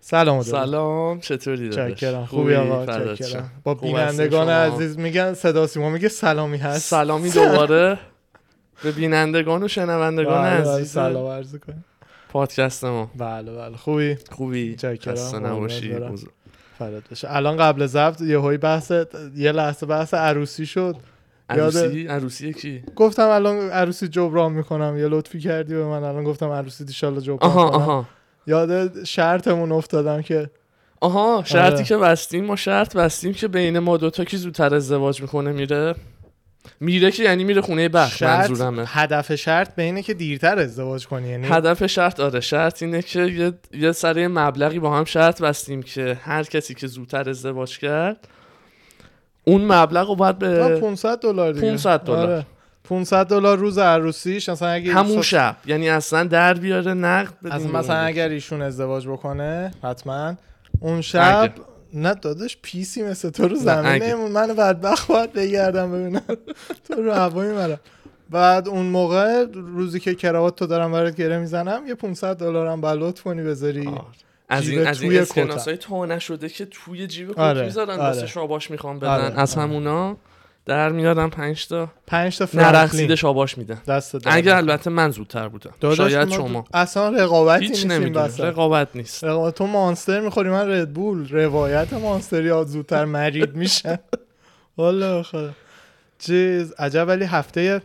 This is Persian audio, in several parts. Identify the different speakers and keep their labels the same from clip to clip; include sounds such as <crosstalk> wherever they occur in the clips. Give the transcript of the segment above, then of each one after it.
Speaker 1: سلام دارم.
Speaker 2: سلام چطوری داداش
Speaker 1: چکرم
Speaker 2: خوبی؟
Speaker 1: خوبی آقا
Speaker 2: فردات
Speaker 1: چکرم
Speaker 2: چم.
Speaker 1: با
Speaker 2: خوب
Speaker 1: بینندگان
Speaker 2: هستین شما؟
Speaker 1: عزیز میگن صدا سیما میگه سلامی هست
Speaker 2: سلامی دوباره به بینندگان و شنوندگان
Speaker 1: بله، بله،
Speaker 2: عزیز
Speaker 1: سلام عرض کنیم
Speaker 2: پادکست ما
Speaker 1: بله بله خوبی
Speaker 2: خوبی
Speaker 1: چکرم.
Speaker 2: خسته نباشی
Speaker 1: قربونت برم.
Speaker 2: بزر-
Speaker 1: فراد بشه الان قبل ضبط یه هایی بحث یه لحظه بحث عروسی شد
Speaker 2: عروسی عروسی کی
Speaker 1: گفتم الان عروسی جبران میکنم یه لطفی کردی به من الان گفتم عروسی دیشالا جبران
Speaker 2: آها
Speaker 1: کنم.
Speaker 2: آها
Speaker 1: یاد شرطمون افتادم که
Speaker 2: آها شرطی
Speaker 1: آره.
Speaker 2: که بستیم ما شرط بستیم که بین ما دوتا کی زودتر ازدواج میکنه میره میره که یعنی میره خونه بخت
Speaker 1: شرط
Speaker 2: منظورمه
Speaker 1: هدف شرط به اینه که دیرتر ازدواج کنی یعنی
Speaker 2: هدف شرط آره شرط اینه که یه, یه سر یه مبلغی با هم شرط بستیم که هر کسی که زودتر ازدواج کرد اون مبلغ رو باید
Speaker 1: آه،
Speaker 2: به
Speaker 1: 500 دلار دیگه
Speaker 2: 500 دلار.
Speaker 1: آره. 500 دلار روز عروسیش مثلا اگه
Speaker 2: همون
Speaker 1: ایشون-
Speaker 2: شب یعنی اصلا در بیاره نقد بدیم
Speaker 1: از
Speaker 2: به
Speaker 1: مثلا
Speaker 2: اون.
Speaker 1: اگر ایشون ازدواج بکنه حتما اون شب
Speaker 2: اگه.
Speaker 1: نه داداش پیسی مثل تو رو
Speaker 2: اگه.
Speaker 1: زمین نمون من بدبخت باید بگردم ببینم تو رو هوایی مرم بعد اون موقع روزی که کراوات تو دارم برات گره میزنم یه 500 دلارم باید لطف کنی بذاری
Speaker 2: آه. از
Speaker 1: جیب
Speaker 2: این از این
Speaker 1: توی
Speaker 2: اسکناس های تا نشده که توی جیب کت
Speaker 1: آره،
Speaker 2: میذارن
Speaker 1: آره.
Speaker 2: واسه شاباش میخوام بدن
Speaker 1: آره،
Speaker 2: از
Speaker 1: آره.
Speaker 2: همونا در میارن 5 تا
Speaker 1: 5 تا
Speaker 2: نرقصیده
Speaker 1: فرانکلین
Speaker 2: شاباش میدن
Speaker 1: دست در
Speaker 2: اگر البته من زودتر بودم
Speaker 1: داداش،
Speaker 2: شاید
Speaker 1: ما
Speaker 2: شما
Speaker 1: اصلا رقابتی
Speaker 2: هیچ
Speaker 1: نیست این
Speaker 2: نمیدونم
Speaker 1: وسط.
Speaker 2: رقابت نیست
Speaker 1: رقابت تو مانستر میخوری من ردبول روایت مانستری ها زودتر مرید میشن والا خدا چیز عجب ولی هفته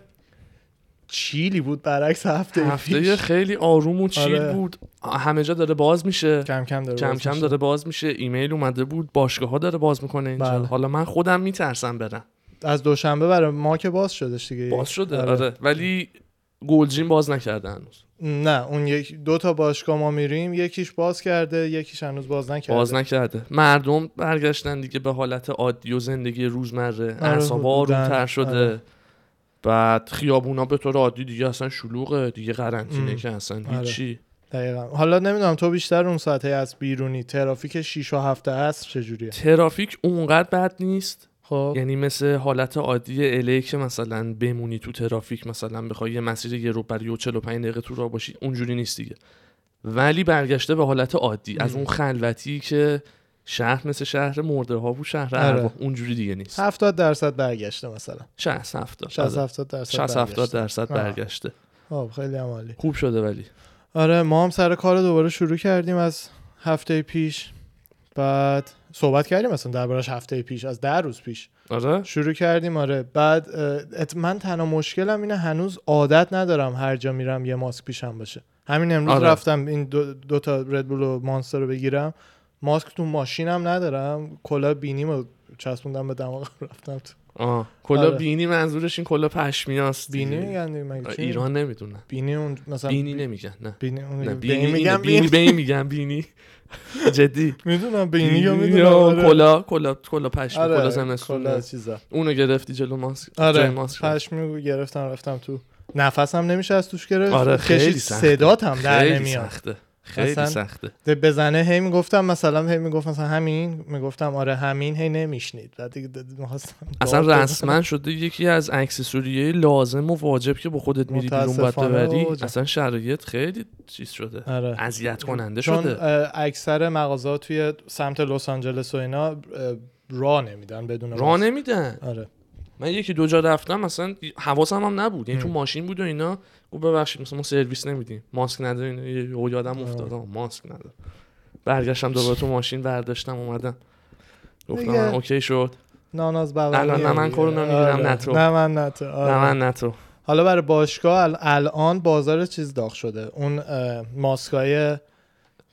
Speaker 1: چیلی بود برعکس هفته,
Speaker 2: هفته
Speaker 1: پیش.
Speaker 2: خیلی آروم و چیل
Speaker 1: آره.
Speaker 2: بود همه جا داره باز میشه
Speaker 1: کم کم داره
Speaker 2: کم
Speaker 1: باز
Speaker 2: کم
Speaker 1: میشه.
Speaker 2: داره باز میشه ایمیل اومده بود باشگاه ها داره باز میکنه اینجا
Speaker 1: بله.
Speaker 2: حالا من خودم میترسم برم
Speaker 1: از دوشنبه برای ما که باز شدش دیگه
Speaker 2: باز شده
Speaker 1: آره.
Speaker 2: آره. ولی گلجین باز نکرده هنوز
Speaker 1: نه اون یک دو تا باشگاه ما میریم یکیش باز کرده یکیش هنوز باز نکرده
Speaker 2: باز نکرده مردم برگشتن دیگه به حالت عادی و زندگی روزمره اعصاب
Speaker 1: آره، حدوداً.
Speaker 2: آرومتر شده
Speaker 1: آره.
Speaker 2: بعد خیابونا به طور عادی دیگه اصلا شلوغه دیگه قرنطینه
Speaker 1: ام.
Speaker 2: که اصلا
Speaker 1: آره.
Speaker 2: هیچی
Speaker 1: دقیقاً. حالا نمیدونم تو بیشتر اون ساعته از بیرونی ترافیک 6 و 7 هست چجوریه
Speaker 2: ترافیک اونقدر بد نیست
Speaker 1: خب
Speaker 2: یعنی مثل حالت عادی الی که مثلا بمونی تو ترافیک مثلا بخوای یه مسیر یه رو بری و 45 دقیقه تو راه باشی اونجوری نیست دیگه ولی برگشته به حالت عادی از اون خلوتی که شهر مثل شهر مرده ها بود شهر
Speaker 1: آره.
Speaker 2: ارواح اونجوری دیگه نیست
Speaker 1: 70 درصد برگشته مثلا
Speaker 2: 60 70
Speaker 1: 60
Speaker 2: آره.
Speaker 1: 70 درصد
Speaker 2: 60 70 درصد
Speaker 1: آه.
Speaker 2: برگشته
Speaker 1: خب خیلی هم عالی
Speaker 2: خوب شده ولی
Speaker 1: آره ما هم سر کار رو دوباره شروع کردیم از هفته پیش بعد صحبت کردیم اصلا دربارش هفته پیش از ده روز پیش
Speaker 2: آره
Speaker 1: شروع کردیم آره بعد اه، ات من تنها مشکلم اینه هنوز عادت ندارم هر جا میرم یه ماسک پیشم باشه همین امروز
Speaker 2: آره.
Speaker 1: رفتم این دو, دو تا ردبول و مانستر رو بگیرم ماسک تو ماشینم ندارم کلا بینیم رو چسبوندم به دماغم رفتم تو
Speaker 2: آه کلا
Speaker 1: آره.
Speaker 2: بینی منظورش این کلا پشمیاست
Speaker 1: بینی میگن دیگه، مگه
Speaker 2: آه،
Speaker 1: چی؟
Speaker 2: ایران نمیدونن
Speaker 1: بینی اون مثلا
Speaker 2: بینی نمیگن نه
Speaker 1: بینی اون
Speaker 2: نه
Speaker 1: دیگه- به
Speaker 2: بینی
Speaker 1: این میگن
Speaker 2: اینه. بینی به این میگن بینی <laughs> جدی
Speaker 1: میدونم بینی
Speaker 2: بینی
Speaker 1: یا
Speaker 2: یا
Speaker 1: میدونم آره.
Speaker 2: کلا کلا کلا پشمی
Speaker 1: آره،
Speaker 2: کلا زمستونه
Speaker 1: کلا چیزا
Speaker 2: اونو گرفتی جلو ماسک جای
Speaker 1: آره
Speaker 2: ماسک
Speaker 1: پشمی گرفتم رفتم تو نفسم نمیشه از توش گرفت
Speaker 2: آره، خیلی
Speaker 1: کشید.
Speaker 2: سخته.
Speaker 1: صدات هم در
Speaker 2: خیلی
Speaker 1: نمیاد
Speaker 2: سخته خیلی
Speaker 1: اصلا-
Speaker 2: سخته
Speaker 1: ده بزنه هی میگفتم مثلا هی میگفت مثلا همین میگفتم آره همین هی نمیشنید بعد دیگه د- می‌خواستم داد
Speaker 2: اصلا
Speaker 1: بزنم.
Speaker 2: رسما شده یکی از اکسسوریه لازم و واجب که با خودت میری بیرون باید
Speaker 1: متاسفانه
Speaker 2: ببری
Speaker 1: واجب.
Speaker 2: اصلا شرایط خیلی چیز شده
Speaker 1: آره
Speaker 2: اذیت کننده
Speaker 1: چون
Speaker 2: شده
Speaker 1: اه، اکثر مغازه توی سمت لس آنجلس و اینا اه، را نمیدن بدون
Speaker 2: راه
Speaker 1: ماسک.
Speaker 2: نمیدن
Speaker 1: آره
Speaker 2: من یکی دو جا رفتم مثلا حواسم هم نبود یعنی تو
Speaker 1: هم.
Speaker 2: ماشین بود و اینا گفت ببخشید مثلا ما سرویس نمیدیم ماسک ندارین یه یادم افتاد آه، ماسک ندارم برگشتم دوباره تو ماشین برداشتم اومدم گفتم
Speaker 1: دیگه.
Speaker 2: آه، اوکی شد
Speaker 1: ناناز بابا
Speaker 2: الان نه من کرونا میگیرم، نه تو.
Speaker 1: آره. نه من نه تو آره.
Speaker 2: نه من نه تو
Speaker 1: حالا برای باشگاه ال- الان بازار چیز داغ شده اون اه، ماسکای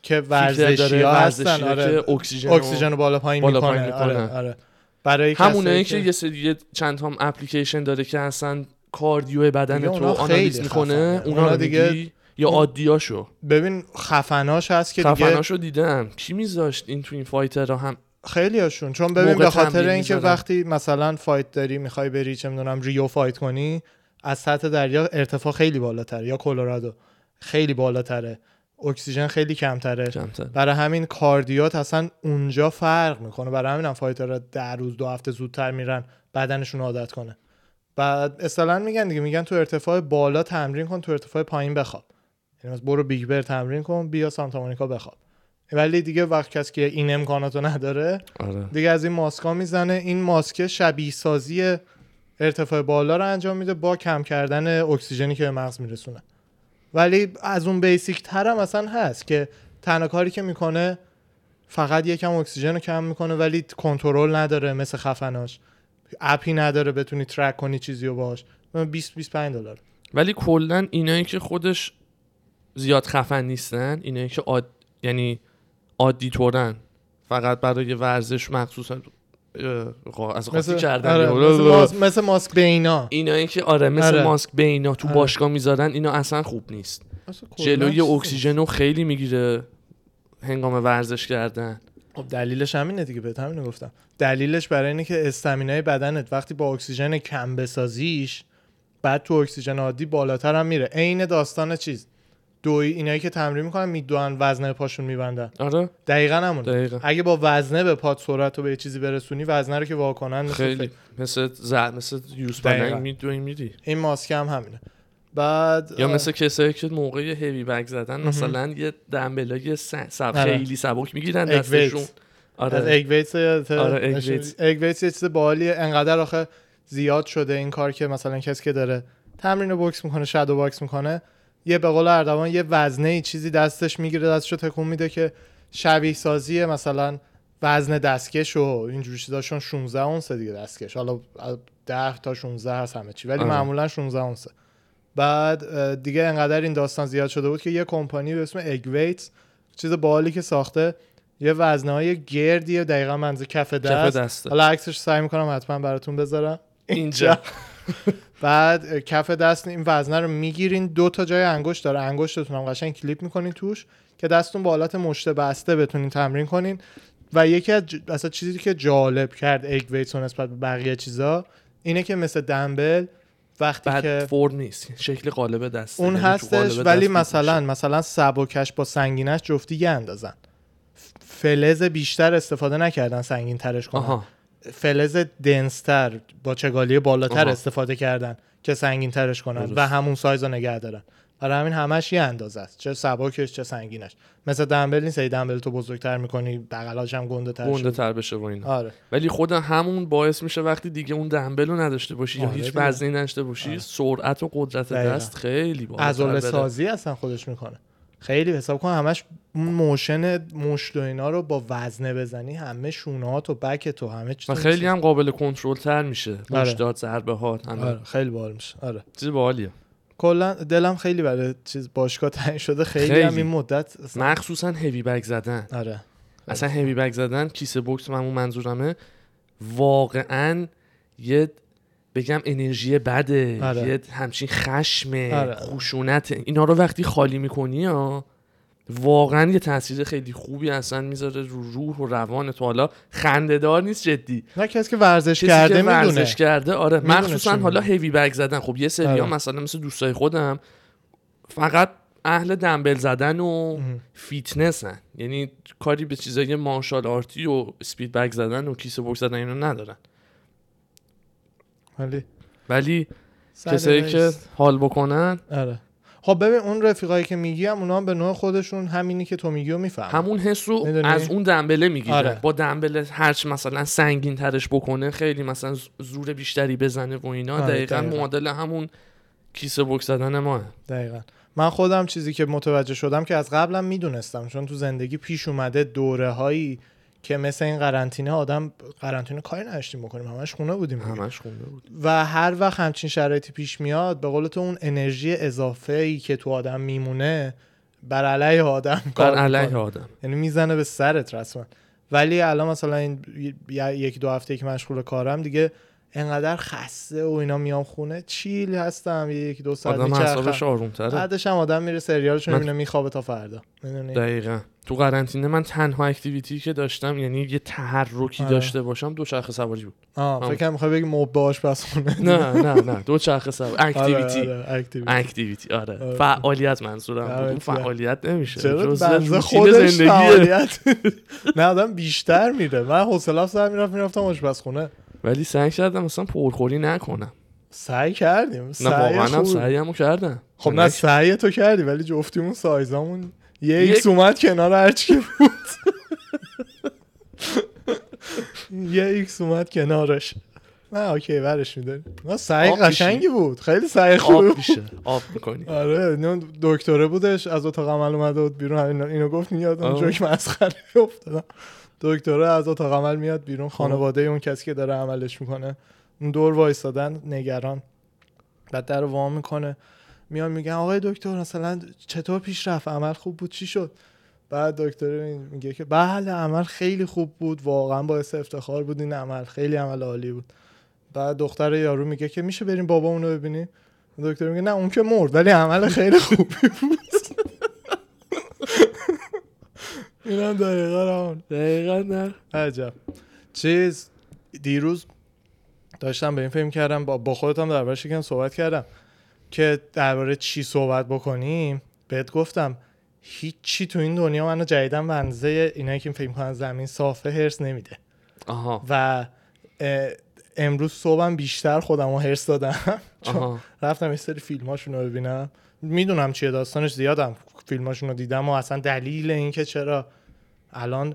Speaker 1: که ورزشی ها هستن آره
Speaker 2: که اکسیژن
Speaker 1: اکسیژن رو بالا پایین
Speaker 2: بالا
Speaker 1: میکنه,
Speaker 2: پایین می‌کنه.
Speaker 1: آره آره برای
Speaker 2: همونایی
Speaker 1: کسایی
Speaker 2: که یه سری یه چند تا هم اپلیکیشن داره که اصلا کاردیو
Speaker 1: دیگه
Speaker 2: بدن تو
Speaker 1: اونا خیلی
Speaker 2: آنالیز
Speaker 1: خفنه.
Speaker 2: میکنه اونا
Speaker 1: اونا
Speaker 2: رو
Speaker 1: دیگه-
Speaker 2: دیگه یا عادیاشو
Speaker 1: ببین خفناش هست که دیگه
Speaker 2: خفناشو دیدم کی میذاشت این تو این فایترها هم
Speaker 1: خیلی هاشون چون ببین
Speaker 2: موقع
Speaker 1: به خاطر
Speaker 2: تمرین
Speaker 1: اینکه
Speaker 2: می‌ذارن.
Speaker 1: وقتی مثلا فایت داری میخوای بری چه میدونم ریو فایت کنی از سطح دریا ارتفاع خیلی بالاتر یا کلرادو خیلی بالاتره اکسیژن خیلی کمتره
Speaker 2: جمع‌تر.
Speaker 1: برای همین کاردیات اصلا اونجا فرق میکنه برای همین هم فایترها در روز دو هفته زودتر میرن بدنشون عادت کنه بعد اصطلاحا میگن دیگه میگن تو ارتفاع بالا تمرین کن تو ارتفاع پایین بخواب یعنی مثلا برو بیگ بر تمرین کن بیا سانتا مونیکا بخواب ولی دیگه وقت کسی که این امکاناتو نداره
Speaker 2: آره
Speaker 1: دیگه از این ماسکا میزنه این ماسک شبیه سازی ارتفاع بالا رو انجام میده با کم کردن اکسیژنی که به مغز میرسونه ولی از اون بیسیک تر هم اصلا هست که تنها کاری که میکنه فقط یکم اکسیژن رو کم میکنه ولی کنترل نداره مثل خفناش اپی نداره بتونی ترک کنی چیزی رو باش 20 25 دلار
Speaker 2: ولی کلا اینایی که خودش زیاد خفن نیستن اینایی که عاد... یعنی عادی طورن فقط برای ورزش مخصوصا اه، قا- از قاطی کردن
Speaker 1: آره، مثل, ماسک، مثل ماسک بینا
Speaker 2: اینایی که آره مثل
Speaker 1: آره.
Speaker 2: ماسک به اینا تو
Speaker 1: آره.
Speaker 2: باشگاه میذارن اینا اصلا خوب نیست جلوی اکسیژن رو خیلی میگیره هنگام ورزش کردن
Speaker 1: خب دلیلش همینه دیگه بهت همینو گفتم دلیلش برای اینه که استامینای بدنت وقتی با اکسیژن کم بسازیش بعد تو اکسیژن عادی بالاتر هم میره عین داستان چیز دوی اینایی که تمرین میکنن میدوان وزنه پاشون میبندن
Speaker 2: آره
Speaker 1: دقیقا همون
Speaker 2: دقیقا
Speaker 1: اگه با وزنه به پاد سرعت رو به یه چیزی برسونی وزنه رو که واکنن مثل
Speaker 2: خیلی
Speaker 1: فکر.
Speaker 2: مثل ز... مثل یوز
Speaker 1: دقیقا.
Speaker 2: پلنگ میدوی میری
Speaker 1: این ماسک هم همینه بعد
Speaker 2: یا
Speaker 1: اه،
Speaker 2: مثل کسایی که موقع هیوی بگ زدن مثلا یه دمبلای س... سب...
Speaker 1: آره.
Speaker 2: خیلی سبک میگیرن
Speaker 1: اگ
Speaker 2: دستشون
Speaker 1: ویتس. از
Speaker 2: آره
Speaker 1: اگ ویتس یادته؟
Speaker 2: آره، اگ
Speaker 1: نشون-
Speaker 2: ویتس.
Speaker 1: اگ ویتس یه چیز باحالیه انقدر آخه زیاد شده این کار که مثلا کسی که داره تمرین باکس میکنه شادو باکس میکنه یه به قول اردوان یه وزنه ای چیزی دستش میگیره دستشو تکون میده که شبیه سازی مثلا وزن دستکش و اینجور چیزاشون 16 اونسه دیگه دستکش حالا 10 تا 16 هست همه چی ولی
Speaker 2: آره.
Speaker 1: معمولا 16 اونسه بعد اه، دیگه انقدر این داستان زیاد شده بود که یه کمپانی به اسم اگویتس چیز باحالی که ساخته یه وزنه های گردیه دقیقا منزه کف
Speaker 2: کف
Speaker 1: دست
Speaker 2: دسته
Speaker 1: حالا عکسش سعی میکنم حتما براتون بذارم
Speaker 2: اینجا
Speaker 1: <laughs> بعد اه، کف دست این وزنه رو میگیرین دو تا جای انگشت داره انگشتتون هم قشنگ کلیپ میکنین توش که دستون با حالت مشت بسته بتونین تمرین کنین و یکی از ج- اصلا چیزی که جالب کرد اگویتس رو نسبت به بقیه چیزا اینه که مثل دنبل وقتی
Speaker 2: بعد
Speaker 1: که
Speaker 2: فور نیست شکل قالب دسته
Speaker 1: اون
Speaker 2: یعنی تو
Speaker 1: هستش
Speaker 2: قالب
Speaker 1: ولی
Speaker 2: دست
Speaker 1: مثلا
Speaker 2: می‌کشه.
Speaker 1: مثلا سبکش با سنگینش جفتی یه اندازن ف- فلز بیشتر استفاده نکردن سنگین ترش کنن
Speaker 2: آها
Speaker 1: فلز دنستر با چگالی بالاتر
Speaker 2: آها.
Speaker 1: استفاده کردن که سنگین ترش کنن
Speaker 2: درست.
Speaker 1: و همون سایز رو نگه دارن برای همین همش یه اندازه است چه سبکش چه سنگینش مثل دنبل نیست ای دنبل تو بزرگتر میکنی بغلاش هم گنده تر
Speaker 2: گنده تر بشه و اینا
Speaker 1: آره
Speaker 2: ولی خود همون باعث میشه وقتی دیگه اون دنبل رو نداشته باشی یا
Speaker 1: آره
Speaker 2: هیچ
Speaker 1: دیگه.
Speaker 2: وزنی نداشته باشی
Speaker 1: آره.
Speaker 2: سرعت و قدرت
Speaker 1: دقیقا.
Speaker 2: دست خیلی بالاتر
Speaker 1: عضله
Speaker 2: بره.
Speaker 1: سازی اصلا خودش میکنه خیلی حساب کن همش اون موشن مشت و اینا رو با وزنه بزنی همه شونه تو بک تو همه چیز
Speaker 2: و خیلی هم قابل کنترل تر میشه
Speaker 1: آره.
Speaker 2: مشداد ضربه ها همه
Speaker 1: آره خیلی باحال میشه آره
Speaker 2: چیز باحالیه
Speaker 1: کلا دلم خیلی برای چیز باشگاه تنگ شده خیلی,
Speaker 2: خیلی.
Speaker 1: هم این مدت اصلا-
Speaker 2: مخصوصا هیوی بگ زدن
Speaker 1: آره
Speaker 2: اصلا هیوی بگ زدن کیسه بوکس من اون منظورمه واقعا یه بگم انرژی بده
Speaker 1: آره.
Speaker 2: یه همچین خشم
Speaker 1: آره.
Speaker 2: خشونت اینا رو وقتی خالی میکنی ها واقعا یه تاثیر خیلی خوبی اصلا میذاره رو روح و روان تو حالا خندهدار نیست جدی
Speaker 1: نه کسی که ورزش
Speaker 2: کسی
Speaker 1: کرده
Speaker 2: که
Speaker 1: میدونه
Speaker 2: ورزش کرده آره
Speaker 1: می‌دونه
Speaker 2: مخصوصا
Speaker 1: چی
Speaker 2: حالا
Speaker 1: می‌گه.
Speaker 2: هیوی بگ زدن خب یه سری
Speaker 1: آره.
Speaker 2: مثلا مثل دوستای خودم فقط اهل دنبل زدن و
Speaker 1: مهم.
Speaker 2: فیتنسن یعنی کاری به چیزای مارشال آرتی و سپید بگ زدن و کیسه بوکس زدن اینو ندارن
Speaker 1: ولی
Speaker 2: ولی
Speaker 1: سر
Speaker 2: کسایی
Speaker 1: نیست.
Speaker 2: که حال بکنن
Speaker 1: آره خب ببین اون رفیقایی که میگی هم اونا هم به نوع خودشون همینی که تو میگی و میفهم
Speaker 2: همون حس رو
Speaker 1: می‌دونی؟
Speaker 2: از اون دنبله میگیرن
Speaker 1: آره.
Speaker 2: با دنبله هرچ مثلا سنگین ترش بکنه خیلی مثلا زور بیشتری بزنه و اینا
Speaker 1: آره،
Speaker 2: دقیقا,
Speaker 1: دقیقاً.
Speaker 2: معادل همون کیسه بوکس زدن ماه
Speaker 1: دقیقا من خودم چیزی که متوجه شدم که از قبلم میدونستم چون تو زندگی پیش اومده دوره هایی که مثل این قرنطینه آدم قرنطینه کاری نداشتیم بکنیم همش خونه بودیم دیگه.
Speaker 2: همش خونده بود
Speaker 1: و هر وقت همچین شرایطی پیش میاد به قول تو اون انرژی اضافه ای که تو آدم میمونه بر علیه آدم کار
Speaker 2: بر
Speaker 1: می‌کنه.
Speaker 2: علیه آدم
Speaker 1: یعنی میزنه به سرت رسما ولی الان مثلا این ی- ی- یکی دو هفته که مشغول کارم دیگه انقدر خسته و اینا میام خونه چیل هستم یه یکی دو ساعت
Speaker 2: آدم حسابش
Speaker 1: میچرخم
Speaker 2: آروم تره
Speaker 1: بعدش هم آره. آدم میره سریالش
Speaker 2: آره. من-
Speaker 1: میبینه میخوابه تا فردا میدونی
Speaker 2: دقیقا تو قرنطینه من تنها اکتیویتی که داشتم یعنی یه تحرکی
Speaker 1: آره.
Speaker 2: داشته باشم دو چرخ سواری بود
Speaker 1: <laughs> آه
Speaker 2: آم.
Speaker 1: فکر کنم میخوای بگی مب باش پس خونه
Speaker 2: نه نه نه دو چرخ سواری اکتیویتی
Speaker 1: آره، آره، اکتیویتی.
Speaker 2: اکتیویتی آره
Speaker 1: آره.
Speaker 2: فعالیت منظورم بود اون
Speaker 1: دمت گرم.
Speaker 2: فعالیت نمیشه
Speaker 1: چرا
Speaker 2: جزء
Speaker 1: بنده
Speaker 2: روتین
Speaker 1: خودش
Speaker 2: زندگیه.
Speaker 1: فعالیت <laughs> نه آدم بیشتر میره من حوصله سر میرفت میرفتم آشپزخونه
Speaker 2: ولی سعی کردم مثلا پرخوری نکنم
Speaker 1: سعی کردیم
Speaker 2: نه
Speaker 1: سعی
Speaker 2: واقعا هم
Speaker 1: خوب
Speaker 2: سعیمو کردم
Speaker 1: خب نه سعی تو کردی ولی جفتیمون سایزامون یه
Speaker 2: یک-
Speaker 1: ایکس اومد کنار هرچی که بود یه ایکس اومد کنارش نه اوکی برش میداری نه سعی
Speaker 2: آب می‌شی؟
Speaker 1: قشنگی بود خیلی سعی خوبی
Speaker 2: آب
Speaker 1: بود
Speaker 2: میشه آب میکنی
Speaker 1: آره اینو دکتره بودش از اتاق عمل اومده بود بیرون همین- اینو گفت میاد
Speaker 2: آه.
Speaker 1: اون جوک مسخره افتادم دکتره از اتاق عمل میاد بیرون خانواده اون کسی که داره عملش میکنه اون دور وایستادن نگران بعد در رو وا میکنه میان میگن آقای دکتر مثلا چطور پیش رفت عمل خوب بود چی شد بعد دکتر می- میگه که بله عمل خیلی خوب بود واقعا باعث افتخار بود این عمل خیلی عمل عالی بود بعد دختر یارو میگه که میشه بریم بابا اونو ببینیم دکتر میگه نه اون که مرد ولی عمل خیلی خوبی بود اینم دقیقا همون
Speaker 2: دقیقا نه
Speaker 1: عجب چیز دیروز داشتم به این فکر کردم با, با خودت هم دربارش یکم صحبت کردم که درباره چی صحبت بکنیم بهت گفتم هیچی تو این دنیا منو جدیدن به اندازه اینایی که فکر میکنن زمین صافه هرس نمیده
Speaker 2: آها
Speaker 1: و اه، امروز صبحم بیشتر خودم رو هرس دادم چون
Speaker 2: آها
Speaker 1: رفتم یه سری فیلماشون رو ببینم میدونم چیه داستانش زیادم فیلماشون رو دیدم و اصلا دلیل اینکه چرا الان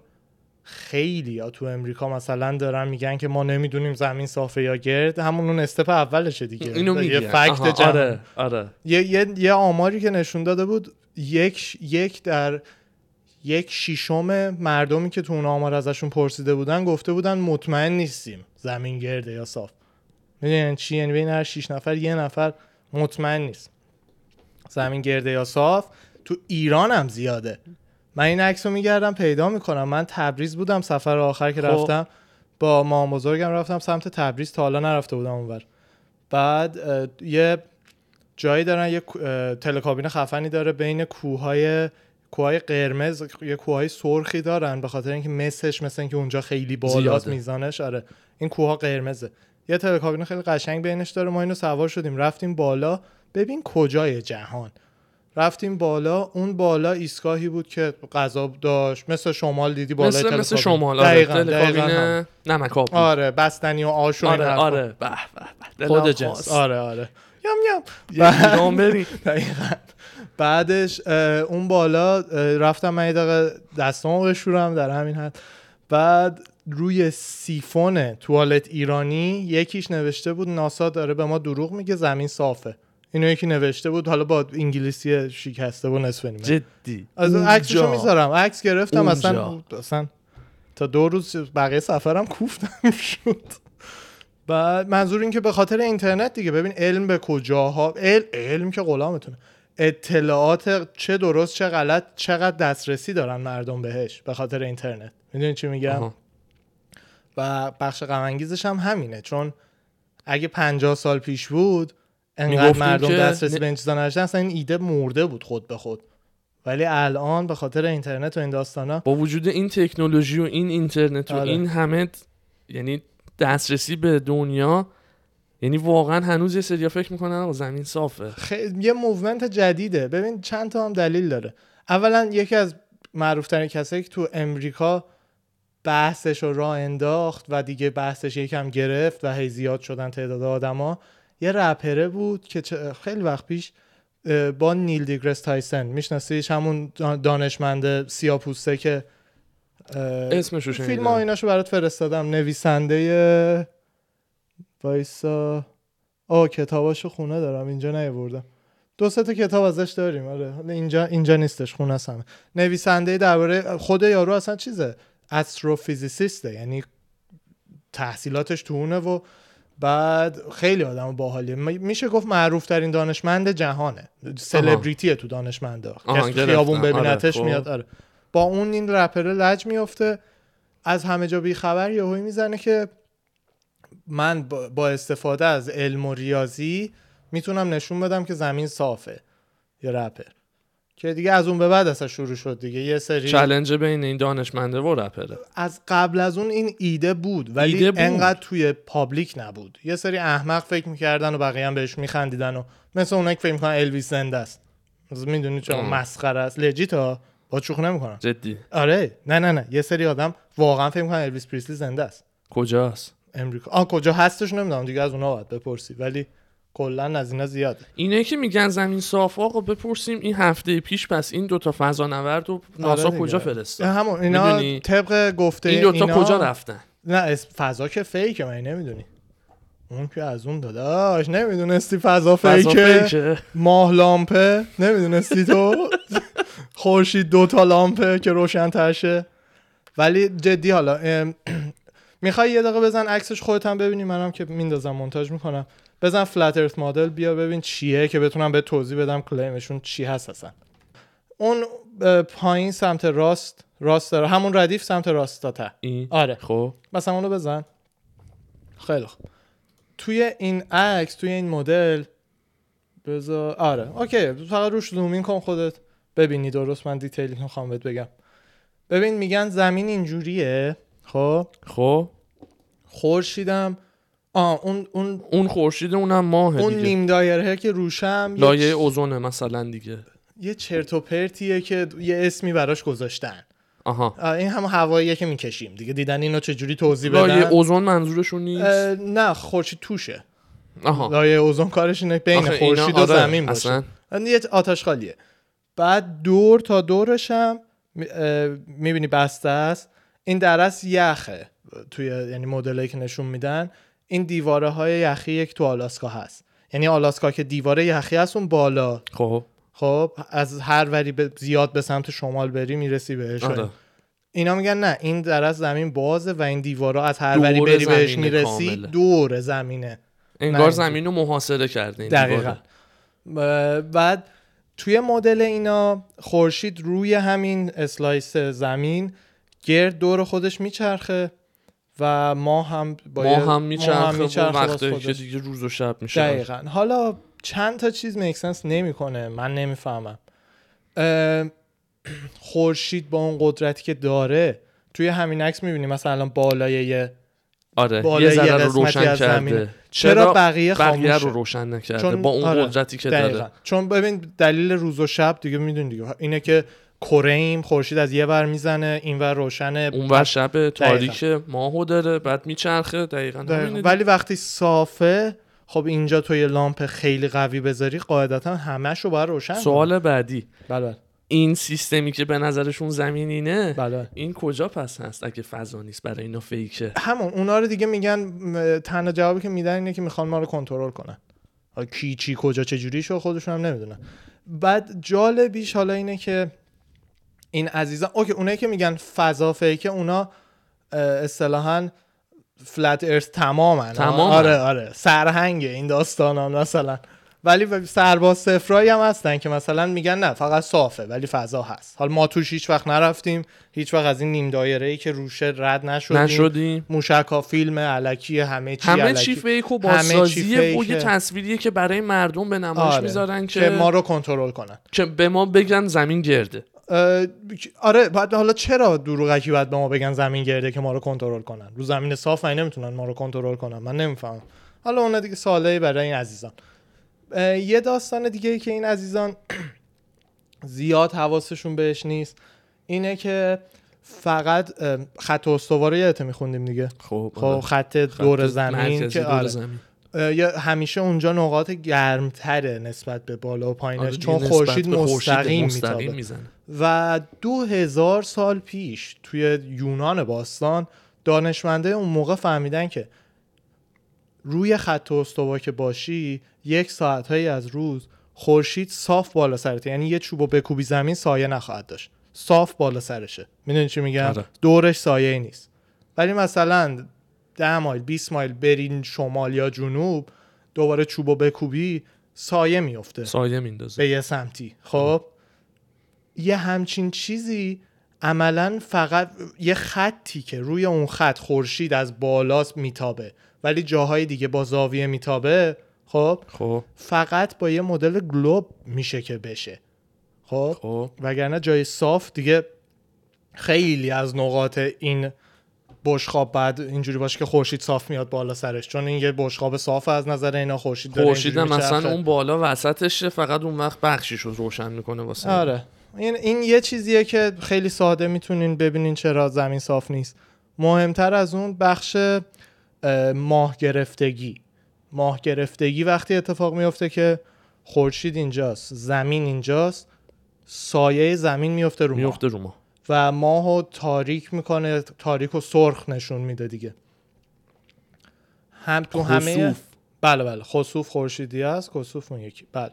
Speaker 1: خیلی ها تو امریکا مثلا دارن میگن که ما نمیدونیم زمین صافه یا گرد همون اون استپ اولشه دیگه
Speaker 2: اینو
Speaker 1: یه
Speaker 2: میگی
Speaker 1: فکت جمع.
Speaker 2: آره آره
Speaker 1: یه, یه, یه آماری که نشون داده بود یک یک در یک شیشم مردمی که تو اون آمار ازشون پرسیده بودن گفته بودن مطمئن نیستیم زمین گرده یا صاف میدونی یعنی چی یعنی بین هر شیش نفر یه نفر مطمئن نیست زمین گرده یا صاف تو ایران هم زیاده من این عکس رو میگردم پیدا میکنم من تبریز بودم سفر آخر که
Speaker 2: خب.
Speaker 1: رفتم با مام بزرگم رفتم سمت تبریز تا حالا نرفته بودم اونور بعد اه، یه جایی دارن یه کو- اه، تلکابین خفنی داره بین کوههای کوههای قرمز یه کوههای سرخی دارن به خاطر اینکه مسش مثل اینکه اونجا خیلی بالاست
Speaker 2: زیاده.
Speaker 1: میزانش آره این کوهها قرمزه یه تلکابین خیلی قشنگ بینش داره ما اینو سوار شدیم رفتیم بالا ببین کجای جهان رفتیم بالا اون بالا ایستگاهی بود که غذا داشت مثل شمال دیدی بالای
Speaker 2: مثل مثل
Speaker 1: تلکابین.
Speaker 2: شمال آره
Speaker 1: دقیقاً،
Speaker 2: تلکابین
Speaker 1: دقیقاً
Speaker 2: <laughs>
Speaker 1: هم.
Speaker 2: نمک آب بود.
Speaker 1: آره بستنی و آش و این
Speaker 2: آره
Speaker 1: حرفا.
Speaker 2: آره به به به
Speaker 1: خود
Speaker 2: دلم
Speaker 1: جنس
Speaker 2: خواست.
Speaker 1: آره آره یم یم
Speaker 2: یه ایران بریم.
Speaker 1: دقیقاً. بعدش اه، اون بالا اه، رفتم من یه دقیقه دستامو بشورم در همین حد بعد روی سیفون توالت ایرانی یکیش نوشته بود ناسا داره به ما دروغ میگه زمین صافه اینو یکی نوشته بود حالا با انگلیسی شکسته و نصف نیمه
Speaker 2: جدی
Speaker 1: از
Speaker 2: اونجا.
Speaker 1: عکسشو میذارم عکس گرفتم
Speaker 2: اونجا.
Speaker 1: اصلا اصلا تا دو روز بقیه سفرم کوفتم <laughs> شد بعد منظور این که به خاطر اینترنت دیگه ببین علم به کجاها ال... علم که غلامتونه اطلاعات چه درست چه غلط چقدر دسترسی دارن مردم بهش به خاطر اینترنت میدونی چی میگم
Speaker 2: آها.
Speaker 1: و بخش غم انگیزش هم همینه چون اگه 50 سال پیش بود انقدر
Speaker 2: می‌گفتیم
Speaker 1: مردم
Speaker 2: که
Speaker 1: دسترسی
Speaker 2: نه-
Speaker 1: به این چیزا نداشتن اصلا این ایده مرده بود خود به خود ولی الان به خاطر اینترنت و این داستانا
Speaker 2: با وجود این تکنولوژی و این اینترنت و
Speaker 1: آره.
Speaker 2: این همه د- یعنی دسترسی به دنیا یعنی واقعا هنوز یه سریا فکر میکنن آقا زمین صافه
Speaker 1: خیلی یه موومنت جدیده ببین چند تا هم دلیل داره اولا یکی از معروفترین کسایی که تو امریکا بحثش رو راه انداخت و دیگه بحثش یکم گرفت و هی زیاد شدن تعداد آدما یه رپره بود که چه- خیلی وقت پیش اه، با نیل دیگرس تایسن میشناسیش همون دا- دانشمند سیاپوسته که اه،
Speaker 2: اسمشو
Speaker 1: فیلم ها
Speaker 2: شنیدم
Speaker 1: ایناشو برات فرستادم نویسنده وایسا آه کتاباشو خونه دارم اینجا نیاوردم دو سه تا کتاب ازش داریم آره حالا اینجا اینجا نیستش خونه است همه نویسنده درباره خود یارو اصلا چیزه استروفیزیسیسته یعنی تحصیلاتش تو اونه و بعد خیلی آدم باحالیه م- میشه گفت معروف ترین دانشمند جهانه سلبریتیه تو دانشمندا
Speaker 2: آها،
Speaker 1: کسی تو
Speaker 2: گرفتم.
Speaker 1: خیابون
Speaker 2: آره،
Speaker 1: ببینتش
Speaker 2: خب.
Speaker 1: میاد آره با اون این رپره لج میفته از همه جا بی خبر یهویی میزنه که من با با استفاده از علم و ریاضی میتونم نشون بدم که زمین صافه یه رپر که دیگه از اون به بعد اصلا شروع شد دیگه یه سری
Speaker 2: چلنج بین این دانشمنده و رپره
Speaker 1: از قبل از اون این ایده بود ولی
Speaker 2: ایده بود.
Speaker 1: انقدر توی پابلیک نبود یه سری احمق فکر میکردن و بقیه هم بهش میخندیدن و مثل اونایی که فکر میکنن الویس زنده است میدونی چون
Speaker 2: آه.
Speaker 1: مسخره است لجیت ها با شوخی نمیکنن
Speaker 2: جدی
Speaker 1: آره نه نه نه یه سری آدم واقعا فکر میکنن الویس پریسلی زنده است
Speaker 2: کجاست
Speaker 1: امریکا آ کجا هستش نمیدونم دیگه از اونا باید بپرسی ولی کلا از اینا زیاده
Speaker 2: اینه که میگن زمین صاف آقا بپرسیم این هفته پیش پس این دوتا فضانورد و ناسا
Speaker 1: آره دیگه.
Speaker 2: کجا فرستاد
Speaker 1: همون اینا
Speaker 2: می‌دونی؟
Speaker 1: طبق گفته
Speaker 2: این دوتا
Speaker 1: اینا-
Speaker 2: کجا رفتن
Speaker 1: نه اس- فضا که فیکه من نمیدونی اون که از اون داداش نمیدونستی فضا
Speaker 2: فضا
Speaker 1: فیکه
Speaker 2: فیکه.
Speaker 1: ماه لامپه نمیدونستی تو <laughs> خورشید دوتا لامپه که روشن ترشه ولی جدی حالا <clears throat> میخوای یه دقیقه بزن عکسش خودت هم ببینی منم که میندازم مونتاژ میکنم بزن فلت ارت مدل بیا ببین چیه که بتونم به توضیح بدم کلیمشون چی هست اصلا اون اه، پایین سمت راست راست داره همون ردیف سمت راست تا ته.
Speaker 2: این
Speaker 1: آره
Speaker 2: خب
Speaker 1: مثلا اونو بزن خیلی خوب توی این عکس توی این مدل بذار آره اوکی فقط روش زومین کن خودت ببینی درست من دیتیلی میخوام بهت بگم ببین میگن زمین اینجوریه خب
Speaker 2: خب
Speaker 1: خورشیدم آه اون اون
Speaker 2: اون خورشید اونم ماه
Speaker 1: اون
Speaker 2: خب دیگه
Speaker 1: نیم دایره که روشم یه
Speaker 2: لایه اوزونه مثلا دیگه
Speaker 1: یه چرت و پرتیه که یه اسمی براش گذاشتن
Speaker 2: آها
Speaker 1: آه، این هم هواییه که میکشیم دیگه دیدن اینو چجوری توضیح
Speaker 2: لایه
Speaker 1: بدن
Speaker 2: اوزون منظورشون نیست
Speaker 1: اه، نه خورشید توشه
Speaker 2: آها
Speaker 1: لایه اوزون کارش اینه بین
Speaker 2: آخه اینا
Speaker 1: خورشید و
Speaker 2: آره،
Speaker 1: زمین باشه
Speaker 2: اصلا
Speaker 1: یه آتش خالیه بعد دور تا دورش هم میبینی بسته است این درس یخه توی یعنی مدلایی که نشون میدن این دیواره های یخی که تو آلاسکا هست یعنی آلاسکا که دیواره یخی هست اون بالا
Speaker 2: خب
Speaker 1: خب از هر وری به زیاد به سمت شمال بری میرسی بهش
Speaker 2: آره.
Speaker 1: اینا میگن نه این درس زمین بازه و این دیوارا از هر وری
Speaker 2: دور
Speaker 1: بری بهش
Speaker 2: زمینه
Speaker 1: میرسی
Speaker 2: کامله.
Speaker 1: دور زمینه
Speaker 2: انگار
Speaker 1: نه.
Speaker 2: زمین رو محاصره آره. کرده این
Speaker 1: دقیقا
Speaker 2: دیواره.
Speaker 1: ب- بعد توی مدل اینا خورشید روی همین اسلایس زمین گرد دور خودش میچرخه و ما هم با
Speaker 2: ما
Speaker 1: یه-
Speaker 2: هم میچرخه و
Speaker 1: میچرخه باز
Speaker 2: وقتی که
Speaker 1: خودش.
Speaker 2: دیگه روز و شب میشه
Speaker 1: دقیقا حالا چند تا چیز میکسنس نمیکنه من نمیفهمم اه، خورشید با اون قدرتی که داره توی همین عکس میبینی مثلا الان بالای یه
Speaker 2: آره
Speaker 1: بالای
Speaker 2: یه
Speaker 1: یه
Speaker 2: ذره رو
Speaker 1: قسمتی
Speaker 2: روشن
Speaker 1: از زمینه.
Speaker 2: کرده
Speaker 1: چرا بقیه
Speaker 2: بقیه
Speaker 1: خاموشه
Speaker 2: رو روشن نکرده
Speaker 1: چون-
Speaker 2: با اون
Speaker 1: آره،
Speaker 2: قدرتی که
Speaker 1: دقیقا
Speaker 2: داره
Speaker 1: چون ببین دلیل روز و شب دیگه میدونی دیگه اینه که کره ایم خورشید از یه ور میزنه این ور روشنه
Speaker 2: اونور شب تاریک ماهو داره بعد میچرخه دقیقا,
Speaker 1: دقیقاً.
Speaker 2: همینه
Speaker 1: ولی وقتی صافه خب اینجا تو یه لامپ خیلی قوی بذاری قاعدتا همش رو باید روشن
Speaker 2: دیگه.
Speaker 1: کنی.
Speaker 2: سوال بعدی
Speaker 1: بله بله
Speaker 2: این سیستمی که به نظرشون زمینینه
Speaker 1: بله بله.
Speaker 2: این کجا پس هست اگه فضا نیست برای اینا فیکه
Speaker 1: همون اونا رو دیگه میگن م، تنها جوابی که میدن اینه که میخوان ما رو کنترل کنن حالا کی چی کجا چه جوری شو خودشون هم نمیدونن بعد جالبیش حالا اینه که این عزیزان اوکی اونایی که میگن فضا فیکه اونا اه، اصطلاحا فلت ارث تماما
Speaker 2: تماماً.
Speaker 1: آره آره سرهنگ این داستان ها مثلا ولی و- سرباز صفرایی هم هستن که مثلا میگن نه فقط صافه ولی فضا هست حالا ما توش هیچ وقت نرفتیم هیچ وقت از این نیم دایره ای که روشه رد نشدیم
Speaker 2: نشدیم
Speaker 1: موشکا فیلم علکی همه چی
Speaker 2: همه
Speaker 1: علکی
Speaker 2: چی فیک و
Speaker 1: همه چی
Speaker 2: بازسازیه و
Speaker 1: فیکه.
Speaker 2: یه تصویریه که برای مردم به نمایش
Speaker 1: آره.
Speaker 2: میذارن
Speaker 1: که...
Speaker 2: که,
Speaker 1: ما رو کنترل کنن
Speaker 2: که به ما بگن زمین گرده
Speaker 1: اه، آره بعد حالا چرا دروغکی باید به ما بگن زمین گرده که ما رو کنترل کنن رو زمین صاف من نمیتونن ما رو کنترل کنن من نمیفهمم حالا اون دیگه سوالی برای این عزیزان اه، یه داستان دیگه ای که این عزیزان <clears throat> زیاد حواسشون بهش نیست اینه که فقط اه، خط استواره یادت میخوندیم دیگه
Speaker 2: خب
Speaker 1: خب خط دور زمین که آره.
Speaker 2: زمین.
Speaker 1: یا همیشه اونجا نقاط گرمتره نسبت به بالا و پایینش
Speaker 2: آره،
Speaker 1: چون
Speaker 2: دیگه
Speaker 1: خورشید
Speaker 2: نسبت به خورشید
Speaker 1: مستقیم,
Speaker 2: مستقیم
Speaker 1: میتابه
Speaker 2: میزنه
Speaker 1: و دو هزار سال پیش توی یونان باستان دانشمنده اون موقع فهمیدن که روی خط استوا که باشی یک ساعت از روز خورشید صاف بالا سرته یعنی یه چوب و بکوبی زمین سایه نخواهد داشت صاف بالا سرشه میدونی چی میگم
Speaker 2: آره.
Speaker 1: دورش سایه ای نیست ولی مثلا 10 مایل 20 مایل برین شمال یا جنوب دوباره چوب و بکوبی سایه میفته
Speaker 2: سایه میندازه
Speaker 1: به یه سمتی خب یه همچین چیزی عملا فقط یه خطی که روی اون خط خورشید از بالاست میتابه ولی جاهای دیگه با زاویه میتابه خب
Speaker 2: خب
Speaker 1: فقط با یه مدل گلوب میشه که بشه خب
Speaker 2: خب
Speaker 1: وگرنه جای صاف دیگه خیلی از نقاط این بشخاب بعد اینجوری باشه که خورشید صاف میاد بالا سرش چون این یه بشخاب صاف از نظر اینا خورشید داره
Speaker 2: خورشید
Speaker 1: اینجوری
Speaker 2: هم
Speaker 1: میچرخه.
Speaker 2: مثلا اون بالا وسطشه فقط اون وقت بخشیش رو روشن میکنه واسه
Speaker 1: آره این این یه چیزیه که خیلی ساده میتونین ببینین چرا زمین صاف نیست مهمتر از اون بخش اه، ماه گرفتگی ماه گرفتگی وقتی اتفاق میفته که خورشید اینجاست زمین اینجاست سایه زمین میفته رو ماه
Speaker 2: میفته رو ما
Speaker 1: و ماهو تاریک میکنه تاریک و سرخ نشون میده دیگه هم تو همه
Speaker 2: خسوف.
Speaker 1: بله بله خسوف خورشیدی است کسوف اون یکی بله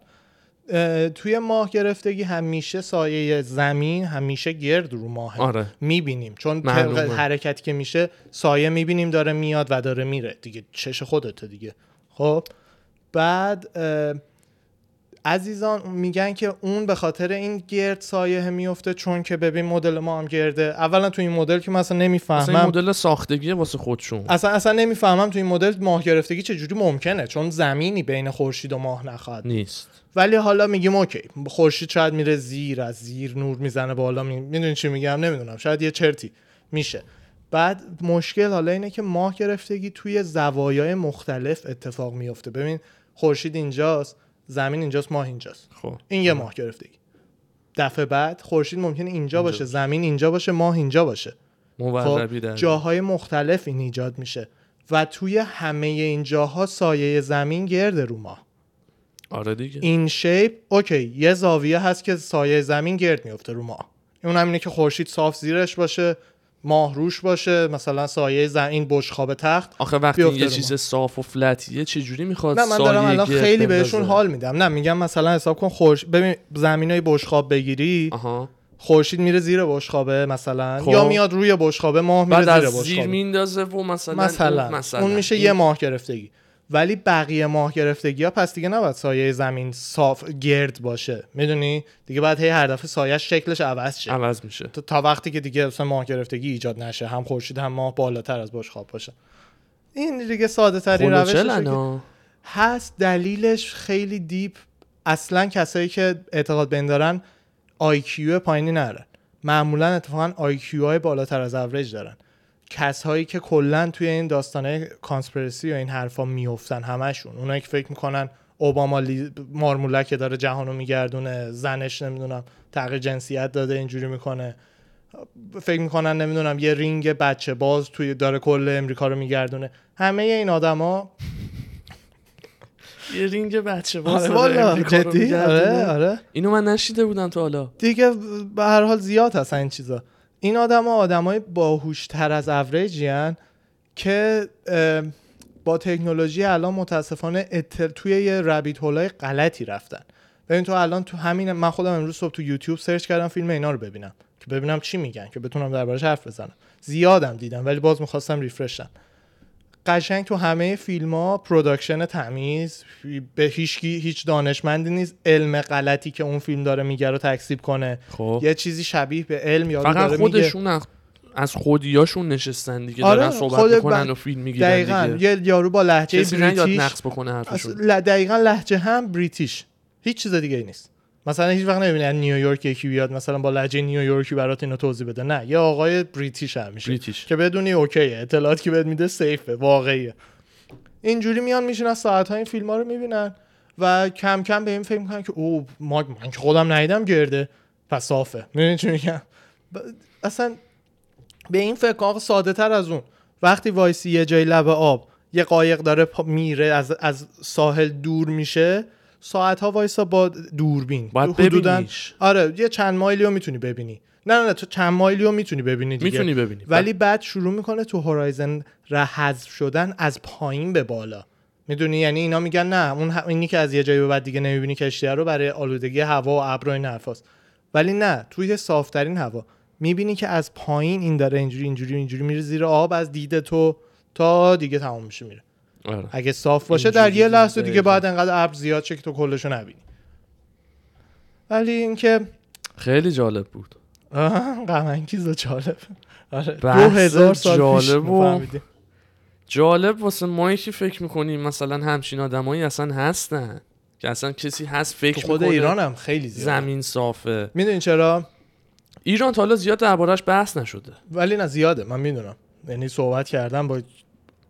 Speaker 1: اه، توی ماه گرفتگی همیشه سایه زمین همیشه گرد رو ماه
Speaker 2: آره.
Speaker 1: میبینیم چون طبق
Speaker 2: معلومه.
Speaker 1: حرکتی که میشه سایه میبینیم داره میاد و داره میره دیگه چش خودته دیگه خب بعد اه، عزیزان میگن که اون به خاطر این گرد سایه میفته چون که ببین مدل ما هم گرده اولا تو این مدل که من اصلا
Speaker 2: اصلا این
Speaker 1: نمیفهمم
Speaker 2: مدل ساختگی واسه خودشون
Speaker 1: اصلا اصلا نمیفهمم تو این مدل ماه گرفتگی چجوری ممکنه چون زمینی بین خورشید و ماه نخواهد
Speaker 2: نیست
Speaker 1: ولی حالا میگیم اوکی خورشید شاید میره زیر از زیر نور میزنه بالا می... میدونی چی میگم نمیدونم شاید یه چرتی میشه بعد مشکل حالا اینه که ماه گرفتگی توی زوایای مختلف اتفاق میفته ببین خورشید اینجاست زمین اینجاست ماه اینجاست
Speaker 2: خب
Speaker 1: این یه ماه گرفتگی دفعه بعد خورشید ممکنه اینجا باشه زمین اینجا باشه ماه اینجا باشه
Speaker 2: موربی
Speaker 1: خب
Speaker 2: در
Speaker 1: جاهای مختلف این ایجاد میشه و توی همه این جاها سایه زمین گرده رو ماه
Speaker 2: آره دیگه
Speaker 1: این شیپ اوکی یه زاویه هست که سایه زمین گرد میفته رو ماه اون همینه که خورشید صاف زیرش باشه ماه روش باشه مثلا سایه زمین بشخاب تخت
Speaker 2: آخه وقتی
Speaker 1: بیفته
Speaker 2: یه
Speaker 1: رو
Speaker 2: چیز صاف و فلتیه چجوری میخواد
Speaker 1: نه من دارم الان خیلی بهشون حال میدم نه میگم مثلا حساب کن خورش ببین زمینای بشخاب بگیری
Speaker 2: آها
Speaker 1: خورشید میره زیر بشخابه مثلا
Speaker 2: خب.
Speaker 1: یا میاد روی بشخابه ماه
Speaker 2: بعد
Speaker 1: میره
Speaker 2: از
Speaker 1: زیر
Speaker 2: زیر
Speaker 1: بشخابه
Speaker 2: میندازه و مثلا
Speaker 1: مثلا.
Speaker 2: اون, مثلا
Speaker 1: اون میشه
Speaker 2: این-
Speaker 1: یه ماه گرفتگی ولی بقیه ماه گرفتگی ها پس دیگه نباید سایه زمین صاف گرد باشه میدونی دیگه بعد هی هر دفعه سایه شکلش عوض شه
Speaker 2: عوض میشه
Speaker 1: تا- تا وقتی که دیگه اصلا ماه گرفتگی ایجاد نشه هم خورشید هم ماه بالاتر از باش خواب باشه این دیگه ساده
Speaker 2: خب،
Speaker 1: ترین روششه که
Speaker 2: خلوچلنا
Speaker 1: هست دلیلش خیلی دیپ اصلا کسایی که اعتقاد بندارن آیکیو پایینی ندارن معمولا اتفاقا آیکیو های بالاتر از اوریج دارن کسایی که کلا توی این داستانه کانسپرسی و این حرفا میفتن همشون اونایی که فکر میکنن اوباما لی... مارمولک داره جهانو میگردونه زنش نمیدونم تغییر جنسیت داده اینجوری میکنه فکر میکنن نمیدونم یه رینگ بچه باز توی داره کل امریکا رو میگردونه همه این آدما
Speaker 2: یه رینگ بچه باز
Speaker 1: آره
Speaker 2: داره
Speaker 1: والا
Speaker 2: امریکا رو
Speaker 1: جدی
Speaker 2: می‌گردونه.
Speaker 1: آره آره
Speaker 2: اینو من نشیده بودم تا حالا
Speaker 1: دیگه به هر حال زیاد هستن این چیزا این آدما آدمای باهوشتر از اوریجین که اه، با تکنولوژی الان متاسفانه اطل... توی یه رابیت هولای غلطی رفتن ببین تو الان تو همین من خودم امروز صبح تو یوتیوب سرچ کردم فیلم اینا رو ببینم که ببینم چی میگن که بتونم دربارش حرف بزنم زیادم دیدم ولی باز میخواستم ریفرشم قشنگ تو همه فیلم ها پروداکشن تمیز به هیچ هیچ دانشمندی نیست علم غلطی که اون فیلم داره میگه رو تکسیب کنه
Speaker 2: خب
Speaker 1: یه چیزی شبیه به علم یا
Speaker 2: فقط
Speaker 1: آره داره میگه
Speaker 2: خودشون از- از خودیاشون نشستن دیگه
Speaker 1: آره،
Speaker 2: دارن
Speaker 1: خود
Speaker 2: صحبت میکنن
Speaker 1: بن-
Speaker 2: و فیلم میگیرن
Speaker 1: دقیقا
Speaker 2: دیگه
Speaker 1: یه یارو با لحجه
Speaker 2: کسی نیاد
Speaker 1: بریتیش
Speaker 2: نقص بکنه
Speaker 1: اصلا
Speaker 2: حرفشون
Speaker 1: ل- دقیقا لحجه هم بریتیش هیچ چیز دیگه ای نیست مثلا هیچ وقت نمیبینی از نیویورک یکی بیاد مثلا با لحجه نیویورکی برات اینو توضیح بده نه یه آقای بریتیش هم میشه
Speaker 2: بریتیش.
Speaker 1: که بدونی اوکیه اطلاعاتی که بهت میده سیفه واقعیه اینجوری میان میشین از ساعت این فیلم ها رو میبینن و کم کم به این فکر میکنن که او ما من که خودم ندیدم گرده پس صافه میدونی چی میگم ب- اصلا به این فکر کن، آقا ساده تر از اون وقتی وایسی یه جای لب آب یه قایق داره پا- میره از, از ساحل دور میشه ساعت ها وایسا با دوربین
Speaker 2: باید
Speaker 1: حدوداً-
Speaker 2: ببینیش.
Speaker 1: آره یه چند مایلی رو میتونی ببینی نه نه نه تو چند مایلی رو میتونی ببینی دیگه
Speaker 2: میتونی ببینی بله.
Speaker 1: ولی بعد شروع میکنه تو هورایزن را حذف شدن از پایین به بالا میدونی یعنی اینا میگن نه اون ه- اینی که از یه جایی به بعد دیگه نمیبینی کشتی رو برای آلودگی هوا و ابر و این حرفاست ولی نه توی صافترین هوا میبینی که از پایین این داره اینجوری اینجوری اینجوری میره زیر آب از دید تو تا دیگه تمام میشه میره
Speaker 2: آره.
Speaker 1: اگه صاف باشه
Speaker 2: اینجوری
Speaker 1: در یه لحظه دیگه
Speaker 2: دقیقاً.
Speaker 1: بعد انقدر ابر زیاد شه که تو کلشو نبینی ولی اینکه
Speaker 2: خیلی جالب بود
Speaker 1: آه، غم انگیز و جالب آره دو
Speaker 2: بحث
Speaker 1: هزار سال
Speaker 2: جالب
Speaker 1: جالب
Speaker 2: و-
Speaker 1: و...
Speaker 2: جالب واسه ما که فکر میکنیم مثلا همچین آدمایی اصلا هستن که اصلا کسی هست فکر
Speaker 1: خود
Speaker 2: می‌کنه
Speaker 1: ایران هم خیلی زیاد
Speaker 2: زمین صافه
Speaker 1: میدونی چرا
Speaker 2: ایران تا حالا زیاد دربارش بحث نشده
Speaker 1: ولی نه زیاده من میدونم یعنی صحبت کردم با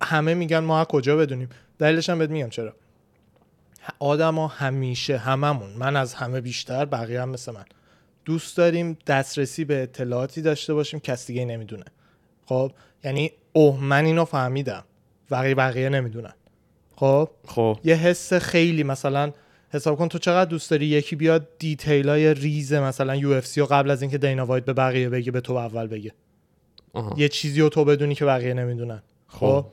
Speaker 1: همه میگن ما از کجا بدونیم دلیلش هم بهت میگم چرا آدما همیشه هممون من از همه بیشتر بقیه هم مثل من دوست داریم دسترسی به اطلاعاتی داشته باشیم کس دیگه نمیدونه خب یعنی اوه من اینو فهمیدم بقیه بقیه نمیدونن خب
Speaker 2: خب
Speaker 1: یه حس خیلی مثلا حساب کن تو چقدر دوست داری یکی بیاد دیتیل های ریز مثلا یو اف سی قبل از اینکه دینا وایت به بقیه بگه به تو اول بگه
Speaker 2: آها.
Speaker 1: یه چیزی رو تو بدونی که بقیه نمیدونن خب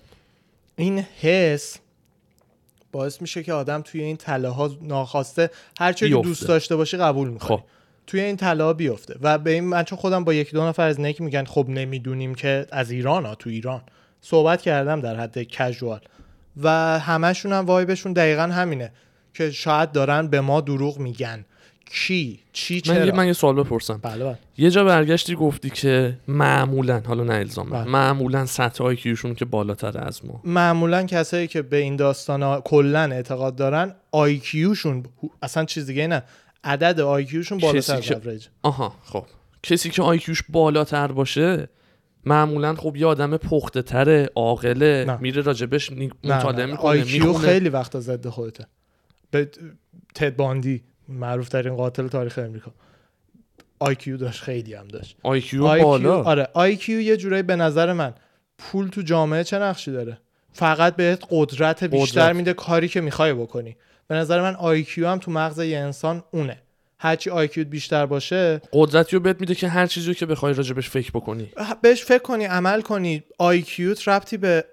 Speaker 1: این حس باعث میشه که آدم توی این تله ها ناخواسته هر چی که
Speaker 2: بیفته.
Speaker 1: دوست داشته باشی قبول میکنه
Speaker 2: خب
Speaker 1: توی این تله ها بیفته و به این من چون خودم با یکی دو نفر از نک میگن خب نمیدونیم که از ایران ها تو ایران صحبت کردم در حد کژوال و همشون هم وایبشون دقیقا همینه که شاید دارن به ما دروغ میگن کی چی
Speaker 2: من یه,
Speaker 1: چرا
Speaker 2: من یه سوال بپرسم
Speaker 1: بله بله
Speaker 2: یه جا برگشتی گفتی که معمولا حالا نه الزام
Speaker 1: بله.
Speaker 2: معمولا سطح آیکیوشون که بالاتر از ما
Speaker 1: معمولا کسایی که به این داستان ها کلا اعتقاد دارن آیکیوشون اصلا چیز دیگه نه عدد آیکیوشون بالاتر
Speaker 2: کسی
Speaker 1: از
Speaker 2: که-
Speaker 1: average.
Speaker 2: آها خب کسی که آیکیوش بالاتر باشه معمولا خب یه آدم پخته تره
Speaker 1: نه.
Speaker 2: عاقله میره راجبش نی-
Speaker 1: نه،
Speaker 2: مطالعه
Speaker 1: نه،
Speaker 2: میکنه
Speaker 1: IQ
Speaker 2: میخونه
Speaker 1: خیلی وقتا ضد خودته به تد باندی معروف ترین قاتل تاریخ امریکا IQ داشت خیلی هم داشت
Speaker 2: آیکیو
Speaker 1: IQ
Speaker 2: بالا
Speaker 1: آره IQ یه جورایی به نظر من پول تو جامعه چه نقشی داره فقط بهت قدرت بیشتر
Speaker 2: قدرت.
Speaker 1: میده کاری که میخوای بکنی به نظر من IQ هم تو مغز یه انسان اونه هرچی IQ بیشتر باشه
Speaker 2: قدرتی رو بهت میده که هر چیزی رو که بخوای راجبش فکر بکنی
Speaker 1: بهش فکر کنی عمل کنی IQ ربطی به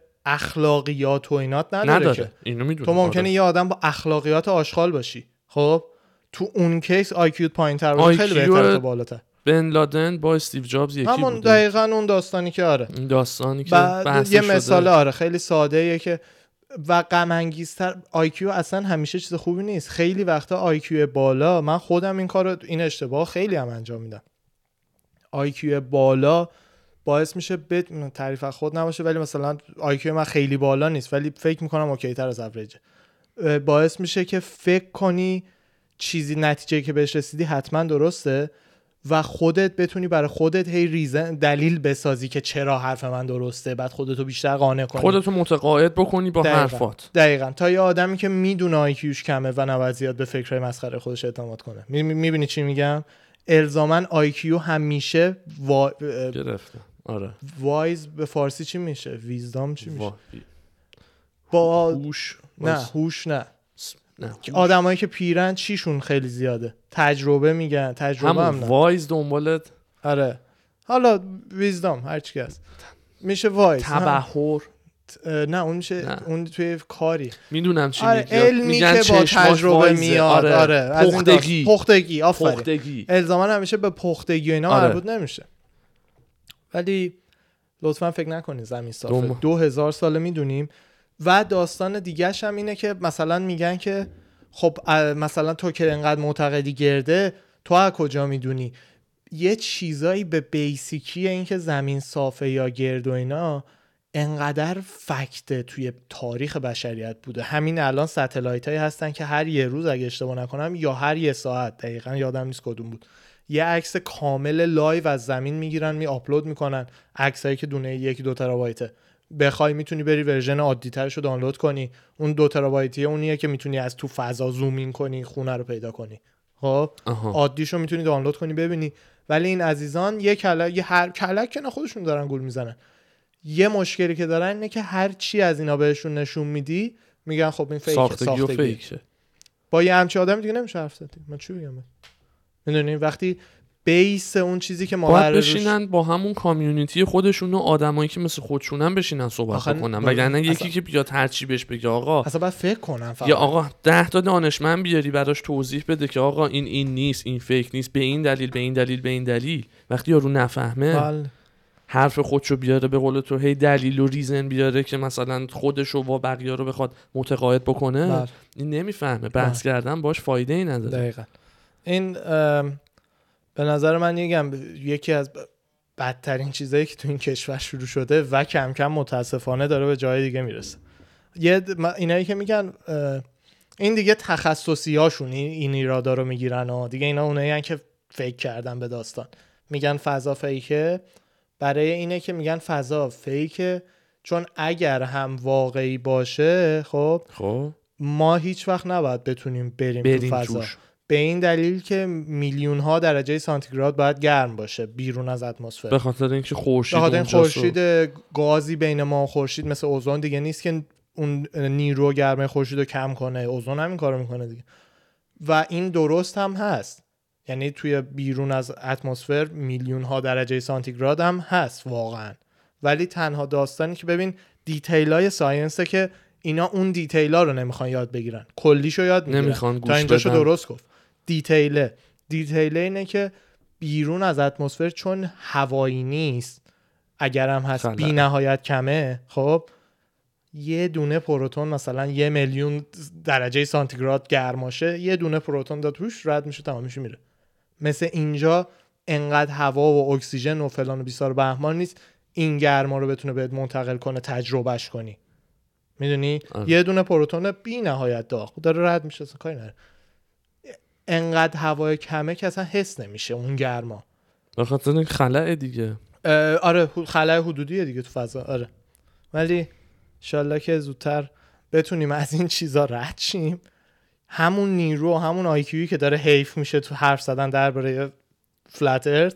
Speaker 1: اخلاقیات و اینات نداره, که.
Speaker 2: نداره اینو میدونم
Speaker 1: تو ممکنه
Speaker 2: آره.
Speaker 1: یه آدم با اخلاقیات آشغال باشی خب تو اون کیس آیکیوت پایین تر باشه خیلی
Speaker 2: IQ
Speaker 1: بهتره تا بالاتر
Speaker 2: بن لادن با استیو جابز یکی
Speaker 1: همون
Speaker 2: بوده
Speaker 1: دقیقا اون داستانی که آره
Speaker 2: این داستانی که
Speaker 1: بعد
Speaker 2: بحثش
Speaker 1: یه
Speaker 2: شده.
Speaker 1: مثال آره خیلی ساده که و غم انگیزتر آیکیو اصلا همیشه چیز خوبی نیست خیلی وقتا آیکیو بالا من خودم این کارو این اشتباه خیلی هم انجام میدم آیکیو بالا باعث میشه بد تعریف از خود نباشه ولی مثلا آیکیو من خیلی بالا نیست ولی فکر میکنم اوکی تر از اوریج باعث میشه که فکر کنی چیزی نتیجه که بهش رسیدی حتما درسته و خودت بتونی برای خودت هی ریزن دلیل بسازی که چرا حرف من درسته بعد خودتو بیشتر قانع کنی
Speaker 2: خودتو متقاعد بکنی با
Speaker 1: دقیقاً.
Speaker 2: حرفات
Speaker 1: دقیقا تا یه آدمی که میدونه آیکیوش کمه و نباید زیاد به فکرهای مسخره خودش اعتماد کنه میبینی چی میگم الزامن آیکیو همیشه وا... اه،
Speaker 2: گرفته آره
Speaker 1: وایز به فارسی چی میشه ویزدام چی میشه
Speaker 2: وا-
Speaker 1: با
Speaker 2: هوش
Speaker 1: نه
Speaker 2: وایس.
Speaker 1: هوش نه
Speaker 2: نه هوش.
Speaker 1: آدمایی که پیرن چیشون خیلی زیاده تجربه میگن تجربه هم
Speaker 2: همون
Speaker 1: نه
Speaker 2: وایز دنبالت
Speaker 1: آره حالا ویزدام هر چی که هست میشه وایز نه.
Speaker 2: تبهر
Speaker 1: اه، نه اون میشه
Speaker 2: نه.
Speaker 1: اون توی کاری
Speaker 2: میدونم چی
Speaker 1: آره
Speaker 2: میگی
Speaker 1: علمی
Speaker 2: میگن
Speaker 1: که با
Speaker 2: چشماش
Speaker 1: تجربه
Speaker 2: وایزه.
Speaker 1: میاد آره, از این داست-
Speaker 2: پختگی
Speaker 1: پختگی آفرین
Speaker 2: پختگی
Speaker 1: الزاما همیشه به پختگی و اینا
Speaker 2: آره.
Speaker 1: مربوط نمیشه ولی لطفا فکر نکنید زمین صافه
Speaker 2: دوم.
Speaker 1: دو هزار ساله میدونیم و داستان دیگهش هم اینه که مثلا میگن که خب اه، مثلا تو که انقدر معتقدی گرده تو از کجا میدونی یه چیزایی به بیسیکی اینکه زمین صافه یا گرد و اینا انقدر فکت توی تاریخ بشریت بوده همین الان ستلایت هایی هستن که هر یه روز اگه اشتباه نکنم یا هر یه ساعت دقیقا یادم نیست کدوم بود یه عکس کامل لایو از زمین میگیرن می آپلود میکنن عکسایی که دونه یک دو ترابایته بخوای میتونی بری ورژن عادی ترش رو دانلود کنی اون دو ترابایتیه اونیه که میتونی از تو فضا زومین کنی خونه رو پیدا کنی خب
Speaker 2: آها
Speaker 1: عادیشو میتونی دانلود کنی ببینی ولی این عزیزان یه کلک یه هر کلک که نه خودشون دارن گول میزنن یه مشکلی که دارن اینه که هر چی از اینا بهشون نشون میدی میگن خب این فیک
Speaker 2: ساختگی و
Speaker 1: ساختگی
Speaker 2: فیکه
Speaker 1: با یه همچین آدم دیگه نمیشه حرف زد من چی بگم میدونی وقتی بیس اون چیزی که ما
Speaker 2: باید
Speaker 1: قراره روش-
Speaker 2: بشینن با همون کامیونیتی خودشون و آدمایی که مثل خودشونن بشینن
Speaker 1: آخه
Speaker 2: صحبت بکنن
Speaker 1: باز-
Speaker 2: وگرنه
Speaker 1: اصلا-
Speaker 2: یکی که بیاد هرچی بهش بگه آقا
Speaker 1: اصلا باید فکر کنم فقط
Speaker 2: یا آقا ده تا دانشمند بیاری براش توضیح بده که آقا این این نیست این فیک نیست به این دلیل به این دلیل به این دلیل وقتی یارو نفهمه
Speaker 1: بله.
Speaker 2: حرف خودشو بیاره به قول تو هی دلیل و ریزن بیاره که مثلا خودشو و بقیه رو بخواد متقاعد بکنه
Speaker 1: بله.
Speaker 2: این نمیفهمه بحث کردن باش فایده ای نداره
Speaker 1: دقیقا این ام، به نظر من یکم یکی از ب- بدترین چیزایی که تو این کشور شروع شده و کم کم متاسفانه داره به جای دیگه میرسه یه د- م- اینایی که میگن اه، این دیگه تخصصی هاشون این, این ایرادا رو میگیرن و دیگه اینا اونایی هن که فکر کردن به داستان میگن فضا فیکه برای اینه که میگن فضا فیکه چون اگر هم واقعی باشه خب
Speaker 2: خب
Speaker 1: ما هیچ وقت نباید بتونیم بریم, تو
Speaker 2: بریم
Speaker 1: فضا
Speaker 2: توش
Speaker 1: به این دلیل که میلیون ها درجه سانتیگراد باید گرم باشه بیرون از اتمسفر
Speaker 2: به خاطر اینکه
Speaker 1: به
Speaker 2: خورشید
Speaker 1: خاطر این
Speaker 2: اونجاست و-
Speaker 1: خورشید گازی بین ما و خورشید مثل اوزون دیگه نیست که اون نیرو گرمه خورشید رو کم کنه اوزون هم این کارو میکنه دیگه و این درست هم هست یعنی توی بیرون از اتمسفر میلیون ها درجه سانتیگراد هم هست واقعا ولی تنها داستانی که ببین دیتیل های ساینسه که اینا اون دیتیل ها رو نمیخوان یاد بگیرن کلیشو یاد میگیرن تا
Speaker 2: نمیخوان گوش
Speaker 1: اینجاشو
Speaker 2: بدن
Speaker 1: درست گفت دیتیله دیتیله اینه که بیرون از اتمسفر چون هوایی نیست اگرم هست
Speaker 2: خلأ.
Speaker 1: بی نهایت کمه خب یه دونه پروتون مثلا یه میلیون درجه سانتیگراد گرماشه یه دونه پروتون دا توش رد میشه تمامش میره مثل اینجا انقدر هوا و اکسیژن و فلان و بیسار و بهمان نیست این گرما رو بتونه بهت منتقل کنه تجربهش کنی میدونی
Speaker 2: آره.
Speaker 1: یه دونه پروتون بی نهایت داغ داره رد میشه اصلا کاری نداره انقدر هوای کمه که اصلا حس نمیشه اون گرما
Speaker 2: به خاطر این خلعه دیگه
Speaker 1: اه، آره حد- خلای حدودیه دیگه تو فضا آره ولی انشالله که زودتر بتونیم از این چیزا رد شیم همون نیرو همون آیکیویی که داره حیف میشه تو حرف زدن درباره فلت ارت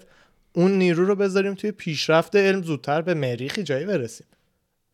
Speaker 1: اون نیرو رو بذاریم توی پیشرفت علم زودتر به مریخی جایی برسیم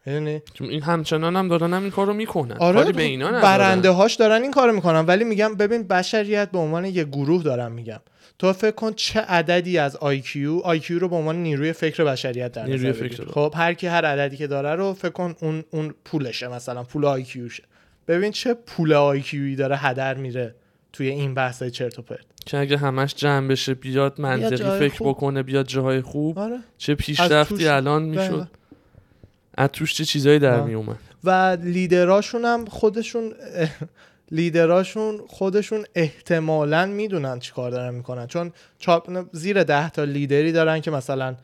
Speaker 1: میدونی
Speaker 2: چون این همچنان هم دارن همین کارو میکنن
Speaker 1: آره
Speaker 2: کاری به اینا ندارن.
Speaker 1: برنده هاش دارن این کارو میکنن ولی میگم ببین بشریت به عنوان یه گروه دارم میگم تو فکر کن چه عددی از IQ IQ رو به عنوان نیروی فکر بشریت در
Speaker 2: نیروی
Speaker 1: نظر
Speaker 2: فکر
Speaker 1: بگیر.
Speaker 2: رو.
Speaker 1: خب هر کی هر عددی که داره رو فکر کن اون اون پولشه مثلا پول IQ شه ببین چه پول IQی داره هدر میره توی این بحث چرت و پرت
Speaker 2: که اگه همش جمع بشه بیاد منطقی
Speaker 1: جاهای
Speaker 2: فکر
Speaker 1: خوب.
Speaker 2: بکنه بیاد جاهای خوب
Speaker 1: آره
Speaker 2: چه
Speaker 1: از توش-
Speaker 2: پیشرفتی الان
Speaker 1: دقیقا.
Speaker 2: میشد از توش چه چیزایی در
Speaker 1: آه.
Speaker 2: میومد
Speaker 1: و لیدراشون هم خودشون لیدراشون خودشون احتمالا میدونن چی کار دارن میکنن چون چاپ زیر ده تا لیدری دارن که مثلا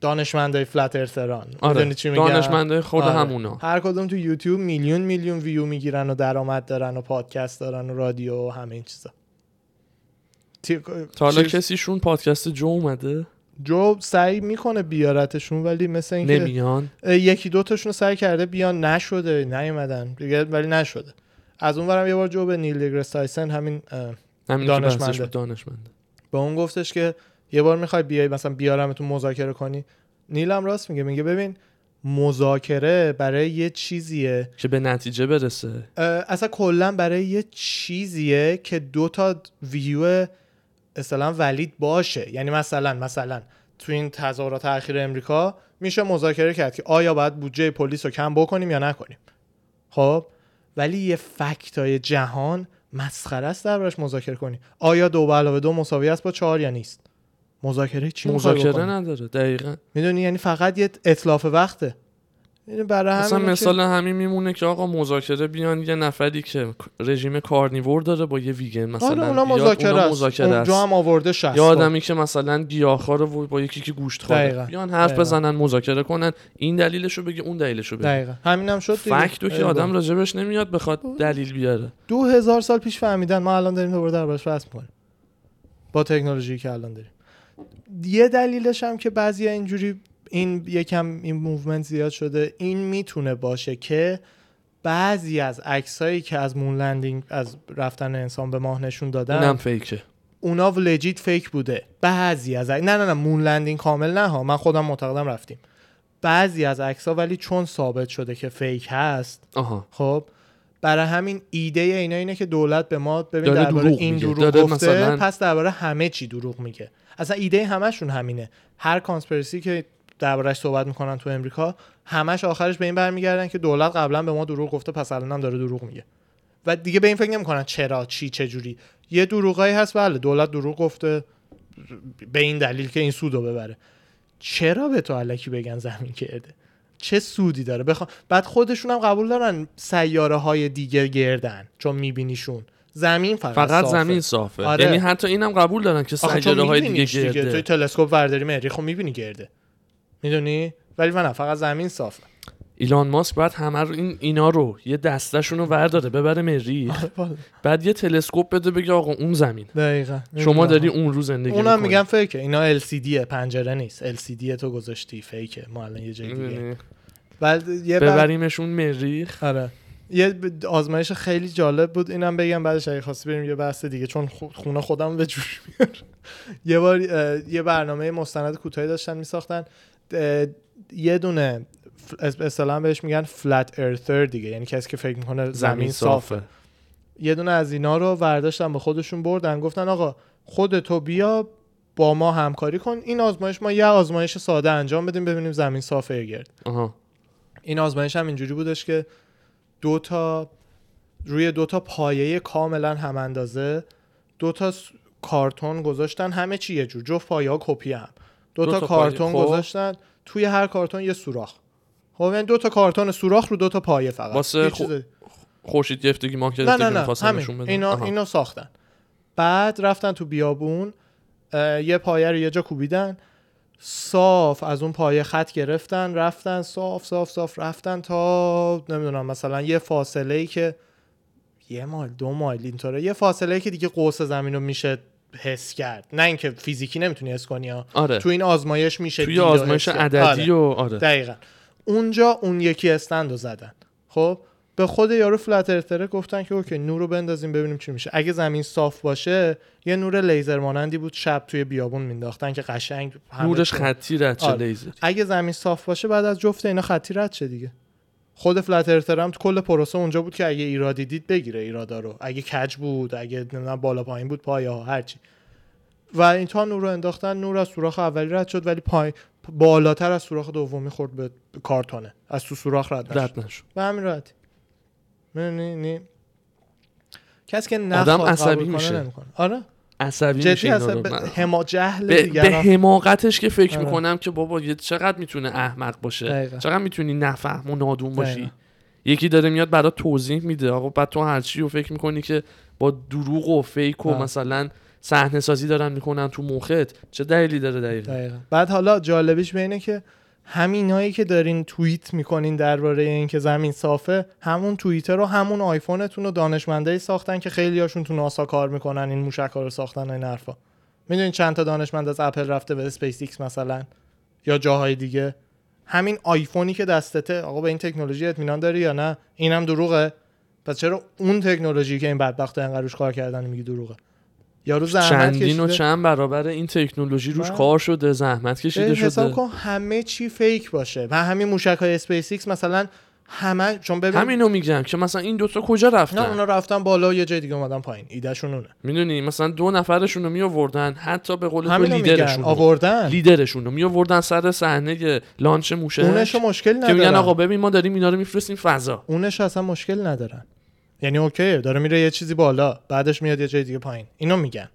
Speaker 1: دانشمندای فلت ارتران
Speaker 2: آره
Speaker 1: چی میگم
Speaker 2: دانشمندای خود
Speaker 1: آره.
Speaker 2: همونا
Speaker 1: هر کدوم تو یوتیوب میلیون میلیون ویو میگیرن و درآمد دارن و پادکست دارن و رادیو و همه این چیزا تی-
Speaker 2: تا حالا
Speaker 1: چیز-
Speaker 2: کسیشون پادکست جو اومده
Speaker 1: جو سعی میکنه بیارتشون ولی مثل اینکه
Speaker 2: نمیان
Speaker 1: یکی دو تاشون رو سعی کرده بیان نشده نیومدن دیگه ولی نشده از اون ورم یه بار جو به نیل دیگرس تایسن همین اه،
Speaker 2: همین که
Speaker 1: دانشمنده.
Speaker 2: بحثش بود دانشمند
Speaker 1: به اون گفتش که یه بار میخوای بیای مثلا بیارمتون مذاکره کنی نیلم راست میگه میگه ببین مذاکره برای یه چیزیه
Speaker 2: که به نتیجه برسه
Speaker 1: اه، اصلا کلا برای یه چیزیه که دو تا ویو اصلا ولید باشه یعنی مثلا مثلا تو این تظاهرات اخیر امریکا میشه مذاکره کرد که آیا باید بودجه پلیس رو کم بکنیم یا نکنیم خب ولی یه فکتای جهان مسخره است دربارش مذاکره کنی آیا دو به علاوه دو مساوی است با چهار یا نیست مذاکره چی می‌خوای
Speaker 2: مذاکره
Speaker 1: بکنی؟
Speaker 2: نداره دقیقا
Speaker 1: میدونی یعنی فقط یه اطلاف وقته یعنی برای همینه
Speaker 2: مثلا
Speaker 1: که-
Speaker 2: مثال همین میمونه که آقا مذاکره بیان یه نفری که رژیم کارنیور داره با یه ویگن مثلا
Speaker 1: آره اونا
Speaker 2: بیاد،
Speaker 1: مذاکره
Speaker 2: اونا
Speaker 1: است
Speaker 2: مذاکره است.
Speaker 1: اونجا هم آورده شست خب.
Speaker 2: یا آدمی که مثلا گیاهخوار و با یکی که گوشت
Speaker 1: دقیقاً.
Speaker 2: خوره بیان حرف
Speaker 1: دقیقاً.
Speaker 2: بزنن مذاکره کنن این دلیلشو بگه اون دلیلشو بگه
Speaker 1: دقیقا همینم شد دیگه.
Speaker 2: فکتو که
Speaker 1: ای
Speaker 2: آدم
Speaker 1: بابا.
Speaker 2: راجبش نمیاد
Speaker 1: آره.
Speaker 2: بخواد دلیل بیاره
Speaker 1: دو هزار سال پیش فهمیدن ما الان داریم دوباره دربارش بحث میکنیم با تکنولوژی که الان داریم یه دلیلش هم که بعضی اینجوری این یکم این موومنت زیاد شده این میتونه باشه که بعضی از عکسایی که از مون لندینگ از رفتن انسان به ماه نشون دادن
Speaker 2: اونم فیکه
Speaker 1: اونا لجیت فیک بوده بعضی از عک- نه نه نه مون لندینگ کامل نه ها من خودم معتقدم رفتیم بعضی از عکس ولی چون ثابت شده که فیک هست
Speaker 2: آها
Speaker 1: خب برای همین ایده اینا اینه که دولت به ما ببین
Speaker 2: داره
Speaker 1: درباره
Speaker 2: دروغ
Speaker 1: این
Speaker 2: میگه.
Speaker 1: دروغ
Speaker 2: داره
Speaker 1: گفته
Speaker 2: مثلا-
Speaker 1: پس درباره همه چی دروغ میگه اصلا ایده همشون همینه هر کانسپرسی که دربارش صحبت میکنن تو امریکا همش آخرش به این برمیگردن که دولت قبلا به ما دروغ گفته پس الانم داره دروغ میگه و دیگه به این فکر نمیکنن چرا چی چه جوری یه دروغایی هست بله دولت دروغ گفته به این دلیل که این سودو ببره چرا به تو علکی بگن زمین کرده چه سودی داره بخوا... بعد خودشون هم قبول دارن سیاره های دیگه گردن چون میبینیشون زمین فقط,
Speaker 2: فقط
Speaker 1: صافه.
Speaker 2: زمین صافه
Speaker 1: آره.
Speaker 2: یعنی حتی اینم قبول دارن که
Speaker 1: آخه چون
Speaker 2: سیاره های دیگه
Speaker 1: می‌بینیش
Speaker 2: گرده
Speaker 1: توی تلسکوپ ورداری مریخ میبینی گرده میدونی ولی من فقط زمین
Speaker 2: <laughs>
Speaker 1: صافه
Speaker 2: ایلان ماسک باید همه رو این اینا رو یه دستشون رو ورداره ببره مریخ بعد یه تلسکوپ بده بگه آقا اون زمین
Speaker 1: دقیقا
Speaker 2: شما داری اون رو زندگی
Speaker 1: اونم
Speaker 2: می‌کنی.
Speaker 1: میگم فیکه اینا LCD پنجره نیست LCD تو گذاشتی فیکه ما الان یه
Speaker 2: یعنی
Speaker 1: جای دیگه
Speaker 2: می‌دونی؟
Speaker 1: بعد یه بر-
Speaker 2: ببریمشون مریخ
Speaker 1: آره یه ب- آزمایش خیلی جالب بود اینم بگم بعدش اگه خواستی بریم یه بحث دیگه چون خو- خونه خودم به جوش میار <laughs> یه بار اه، یه برنامه مستند کوتاهی داشتن میساختن یه دونه ف- اس- اصطلاحا بهش میگن فلت ارثر دیگه یعنی کسی که فکر میکنه زمین صافه یه دونه از اینا رو برداشتن به خودشون بردن گفتن آقا خودتو بیا با ما همکاری کن این آزمایش ما یه آزمایش ساده انجام بدیم ببینیم زمین صافه یا گرد
Speaker 2: آها
Speaker 1: این آزمایش هم اینجوری بودش که دو تا روی دو تا پایه کاملا هم اندازه دو تا س- کارتون گذاشتن همه چی یه جور جفت پایه ها کپی هم دو,
Speaker 2: دو
Speaker 1: تا,
Speaker 2: تا پایه،
Speaker 1: کارتون
Speaker 2: خب.
Speaker 1: گذاشتن توی هر کارتون یه سوراخ خب یعنی دو تا کارتون سوراخ رو دو تا پایه فقط
Speaker 2: واسه
Speaker 1: هیچ
Speaker 2: خو-
Speaker 1: چیز-
Speaker 2: خورشید گرفتگی ما
Speaker 1: نه
Speaker 2: گرفتگی
Speaker 1: نه نه
Speaker 2: می‌خواستن نشون
Speaker 1: همین
Speaker 2: بدن.
Speaker 1: اینا
Speaker 2: آها.
Speaker 1: اینو ساختن بعد رفتن تو بیابون اه، یه پایه رو یه جا کوبیدن صاف از اون پایه خط گرفتن رفتن صاف صاف صاف رفتن تا نمیدونم مثلا یه فاصله ای که یه مایل دو مایل اینطوره یه فاصله ای که دیگه قوس زمین رو میشه حس کرد نه اینکه فیزیکی نمیتونی حس کنی ها.
Speaker 2: آره
Speaker 1: تو این آزمایش میشه
Speaker 2: توی
Speaker 1: دید و حس
Speaker 2: آزمایش
Speaker 1: کرد.
Speaker 2: عددی
Speaker 1: آره.
Speaker 2: و آره
Speaker 1: دقیقا اونجا اون یکی استند رو زدن خب به خود یارو فلت ارتره گفتن که اوکی نور رو بندازیم ببینیم چی میشه اگه زمین صاف باشه یه نور لیزر مانندی بود شب توی بیابون مینداختن که قشنگ همه
Speaker 2: نورش
Speaker 1: تو-
Speaker 2: خطی رد چه
Speaker 1: آره.
Speaker 2: لیزر
Speaker 1: اگه زمین صاف باشه بعد از جفت اینا خطی رد شه دیگه خود فلت ارتر هم تو کل پروسه اونجا بود که اگه ایرادی دید بگیره ایرادا رو اگه کج بود اگه نمیدونم بالا پایین بود پایه ها هرچی و این تا نور رو انداختن نور از سوراخ اولی رد شد ولی پای بالاتر از سوراخ دومی خورد به به کارتونه از تو سوراخ رد نشد
Speaker 2: رد نشد
Speaker 1: به همین راحتی می‌دونی، نی- کسی که
Speaker 2: آدم
Speaker 1: نخواد قبول
Speaker 2: عصبی
Speaker 1: کنه
Speaker 2: میشه.
Speaker 1: نمی‌کنه. آره
Speaker 2: عصبی میشه
Speaker 1: جدی
Speaker 2: اینا
Speaker 1: اصلا
Speaker 2: رو
Speaker 1: به
Speaker 2: من-
Speaker 1: هما جهل
Speaker 2: به, به
Speaker 1: دیگران
Speaker 2: حماقتش که فکر
Speaker 1: آره.
Speaker 2: میکنم که بابا یه چقدر میتونه احمق باشه
Speaker 1: دقیقا.
Speaker 2: چقدر میتونی نفهم و نادون باشی
Speaker 1: دقیقا.
Speaker 2: یکی داره میاد برات توضیح میده آقا بعد تو هرچی رو فکر میکنی که با دروغ و فیک و
Speaker 1: آره.
Speaker 2: مثلا صحنه سازی دارن میکنن تو مخت چه دلیلی داره دقیقا
Speaker 1: دقیقا. بعد حالا جالبیش به اینه که همینایی که دارین توییت میکنین درباره اینکه زمین صافه همون توییتر رو همون آیفونتون رو دانشمندایی ساختن که خیلی هاشون تو ناسا کار میکنن این موشک‌ها رو ساختن و این حرفا میدونین چند تا دانشمند از اپل رفته به اسپیس ایکس مثلا یا جاهای دیگه همین آیفونی که دستته آقا به این تکنولوژی اطمینان داری یا نه اینم دروغه پس چرا اون تکنولوژی که این بدبخت انقدر روش کار کردن میگی دروغه یارو زحمت
Speaker 2: چندین و
Speaker 1: کشیده.
Speaker 2: چند برابر این تکنولوژی روش
Speaker 1: بله.
Speaker 2: کار شده زحمت کشیده
Speaker 1: ببین حساب
Speaker 2: شده
Speaker 1: کن همه چی فیک باشه و همین موشک های اسپیس ایکس مثلا همه چون ببین
Speaker 2: همینو میگم که مثلا این دوتا کجا
Speaker 1: نه
Speaker 2: رفتن
Speaker 1: اونا رفتن بالا و یه جای دیگه اومدن پایین ایدهشون اونه
Speaker 2: میدونی مثلا دو نفرشون رو میآوردن حتی به قول تو
Speaker 1: همینو میگن
Speaker 2: لیدرشون رو.
Speaker 1: آوردن
Speaker 2: لیدرشون رو میآوردن سر صحنه لانچ موشه
Speaker 1: اونش رو مشکل
Speaker 2: که میگن آقا
Speaker 1: ندارن
Speaker 2: ببین ما داریم اینا رو میفرستیم فضا
Speaker 1: اونش اصلا مشکل ندارن یعنی اوکی داره میره یه چیزی بالا بعدش میاد یه جای دیگه پایین اینو میگن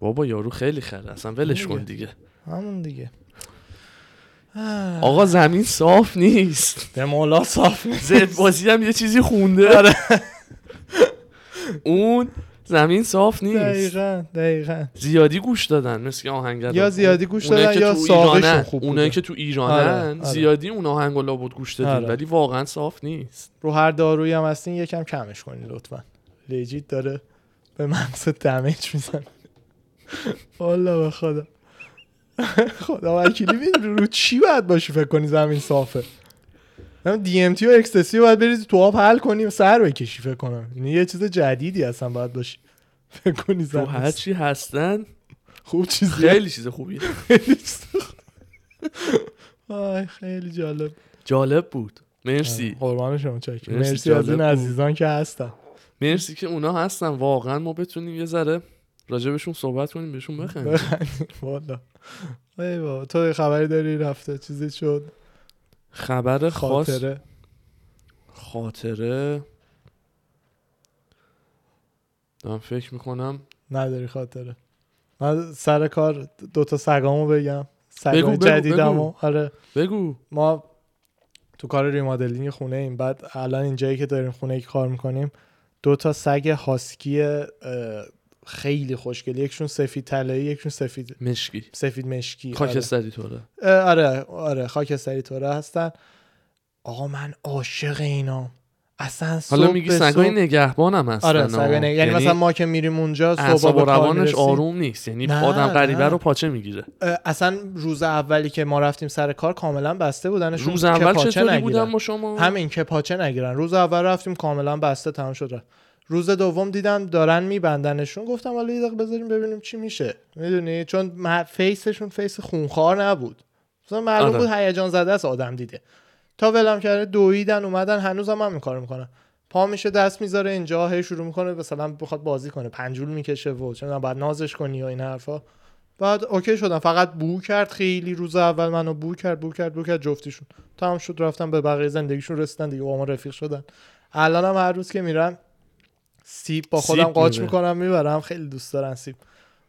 Speaker 2: بابا یارو خیلی خره اصلا ولش کن دیگه
Speaker 1: همون دیگه آه.
Speaker 2: آقا زمین صاف نیست
Speaker 1: <laughs> به مولا صاف
Speaker 2: زد بازی هم یه چیزی
Speaker 1: آره.
Speaker 2: خونده اون زمین صاف نیست
Speaker 1: دقیقا دقیقا
Speaker 2: زیادی گوش دادن مثل که آهنگر
Speaker 1: یا زیادی گوش
Speaker 2: اونایی
Speaker 1: دادن
Speaker 2: که
Speaker 1: یا
Speaker 2: تو
Speaker 1: ساقشون
Speaker 2: ایرانن-
Speaker 1: خوب
Speaker 2: اونایی
Speaker 1: بوده.
Speaker 2: که تو ایرانن
Speaker 1: آره، آره.
Speaker 2: زیادی اون آهنگ و لابد گوش دادین
Speaker 1: آره.
Speaker 2: ولی واقعا صاف نیست
Speaker 1: رو هر دارویی هم هستین یکم کمش کنین لطفا لیجیت داره به مغز دمیج میزنه والا به خدا خدا وکیلی میدونی رو چی باید باشی فکر کنی زمین صافه دی ام تی و اکستسی رو باید بریزی تو آب حل کنی و سر بکشی فکر کنم یعنی یه چیز جدیدی اصلا باید باشی فکر کنی
Speaker 2: تو
Speaker 1: زمین
Speaker 2: هر چی هستن
Speaker 1: خوب چیزی
Speaker 2: خیلی چیز خوبیه
Speaker 1: آی خیلی جالب
Speaker 2: جالب بود
Speaker 1: آره.
Speaker 2: مرسی
Speaker 1: قربان شما چاکر
Speaker 2: مرسی،
Speaker 1: مرسی از
Speaker 2: جالب
Speaker 1: این
Speaker 2: بود.
Speaker 1: عزیزان که هستن
Speaker 2: مرسی که اونا هستن واقعا ما بتونیم یه ذره راجبشون صحبت کنیم بهشون بخندیم
Speaker 1: والا ای بابا تو یه خبری داری رفته چیزی شد
Speaker 2: خبر خاص
Speaker 1: خاطره
Speaker 2: خاطره دارم فکر میکنم
Speaker 1: نداری خاطره من سر کار دو تا سگامو بگم
Speaker 2: بگو،
Speaker 1: سگای
Speaker 2: بگو،
Speaker 1: جدیدمو آره
Speaker 2: بگو
Speaker 1: ما تو کار ریمادلینگ خونه ایم بعد الان اینجایی که داریم خونه ای که کار میکنیم دو تا سگ هاسکی اه، خیلی خوشگلی یکشون سفید طلایی یکشون سفید
Speaker 2: مشکی
Speaker 1: سفید مشکی آره.
Speaker 2: خاکستری طوره
Speaker 1: اه، آره آره خاکستری طوره هستن آقا من عاشق اینام اصلا
Speaker 2: حالا
Speaker 1: صبح
Speaker 2: میگی
Speaker 1: به
Speaker 2: سگای
Speaker 1: صبح-
Speaker 2: نگهبانم هستن
Speaker 1: آره
Speaker 2: ها.
Speaker 1: سگای نه یعنی مثلا ما که میریم اونجا صبح
Speaker 2: اعصاب
Speaker 1: با
Speaker 2: و
Speaker 1: کار
Speaker 2: روانش
Speaker 1: میرسیم
Speaker 2: آروم نیست یعنی
Speaker 1: نه،
Speaker 2: آدم غریبه
Speaker 1: نه.
Speaker 2: رو پاچه میگیره
Speaker 1: اه، اصلا روز اولی که ما رفتیم سر کار کاملا بسته بودنشون
Speaker 2: روز
Speaker 1: که
Speaker 2: اول
Speaker 1: پاچه
Speaker 2: چطوری
Speaker 1: نگیرن.
Speaker 2: بودم با شما
Speaker 1: همین که پاچه نگیرن روز اول رفتیم کاملا بسته تمام شد رفت. روز دوم دیدم دارن میبندنشون گفتم حالا یه دقیقه بذاریم ببینیم چی میشه میدونی چون مه- فیسشون فیس خونخوار نبود مثلا معلوم
Speaker 2: آره.
Speaker 1: بود هیجان زده است آدم دیده تا ولم کرده دویدن اومدن هنوز هم همین کارو میکنن پا میشه دست میذاره اینجا هی شروع میکنه مثلا بخواد بازی کنه پنجول میکشه و چون بعد نازش کنی و این حرفا بعد اوکی شدم فقط بو کرد خیلی روز اول منو بو کرد بو کرد بو کرد جفتیشون تمام شد رفتم به بقیه زندگیشون رسیدن دیگه با ما رفیق شدن الانم هر روز که میرم سیب با خودم
Speaker 2: سیب
Speaker 1: قاچ
Speaker 2: می‌زنی؟
Speaker 1: میکنم میبرم خیلی دوست دارن سیب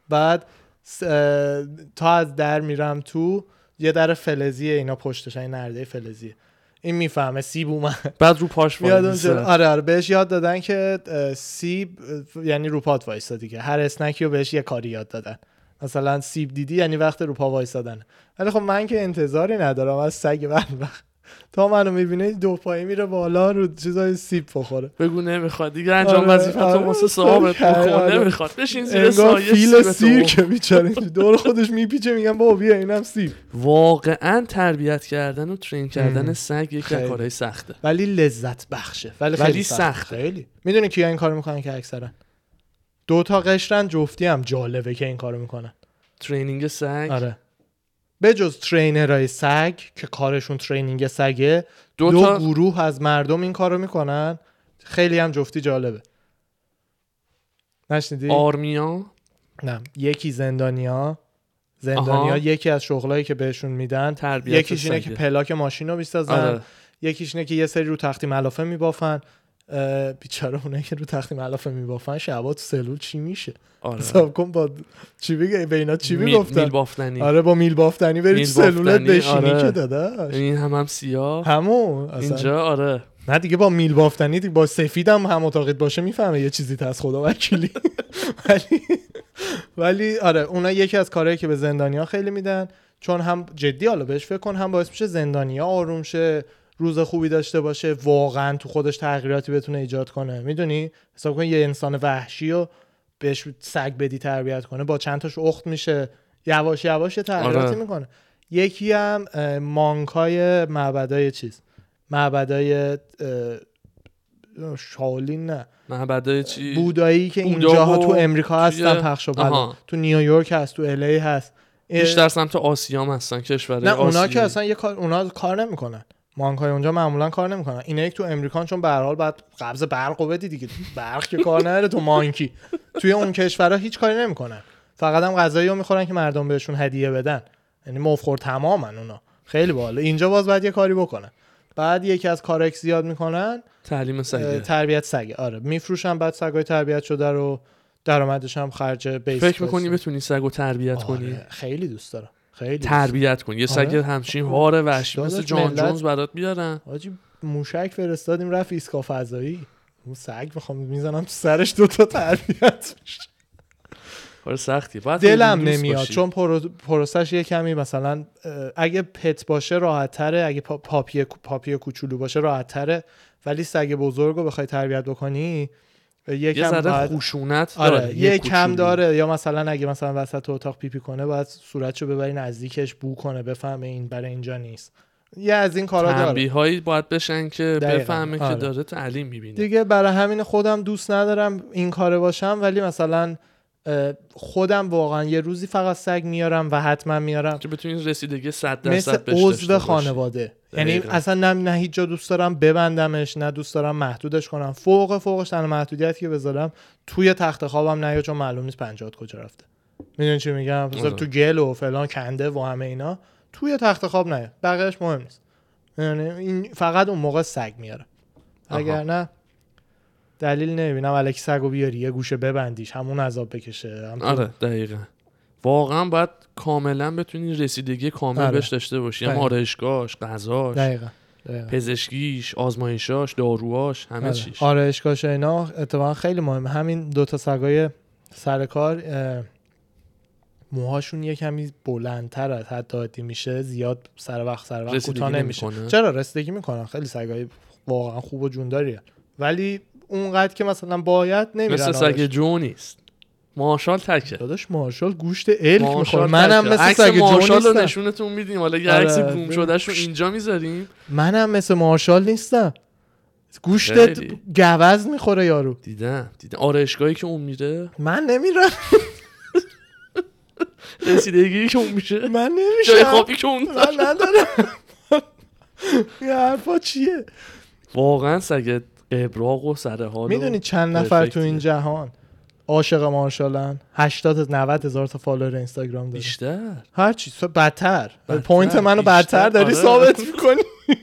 Speaker 1: بعد س- اه، تا از در میرم تو یه در فلزیه اینا پشتش این نرده فلزیه این میفهمه سیب اومد
Speaker 2: بعد رو پاش
Speaker 1: میاد
Speaker 2: وای
Speaker 1: اونجا
Speaker 2: میسه.
Speaker 1: آره آره بهش یاد دادن که اه، سیب اه، یعنی رو پات وایسا دیگه هر اسنکی رو بهش یه کاری یاد دادن مثلا سیب دیدی یعنی وقت رو پا وایسادن ولی خب من که انتظاری ندارم از سگ من وقت تا منو میبینه دو پایی میره بالا رو چیزای سیب بخوره
Speaker 2: بگو نمیخواد دیگه انجام
Speaker 1: آره،
Speaker 2: وظیفه تو
Speaker 1: آره،
Speaker 2: واسه
Speaker 1: <laughs>
Speaker 2: ثوابت
Speaker 1: آره.
Speaker 2: بکن نمیخواد بشین زیر
Speaker 1: انگار
Speaker 2: سایه
Speaker 1: فیل
Speaker 2: سیبتو بخور.
Speaker 1: سیرکه بیچاره دور خودش میپیچه میگم بابا بیا اینم سیب
Speaker 2: واقعا تربیت کردن و ترین
Speaker 1: مم.
Speaker 2: کردن سگ یکی از
Speaker 1: خیلی.
Speaker 2: کارهای سخته
Speaker 1: ولی لذت بخشه ولی خیلی
Speaker 2: ولی
Speaker 1: سخته
Speaker 2: سخته.
Speaker 1: خیلی میدونی کیا این کارو میکنن که اکثرا دو تا قشرن جفتی هم جالبه که این کارو میکنن
Speaker 2: ترینینگ سگ
Speaker 1: آره بجز ترینرای سگ که کارشون ترینینگ سگه
Speaker 2: دو,
Speaker 1: دو
Speaker 2: تا
Speaker 1: گروه از مردم این کارو میکنن خیلی هم جفتی جالبه نشنیدی؟
Speaker 2: آرمیا
Speaker 1: نه یکی زندانیا زندانیا
Speaker 2: آها.
Speaker 1: یکی از شغلایی که بهشون میدن
Speaker 2: تربیت
Speaker 1: یکیش اینه
Speaker 2: سگه.
Speaker 1: که پلاک ماشین رو میسازن
Speaker 2: آره.
Speaker 1: یکیش اینه که یه سری رو تختی ملافه میبافن اه، بیچاره اونایی که رو تختی ملافه میبافن شبا تو سلول چی میشه
Speaker 2: آره
Speaker 1: حساب کن با چی بگه به اینا چی
Speaker 2: میل-
Speaker 1: میگفتن
Speaker 2: میل بافتنی
Speaker 1: آره با میل بافتنی بری
Speaker 2: میل
Speaker 1: تو سلولت
Speaker 2: بافتنی،
Speaker 1: بشینی
Speaker 2: آره.
Speaker 1: که داداش
Speaker 2: این هم هم سیاه
Speaker 1: همون اصلا
Speaker 2: اینجا آره
Speaker 1: نه دیگه با میل بافتنی دیگه با سفیدم هم اتاقیت باشه میفهمه یه چیزی تا از خدا وکیلی ولی ولی آره اونا یکی از کارهایی که به زندانیا خیلی میدن چون هم جدی حالا بهش فکر کن هم باعث میشه زندانیا آروم شه روز خوبی داشته باشه واقعا تو خودش تغییراتی بتونه ایجاد کنه میدونی حساب کن یه انسان وحشی رو بهش سگ بدی تربیت کنه با چند تاش اخت میشه یواش یواش یه تغییراتی
Speaker 2: آره.
Speaker 1: میکنه یکی هم اه، مانکای معبدای چیز معبدای اه، شاولین نه
Speaker 2: معبدای چی
Speaker 1: بودایی که
Speaker 2: بودا
Speaker 1: اینجاها
Speaker 2: و
Speaker 1: تو امریکا هستن پخش و پلا.
Speaker 2: آها.
Speaker 1: تو نیویورک هست تو الی هست اه،
Speaker 2: بیشتر سمت آسیا هم هستن کشورهای
Speaker 1: نه اونا
Speaker 2: آسیایی.
Speaker 1: که اصلا یه کار اونا کار نمیکنن مانکای اونجا معمولا کار نمیکنن اینا یک تو امریکان چون به هر حال بعد قبض برق رو بدی دیگه برق که کار نداره تو مانکی توی اون کشورها هیچ کاری نمیکنن فقط هم غذایی رو میخورن که مردم بهشون هدیه بدن یعنی مفخور تمامن اونا خیلی باحال اینجا باز باید یه کاری بکنن بعد یکی از کارایی که زیاد میکنن
Speaker 2: تعلیم
Speaker 1: اه،
Speaker 2: سگه
Speaker 1: تربیت سگه آره میفروشن بعد سگای تربیت شده رو درآمدش هم خرج بیس
Speaker 2: فکر میکنی بتونی سگو تربیت کنی
Speaker 1: آره، خیلی دوست دارم خیلی دوست دارم.
Speaker 2: تربیت کن یه سگ
Speaker 1: آره.
Speaker 2: همچین هار وحشی
Speaker 1: داداش
Speaker 2: مثل جان
Speaker 1: ملت-
Speaker 2: جونز برات بیارن
Speaker 1: حاجی موشک فرستادیم رفت ایسکا فضایی اون سگ میخوام میزنم تو سرش دوتا
Speaker 2: <laughs>
Speaker 1: تربیت میشه.
Speaker 2: کار سختی باید
Speaker 1: دلم
Speaker 2: دوست
Speaker 1: نمیاد
Speaker 2: باشی.
Speaker 1: چون پرو... پروسش یه کمی مثلا اه، اگه پت باشه راحت تره اگه پا... پاپیه پاپیه کوچولو باشه راحت تره ولی سگ بزرگ رو بخوای تربیت بکنی اه، یه
Speaker 2: یه
Speaker 1: کم
Speaker 2: ذره
Speaker 1: باید-
Speaker 2: خوشونت
Speaker 1: آره
Speaker 2: داره
Speaker 1: یه کم
Speaker 2: کوچولو.
Speaker 1: داره یا مثلا اگه مثلا وسط اتاق پیپی کنه باید صورتشو ببری نزدیکش بو کنه بفهمه این برای اینجا نیست یه از این کارا داره
Speaker 2: تنبیه هایی باید بشن که
Speaker 1: دقیقاً،
Speaker 2: بفهمه
Speaker 1: آره.
Speaker 2: که داره تعلیم میبینه
Speaker 1: دیگه برای همین خودم دوست ندارم این کاره باشم ولی مثلا اه، خودم واقعا یه روزی فقط سگ میارم و حتما میارم
Speaker 2: که بتونی رسیدگی 100
Speaker 1: مثل
Speaker 2: درصد بهش داشته
Speaker 1: عضو
Speaker 2: باشی.
Speaker 1: خانواده یعنی
Speaker 2: دقیقاً.
Speaker 1: اصلا نه, نه هیچ جا دوست دارم ببندمش نه دوست دارم محدودش کنم فوق فوقش تنها محدودیتی که بذارم توی تخت خوابم نیا چون معلوم نیست پنجات کجا رفته میدونی چی میگم مثلا
Speaker 2: آره.
Speaker 1: تو گل و فلان کنده و همه اینا توی تخت خواب نیا بقیهش مهم نیست یعنی این فقط اون موقع سگ میاره
Speaker 2: آها.
Speaker 1: اگر نه دلیل نمیبینم الکی سگو بیاری یه گوشه ببندیش همون عذاب بکشه هم تو-
Speaker 2: آره دقیقا واقعا باید کاملا بتونی رسیدگی کامل
Speaker 1: آره.
Speaker 2: بهش داشته باشی هم
Speaker 1: دقیقاً.
Speaker 2: آرایشگاهش غذاش
Speaker 1: دقیقاً دقیقاً.
Speaker 2: پزشکیش آزمایشاش داروهاش همه
Speaker 1: آره.
Speaker 2: چیش
Speaker 1: آرایشگاهش و اینا اتفاقا خیلی مهمه همین دوتا سگای سر کار اه، موهاشون یه کمی بلندتر از حد عادی میشه زیاد سر وقت سر وقت
Speaker 2: رسیدگی
Speaker 1: کوتاه نمیشه
Speaker 2: نمی‌کنه.
Speaker 1: چرا رسیدگی میکنن خیلی سگای واقعا خوب و جونداریه ولی اونقدر که مثلا باید نمیرن
Speaker 2: مثل سگ
Speaker 1: آرایش.
Speaker 2: جو نیست مارشال تکه
Speaker 1: داداش مارشال گوشت الک میخوره
Speaker 2: مارشال
Speaker 1: منم
Speaker 2: تکه.
Speaker 1: مثل
Speaker 2: عکس
Speaker 1: سگ جو
Speaker 2: مارشال رو
Speaker 1: نیستم
Speaker 2: نشونتون میدیم حالا یه
Speaker 1: آره.
Speaker 2: عکس بوم شدهش رو اینجا میذاریم
Speaker 1: منم مثل مارشال نیستم گوشت
Speaker 2: خیلی.
Speaker 1: گوز میخوره یارو
Speaker 2: دیدم دیدم آرایشگاهی که اون میره
Speaker 1: من نمیرم
Speaker 2: رسیدگی که اون میشه
Speaker 1: من
Speaker 2: جای خب
Speaker 1: نمیشم
Speaker 2: خوابی که اون
Speaker 1: <laughs> من ندارم این حرفا چیه
Speaker 2: واقعا سگ ابراق و سر حال و-
Speaker 1: میدونی چند نفر تو
Speaker 2: پرفکته.
Speaker 1: این جهان عاشق مارشالن 80 تا 90 هزار تا فالوور اینستاگرام داره
Speaker 2: بیشتر
Speaker 1: هر چی سا- بدتر
Speaker 2: بدتر،
Speaker 1: پوینت منو
Speaker 2: بیشتر،
Speaker 1: بدتر داری
Speaker 2: آره.
Speaker 1: ثابت میکنی
Speaker 2: <laughs>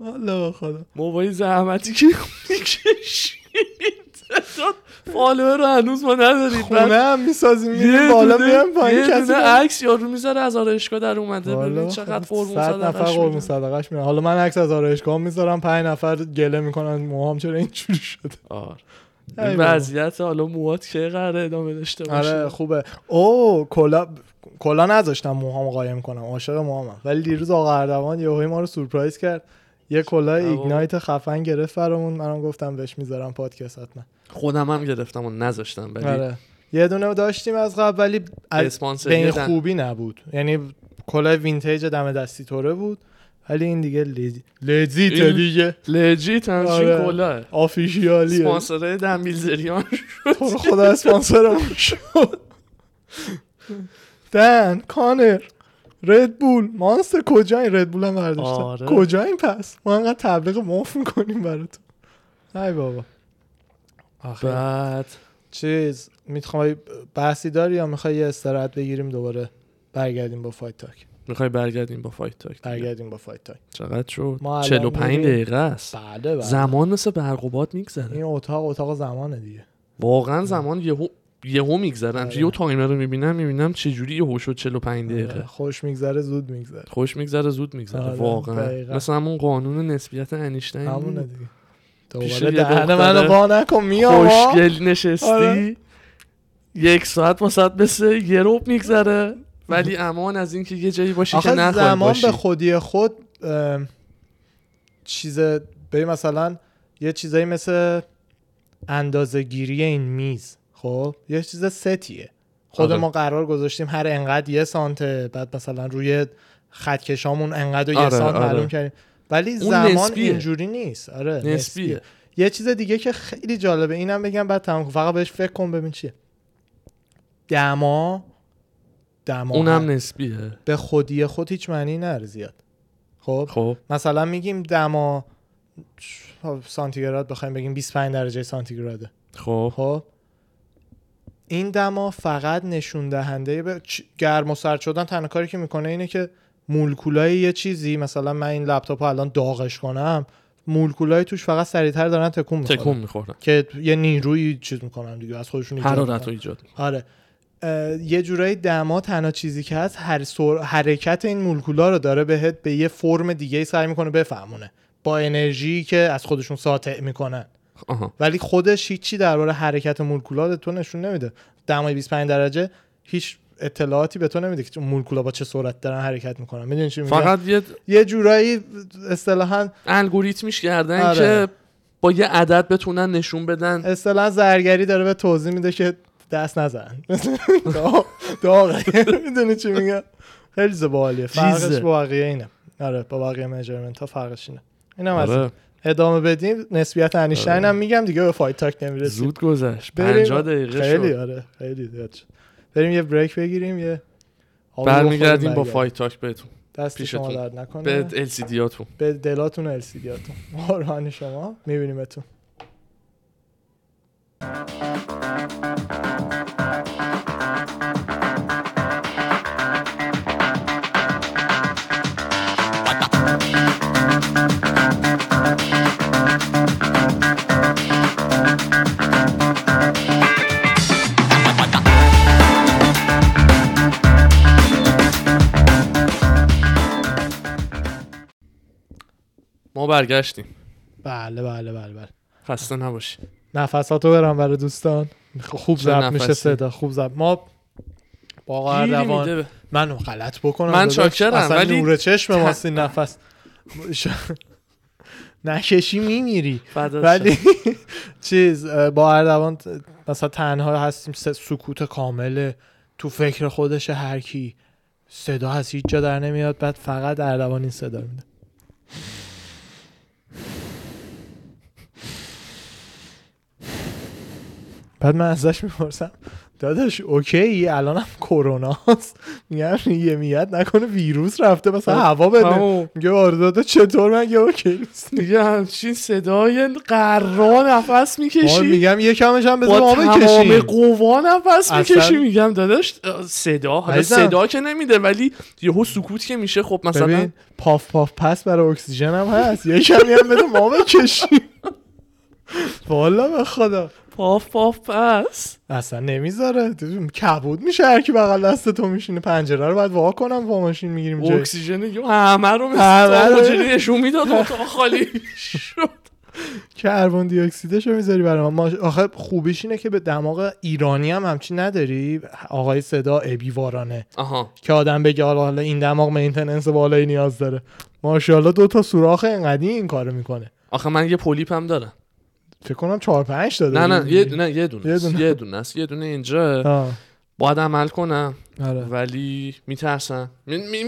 Speaker 1: والا به خدا
Speaker 2: ما با این زحمتی که میکشید فالوور رو هنوز ما نداریم
Speaker 1: خونه هم میسازیم میریم بالا میرم پایین
Speaker 2: یه
Speaker 1: کسی
Speaker 2: دونه
Speaker 1: نه.
Speaker 2: عکس یارو میذاره از آرایشگاه در اومده
Speaker 1: والا
Speaker 2: ببین
Speaker 1: به
Speaker 2: چقدر
Speaker 1: خدا،
Speaker 2: قرمون
Speaker 1: صد نفر قرمون صدقش میرن حالا من عکس از آرایشگاه میذارم پنج نفر گله میکنن موهام چرا اینجوری شده ای
Speaker 2: آره.
Speaker 1: بابا.
Speaker 2: این وضعیت حالا موات که قراره ادامه داشته
Speaker 1: آره
Speaker 2: باشه
Speaker 1: خوبه او کلا کلا نذاشتم موهامو قایم کنم عاشق موهامم ولی دیروز آقا اردوان یهوی ما رو سورپرایز کرد یه کلاه
Speaker 2: آه.
Speaker 1: ایگنایت خفن گرفت برامون منم گفتم بهش میذارم پادکست حتما
Speaker 2: خودم هم گرفتم و نذاشتم ولی
Speaker 1: آره یه دونه داشتیم از قبل ولی از
Speaker 2: اسپانسر
Speaker 1: به این
Speaker 2: یه دن-
Speaker 1: خوبی نبود یعنی کلاه وینتیج دم دستی توره بود ولی این دیگه لزی لزیته
Speaker 2: این-
Speaker 1: دیگه
Speaker 2: لجیت
Speaker 1: آره.
Speaker 2: همچین کلاه
Speaker 1: آفیشیالیه
Speaker 2: اسپانسره دنبیلزریان
Speaker 1: تو رو خدا اسپانسرمون شد دن کانر ردبول مانستر کجا این ردبول هم برداشتن
Speaker 2: آره.
Speaker 1: کجا این پس ما انقدر تبلیغ مف میکنیم برای تو ای بابا آخه
Speaker 2: بعد
Speaker 1: چیز میخوای بحثی داری یا میخوای یه استراحت بگیریم دوباره برگردیم با فایت تاک
Speaker 2: میخوای برگردیم با فایت تاک دیگه.
Speaker 1: برگردیم با فایت تاک
Speaker 2: چقدر شد
Speaker 1: ما الان
Speaker 2: 45
Speaker 1: میریم.
Speaker 2: دقیقه است
Speaker 1: بله بله
Speaker 2: زمان مثل برق و باد میگذره
Speaker 1: این اتاق اتاق زمانه دیگه بله.
Speaker 2: واقعا زمان یهو یهو میگذره
Speaker 1: آره.
Speaker 2: یهو تایمر رو میبینم میبینم چه جوری یهو شد 45
Speaker 1: آره،
Speaker 2: دقیقه
Speaker 1: خوش میگذره زود میگذره
Speaker 2: خوش میگذره زود میگذره
Speaker 1: آره،
Speaker 2: واقعا
Speaker 1: دقیقاً.
Speaker 2: مثل همون قانون نسبیت انیشتین
Speaker 1: همونه دیگه
Speaker 2: پیش
Speaker 1: دوباره
Speaker 2: یه
Speaker 1: دهن
Speaker 2: دختره
Speaker 1: منو وا نکن میام آ.
Speaker 2: خوشگل نشستی
Speaker 1: آره.
Speaker 2: یک ساعت مثلا مثل یه روب میگذره ولی امان از اینکه یه جایی باشی که
Speaker 1: آخه
Speaker 2: نخواهی
Speaker 1: زمان
Speaker 2: باشی
Speaker 1: به خودی خود ام، چیز به مثلا یه چیزایی مثل اندازه گیری این میز خب یه چیز ستیه خود
Speaker 2: آره.
Speaker 1: ما قرار گذاشتیم هر انقدر یه سانته بعد مثلا روی خط کشامون انقدر و یه
Speaker 2: آره،
Speaker 1: سانت
Speaker 2: آره.
Speaker 1: معلوم کردیم ولی
Speaker 2: اون
Speaker 1: زمان
Speaker 2: نسبیه.
Speaker 1: اینجوری نیست آره
Speaker 2: نسبیه.
Speaker 1: یه چیز دیگه که خیلی جالبه اینم بگم بعد تمام کن. فقط بهش فکر کن ببین چیه دما دما
Speaker 2: اونم نسبیه
Speaker 1: به خودی خود هیچ معنی نره زیاد خب
Speaker 2: خب
Speaker 1: مثلا میگیم دما خب، سانتیگراد بخوایم بگیم 25 درجه سانتیگراده
Speaker 2: خب
Speaker 1: خب این دما فقط نشون دهنده به چ- گرم و سرد شدن تنها کاری که میکنه اینه که مولکولای یه چیزی مثلا من این لپتاپ رو الان داغش کنم مولکولای توش فقط سریعتر دارن تکون میخورن
Speaker 2: تکون میخورن
Speaker 1: که یه نیروی چیز میکنن دیگه از خودشون ایجاد می‌کنن.
Speaker 2: حرارت رو ایجاد می‌کنه.
Speaker 1: آره اه، یه جورایی دما تنها چیزی که هست هر سر... حرکت این مولکولا رو داره بهت به یه فرم دیگه ای سعی میکنه بفهمونه با انرژی که از خودشون ساطع میکنن
Speaker 2: آها
Speaker 1: ولی خودش هیچی درباره حرکت مولکولا به تو نشون نمیده دمای 25 درجه هیچ اطلاعاتی به تو نمیده که مولکولا با چه سرعت دارن حرکت میکنن میدونی چی میگم
Speaker 2: فقط یه
Speaker 1: یه جورایی اصطلاحا
Speaker 2: الگوریتمیش کردن
Speaker 1: آره.
Speaker 2: که با یه عدد بتونن نشون بدن
Speaker 1: اصطلاحا زرگری داره به توضیح میده که دست نزن <laughs> داغ- داغه <laughs> میدونی چی میگم خیلی زبالیه فرقش
Speaker 2: جیزه.
Speaker 1: با بقیه اینه آره با بقیه میجرمنت ها فرقش اینه اینم از این.
Speaker 2: آره
Speaker 1: ادامه بدیم نسبیت انیشتین هم میگم دیگه به فایت تاک نمیرسیم
Speaker 2: زود گذشت
Speaker 1: بریم.
Speaker 2: 50 دقیقه
Speaker 1: خیلی
Speaker 2: شد
Speaker 1: آره خیلی زیاد شد بریم یه بریک بگیریم یه آبی بخوریم،
Speaker 2: برمیگردیم با
Speaker 1: برگردیم.
Speaker 2: فایت تاک بهتون
Speaker 1: دست شما
Speaker 2: پیشتون.
Speaker 1: درد نکنه
Speaker 2: به LCD هاتون
Speaker 1: به دلاتون و السیدیاتون <laughs> قربان شما میبینیمتون
Speaker 2: ما برگشتیم
Speaker 1: بله بله بله بله
Speaker 2: خسته نباشی
Speaker 1: نفساتو برم برای دوستان خوب
Speaker 2: چه
Speaker 1: ضبط میشه
Speaker 2: نفسی؟
Speaker 1: صدا خوب ضبط ما با آقا
Speaker 2: گیری
Speaker 1: اردوان
Speaker 2: میده به-
Speaker 1: من غلط بکنم
Speaker 2: من
Speaker 1: داداش.
Speaker 2: چاکرم،
Speaker 1: اصلا
Speaker 2: ولی-
Speaker 1: نور چشم ماست این
Speaker 2: <laughs>
Speaker 1: نفس ش- نکشی میمیری
Speaker 2: فدات
Speaker 1: ولی <laughs>
Speaker 2: شم.
Speaker 1: چیز اه، با اردوان ت- مثلا تنها هستیم س- سکوت کامله تو فکر خودش هر کی صدا از هیچ جا در نمیاد بعد فقط اردوان این صدا رو میده بعد من ازش میپرسم داداش اوکی الان هم کرونا میگن "آره، یه میت نکنه ویروس رفته مثلا هوا بده
Speaker 2: همون
Speaker 1: میگه واردات چطور من میگه اوکی نیست
Speaker 2: دیگه همچین صدای قرا نفس
Speaker 1: ما
Speaker 2: میکشی
Speaker 1: میگم یه کمش هم بذار
Speaker 2: با
Speaker 1: ما
Speaker 2: تمام
Speaker 1: بکشیم
Speaker 2: قوا نفس
Speaker 1: اصلا-
Speaker 2: میکشی میگم داداش صدا حالا
Speaker 1: عزیزم.
Speaker 2: صدا که نمیده ولی یهو سکوت که میشه خب مثلا
Speaker 1: ببین پاف پاف پس برای اکسیژن هم هست یه کمی هم بده ما بکشیم والا به خدا
Speaker 2: پاف پاف پس
Speaker 1: اصلا نمیذاره کبود میشه هر کی بغل دست تو میشینه پنجره رو باید وا کنم با ماشین میگیریم جای
Speaker 2: اکسیژن یهو همه رو
Speaker 1: همه رو-
Speaker 2: مثل نشون میداد اتاق
Speaker 1: <laughs>
Speaker 2: خالی شد
Speaker 1: کربن دی اکسیدشو میذاری برای من ماش- آخه خوبیش اینه که به دماغ ایرانی هم همچی نداری آقای صدا ابی وارانه
Speaker 2: آها
Speaker 1: که آدم بگه حالا حالا این دماغ مینتیننس بالایی نیاز داره ماشاءالله دو تا سوراخ انقدی این کارو میکنه
Speaker 2: آخه من یه پولیپ هم دارم
Speaker 1: فکر کنم 4 5 تا
Speaker 2: نه
Speaker 1: داره
Speaker 2: نه یه نه یه دونه
Speaker 1: یه
Speaker 2: است.
Speaker 1: دونه.
Speaker 2: یه دونه است یه دونه اینجا
Speaker 1: آه،
Speaker 2: باید عمل کنم
Speaker 1: آره.
Speaker 2: ولی میترسم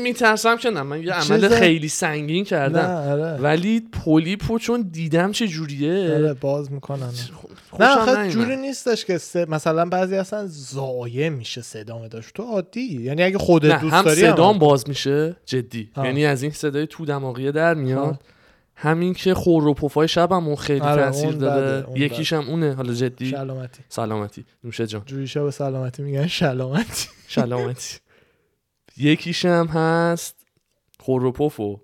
Speaker 2: میترسم که نه من یه عمل
Speaker 1: چیزه؟
Speaker 2: خیلی سنگین کردم
Speaker 1: نه آره
Speaker 2: ولی پولیپو چون دیدم چه جوریه
Speaker 1: آره باز میکنن
Speaker 2: خوشم
Speaker 1: نه آخه
Speaker 2: نیومد.
Speaker 1: جوری نیستش که سه- مثلا بعضی اصلا زایه میشه صدا داشت تو عادی یعنی اگه خودت
Speaker 2: نه
Speaker 1: دوست
Speaker 2: هم
Speaker 1: داری
Speaker 2: صدام باز میشه جدی
Speaker 1: آه.
Speaker 2: یعنی از این صدای تو دماغیه در
Speaker 1: آه.
Speaker 2: میاد همین که خور و پفای شبم اون خیلی
Speaker 1: آره،
Speaker 2: تاثیر
Speaker 1: اون بده،
Speaker 2: داره
Speaker 1: اون
Speaker 2: یکیشم اونه حالا جدی
Speaker 1: سلامتی
Speaker 2: سلامتی نوشه جان
Speaker 1: جویشا به سلامتی میگن سلامتی
Speaker 2: خب. سلامتی <laughs> یکیشم هست خور و پف و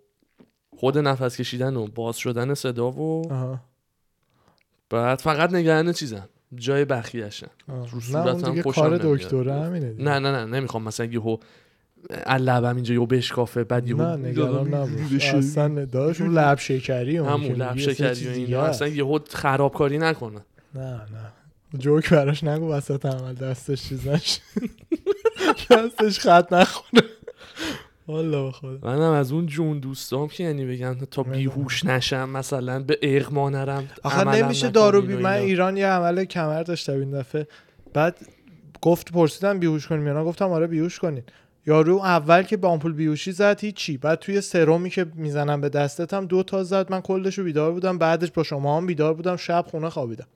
Speaker 2: خود نفس کشیدن و باز شدن صدا و
Speaker 1: آها.
Speaker 2: بعد فقط نگران چیزم جای بخیهشم
Speaker 1: آه.
Speaker 2: رو
Speaker 1: نه اون
Speaker 2: صورتم
Speaker 1: دیگه
Speaker 2: خوشم
Speaker 1: کار
Speaker 2: نمیاد.
Speaker 1: دکتره همینه دیگه.
Speaker 2: نه نه نه نمیخوام مثلا یهو لبم اینجا یهو بشکافه بعد یهو
Speaker 1: نه نگران نباش
Speaker 2: بشه.
Speaker 1: اصلا داشت اون لب شکری اون
Speaker 2: همون
Speaker 1: که
Speaker 2: لب
Speaker 1: میگی یه سری
Speaker 2: شکری
Speaker 1: چیز
Speaker 2: و
Speaker 1: دیگه
Speaker 2: اینا
Speaker 1: است.
Speaker 2: اصلا یهو خرابکاری نکنه
Speaker 1: نه نه جوک براش نگو وسط عمل دستش چیز نشه دستش خط نخوره والا به خدا
Speaker 2: منم از اون جون دوستام که یعنی بگم تا بیهوش نشم مثلا به اغما نرم
Speaker 1: آخه
Speaker 2: عملم
Speaker 1: نمیشه
Speaker 2: نکنین
Speaker 1: دارو
Speaker 2: و
Speaker 1: بی
Speaker 2: اینا.
Speaker 1: من ایران یه عمل کمر داشتم این دفعه بعد گفت پرسیدم بیهوش کنیم یا نه گفتم آره بیهوش کنین یارو اول که به آمپول بیهوشی زد هیچی بعد توی سرومی که میزنم به دستتم دو تا زد من کلشو بیدار بودم بعدش با شما هم بیدار بودم شب خونه خوابیدم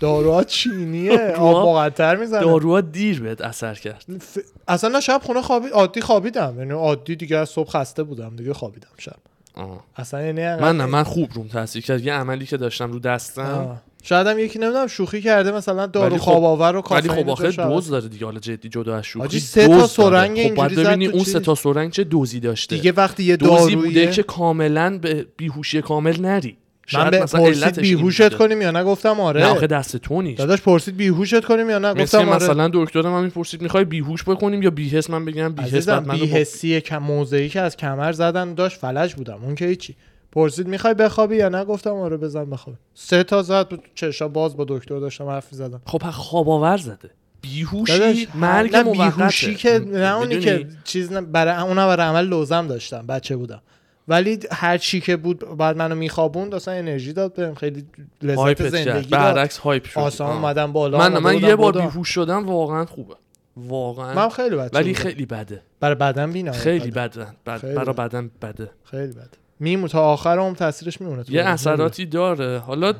Speaker 1: داروها
Speaker 2: <laughs>
Speaker 1: چینیه آب مقطر میزنه
Speaker 2: داروها دیر بهت اثر کرد
Speaker 1: ف... اصلا نه شب خونه خوابی عادی خوابیدم یعنی عادی دیگه از صبح خسته بودم دیگه خوابیدم شب
Speaker 2: آه.
Speaker 1: اصلا یعنی
Speaker 2: من نه من خوب روم تاثیر کرد یه عملی که داشتم رو دستم
Speaker 1: آه. شاید هم یکی نمیدونم شوخی کرده مثلا دارو
Speaker 2: ولی خب-
Speaker 1: خواب آور و
Speaker 2: ولی
Speaker 1: کافئین
Speaker 2: خب آخه
Speaker 1: توش هست.
Speaker 2: دوز داره دیگه حالا جدی جدا از شوخی
Speaker 1: حاجی، سه تا
Speaker 2: دوز داره.
Speaker 1: سرنگ
Speaker 2: خب باید
Speaker 1: اینجوری زد
Speaker 2: ببینی
Speaker 1: تو
Speaker 2: اون
Speaker 1: چیز.
Speaker 2: سه تا سرنگ چه دوزی داشته
Speaker 1: دیگه وقتی یه
Speaker 2: دوزی
Speaker 1: دارویی
Speaker 2: بوده که کاملا به بیهوشی کامل نری
Speaker 1: من
Speaker 2: شاید
Speaker 1: به
Speaker 2: مثلا
Speaker 1: پرسید
Speaker 2: علتش این
Speaker 1: بیهوشت
Speaker 2: بوده.
Speaker 1: کنیم یا نه گفتم
Speaker 2: نه آخه
Speaker 1: آره
Speaker 2: دست تو نیست
Speaker 1: داداش پرسید بیهوشت کنیم یا نه
Speaker 2: مثل
Speaker 1: گفتم آره
Speaker 2: مثلا دکتر من میپرسید میخوای بیهوش بکنیم یا بیهس من بگم بیهس بعد
Speaker 1: عزیزم
Speaker 2: منو با-
Speaker 1: بیهسی کم موضعی که از کمر زدن داشت فلج بودم اون که هیچی پرسید میخوای بخوابی یا نه گفتم آره بزن بخواب سه تا زد تو چشا باز با دکتر داشتم حرف زدم
Speaker 2: خب پس خواب آور زده بیهوشی مرگ
Speaker 1: نه
Speaker 2: موقته
Speaker 1: بیهوشی که نه اونی
Speaker 2: میدونی؟
Speaker 1: که چیز نه- برای اونم برای عمل لازم داشتم بچه بودم ولی هر چی که بود بعد منو میخوابوند اصلا انرژی داد بهم خیلی لذت
Speaker 2: هایپت کرد
Speaker 1: زندگی داد
Speaker 2: برعکس هایپ شد
Speaker 1: آسان
Speaker 2: آه.
Speaker 1: اومدم بالا
Speaker 2: من
Speaker 1: آمده
Speaker 2: من
Speaker 1: بودم
Speaker 2: یه بار
Speaker 1: بالا.
Speaker 2: بیهوش شدم واقعا خوبه واقعا
Speaker 1: من خیلی بد
Speaker 2: ولی خیلی بده
Speaker 1: برای بدن بینا
Speaker 2: خیلی بده بد.
Speaker 1: خیلی
Speaker 2: برا
Speaker 1: بده.
Speaker 2: بدن بده
Speaker 1: خیلی بد میمون تا آخر هم تاثیرش میمونه تو
Speaker 2: یه
Speaker 1: بدن.
Speaker 2: اثراتی داره حالا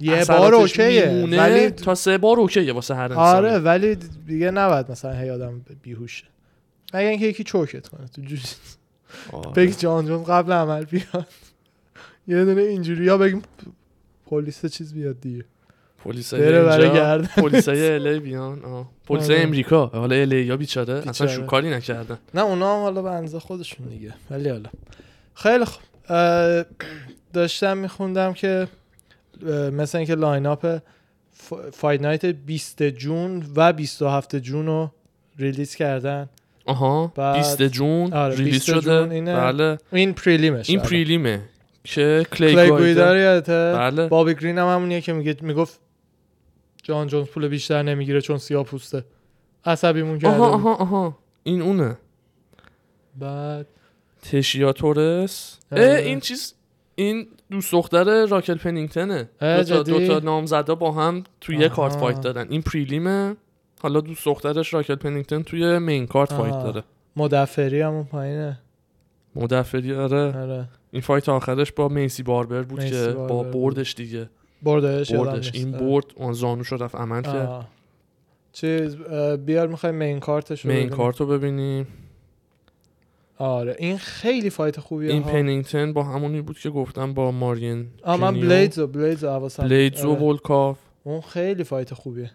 Speaker 1: یه
Speaker 2: اثراتش
Speaker 1: بار اوکیه
Speaker 2: میمونه،
Speaker 1: ولی
Speaker 2: تا سه بار اوکیه واسه هر انسانی
Speaker 1: آره ولی دیگه نباید مثلا هی آدم بیهوش شه. مگه اینکه یکی چوکت کنه تو جوش
Speaker 2: آره.
Speaker 1: بگی جان جون قبل عمل بیاد <laughs> یه دونه اینجوری یا بگیم پلیس چیز بیاد دیگه
Speaker 2: پلیس
Speaker 1: بره برای
Speaker 2: اینجا
Speaker 1: گرد
Speaker 2: پلیسای الی بیان آه. پلیسای
Speaker 1: آره.
Speaker 2: امریکا حالا الی یا بیچاره, اصلا
Speaker 1: بیچاره.
Speaker 2: شو کاری نکردن
Speaker 1: نه اونا هم حالا به اندازه خودشون دیگه ولی حالا خیلی خوب اه، داشتم میخوندم که اه، مثل اینکه لاین اپ فاید نایت 20 جون و 27 جون رو ریلیز کردن
Speaker 2: آها
Speaker 1: بعد-
Speaker 2: 20 جون
Speaker 1: آره،
Speaker 2: ریلیز
Speaker 1: 20
Speaker 2: شده
Speaker 1: جون اینه.
Speaker 2: بله
Speaker 1: این پریلیمش
Speaker 2: این
Speaker 1: الان.
Speaker 2: پریلیمه که
Speaker 1: کلی
Speaker 2: کلی گویدر
Speaker 1: گویدار یادته؟
Speaker 2: بله
Speaker 1: بابی گرین هم همونیه که میگه میگفت جان جونز پول بیشتر نمیگیره چون سیاه پوسته عصبیمون کرده
Speaker 2: آها
Speaker 1: بود.
Speaker 2: آها آها این اونه
Speaker 1: بعد
Speaker 2: تشیا تورس اه
Speaker 1: آره.
Speaker 2: این چیز این دوست دختر راکل پنینگتنه
Speaker 1: اه،
Speaker 2: دو تا,
Speaker 1: جدی؟
Speaker 2: دو تا نامزدا با هم توی یه
Speaker 1: آها.
Speaker 2: کارت فایت دارن این پریلیمه حالا دوست دخترش راکل پنینگتن توی مین کارت فایت
Speaker 1: آها.
Speaker 2: داره
Speaker 1: مدفری همون پایینه
Speaker 2: مدفعی آره
Speaker 1: آره
Speaker 2: این فایت آخرش با میسی باربر بود
Speaker 1: میسی
Speaker 2: که با
Speaker 1: باربر بود.
Speaker 2: بردش دیگه
Speaker 1: بردش یادم
Speaker 2: بردش
Speaker 1: نیست.
Speaker 2: این
Speaker 1: آره.
Speaker 2: برد اون زانوش رو رفت عمل کرد
Speaker 1: آه. چیز اه، بیار میخوایم مین کارتش رو
Speaker 2: مین
Speaker 1: ببینیم.
Speaker 2: کارت رو ببینیم
Speaker 1: آره این خیلی فایت خوبیه
Speaker 2: این
Speaker 1: ها.
Speaker 2: پنینگتن با همونی بود که گفتم با مارین
Speaker 1: آه من
Speaker 2: جونیور.
Speaker 1: بلیدز و بلیدز و حواسم
Speaker 2: بلیدز و
Speaker 1: آره.
Speaker 2: ولکاف
Speaker 1: اون خیلی فایت خوبیه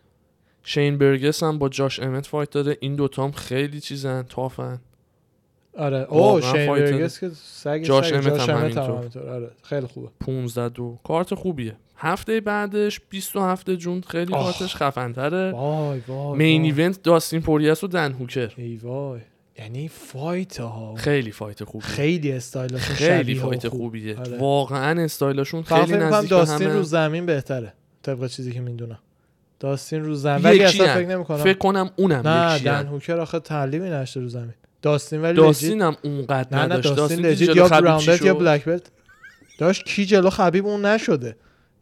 Speaker 2: شین برگس هم با جاش امت فایت داره این دوتا هم خیلی چیزن تافن
Speaker 1: آره او
Speaker 2: واقعاً
Speaker 1: شین
Speaker 2: فایتر.
Speaker 1: برگس که سگ
Speaker 2: جاش
Speaker 1: سگ.
Speaker 2: امت هم
Speaker 1: امت
Speaker 2: همینطور.
Speaker 1: همینطور آره خیلی خوبه
Speaker 2: 15 دو کارت خوبیه هفته بعدش 27 جون خیلی
Speaker 1: آه.
Speaker 2: کارتش خفنتره
Speaker 1: وای وای
Speaker 2: مین
Speaker 1: وای.
Speaker 2: ایونت داستین پوریس و دن هوکر
Speaker 1: ای وای یعنی فایت ها
Speaker 2: خیلی فایت خوبیه
Speaker 1: خیلی استایل
Speaker 2: خیلی فایت خوبیه
Speaker 1: آره.
Speaker 2: واقعا استایلشون
Speaker 1: فقط
Speaker 2: خیلی
Speaker 1: فکر می‌کنم
Speaker 2: نزدیک به
Speaker 1: داستین رو
Speaker 2: همه
Speaker 1: زمین بهتره طبق چیزی که میدونم داستین رو زمین ولی اصلا
Speaker 2: یکی‌ان.
Speaker 1: فکر نمی‌کنم
Speaker 2: فکر کنم اونم
Speaker 1: نه
Speaker 2: یکیه
Speaker 1: دن هوکر آخه تعلیمی نشته رو زمین داستین ولی
Speaker 2: داستین هم اونقدر
Speaker 1: نه نه
Speaker 2: نداشت
Speaker 1: داستین
Speaker 2: دیدی
Speaker 1: لجیت
Speaker 2: جلو
Speaker 1: یا
Speaker 2: خبیب
Speaker 1: براون بلت
Speaker 2: چی
Speaker 1: یا
Speaker 2: شد؟
Speaker 1: بلک بلت داشت کی جلو خبیب اون نشده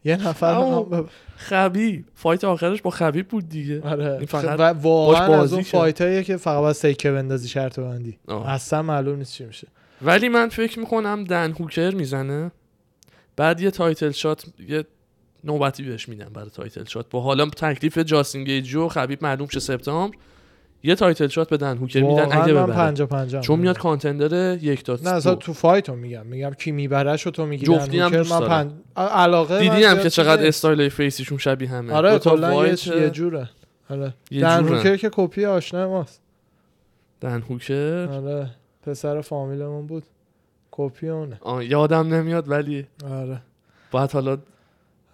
Speaker 1: یه نفر
Speaker 2: آه.
Speaker 1: هم-
Speaker 2: خبیب فایت آخرش با خبیب بود دیگه
Speaker 1: آره
Speaker 2: این فقط
Speaker 1: و
Speaker 2: باش
Speaker 1: واقعا
Speaker 2: بازی
Speaker 1: از اون
Speaker 2: کرد.
Speaker 1: فایتاییه که فقط باید سیکه بندازی شرط بندی
Speaker 2: آه.
Speaker 1: اصلا معلوم نیست چی میشه
Speaker 2: ولی من فکر میکنم دن هوکر میزنه بعد یه تایتل شات یه نوبتی بهش میدم برای تایتل شات با حالا تکلیف جاستین گیجی و خبیب معلوم شه سپتامبر یه تایتل شات به دن هوکر میدن
Speaker 1: واقعا
Speaker 2: اگه
Speaker 1: من
Speaker 2: ببره
Speaker 1: پنجا پنجا
Speaker 2: چون میاد کانتندر یک تا
Speaker 1: نه اصلا تو فایت رو میگم میگم کی میبره شو تو میگی
Speaker 2: جفتی هم
Speaker 1: دنوکر،
Speaker 2: دوست
Speaker 1: من
Speaker 2: دارم.
Speaker 1: پنج... آ- علاقه
Speaker 2: دیدی
Speaker 1: من
Speaker 2: هم
Speaker 1: زیاد
Speaker 2: که چقدر
Speaker 1: چیزه.
Speaker 2: استایل فیسیشون شبیه همه
Speaker 1: آره
Speaker 2: دو تا
Speaker 1: کلا یه,
Speaker 2: وایت،
Speaker 1: یه جوره آره
Speaker 2: یه
Speaker 1: دن
Speaker 2: جورن.
Speaker 1: هوکر که کپی آشنا ماست
Speaker 2: دن هوکر
Speaker 1: آره پسر فامیلمون بود کپی اونه
Speaker 2: آه، یادم نمیاد ولی
Speaker 1: آره
Speaker 2: باید حالا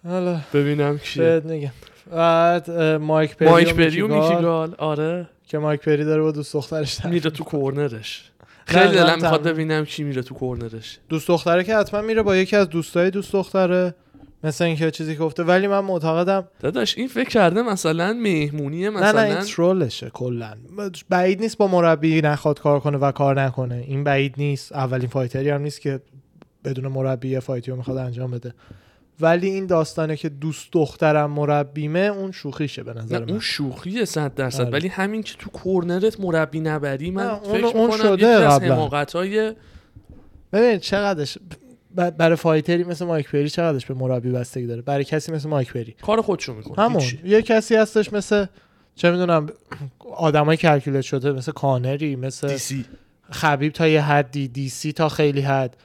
Speaker 1: حالا
Speaker 2: ببینم کیه
Speaker 1: بهت میگم بعد اه، مایک پری و
Speaker 2: مایک پری و
Speaker 1: میکی گال،
Speaker 2: میکیگال آره
Speaker 1: که مایک پری داره با دوست دخترش طرف.
Speaker 2: میره تو کورنرش
Speaker 1: نه،
Speaker 2: خیلی
Speaker 1: نه،
Speaker 2: دلم میخواد
Speaker 1: تمام.
Speaker 2: ببینم کی میره تو کورنرش
Speaker 1: دوست دختره که حتما میره با یکی از دوستای دوست دختره مثل اینکه چیزی که گفته ولی من معتقدم
Speaker 2: داداش این فکر کرده مثلا مهمونی
Speaker 1: نه نه این
Speaker 2: مثلا
Speaker 1: ترولشه کلا بعید نیست با مربی نخواد کار کنه و کار نکنه این بعید نیست اولین فایتری هم نیست که بدون مربی یه فایتی رو میخواد انجام بده ولی این داستانه که دوست دخترم مربیمه اون شوخیشه به
Speaker 2: نه
Speaker 1: نظر من
Speaker 2: اون شوخی صد درصد
Speaker 1: آره.
Speaker 2: ولی همین که تو کورنرت مربی نبری من
Speaker 1: نه، اون-
Speaker 2: فکر
Speaker 1: اون
Speaker 2: می‌کنم
Speaker 1: شده
Speaker 2: یکی از
Speaker 1: قبلا.
Speaker 2: حماقت‌های-
Speaker 1: ببین چقدرش ب- برای فایتری مثل مایک پری چقدرش به مربی بستگی داره برای کسی مثل مایک پری
Speaker 2: کار خودشو میکنه
Speaker 1: همون یه کسی هستش مثل چه میدونم آدمای کلکولیت شده مثل کانری مثل
Speaker 2: دیسی
Speaker 1: خبیب تا یه حدی دی سی تا خیلی حد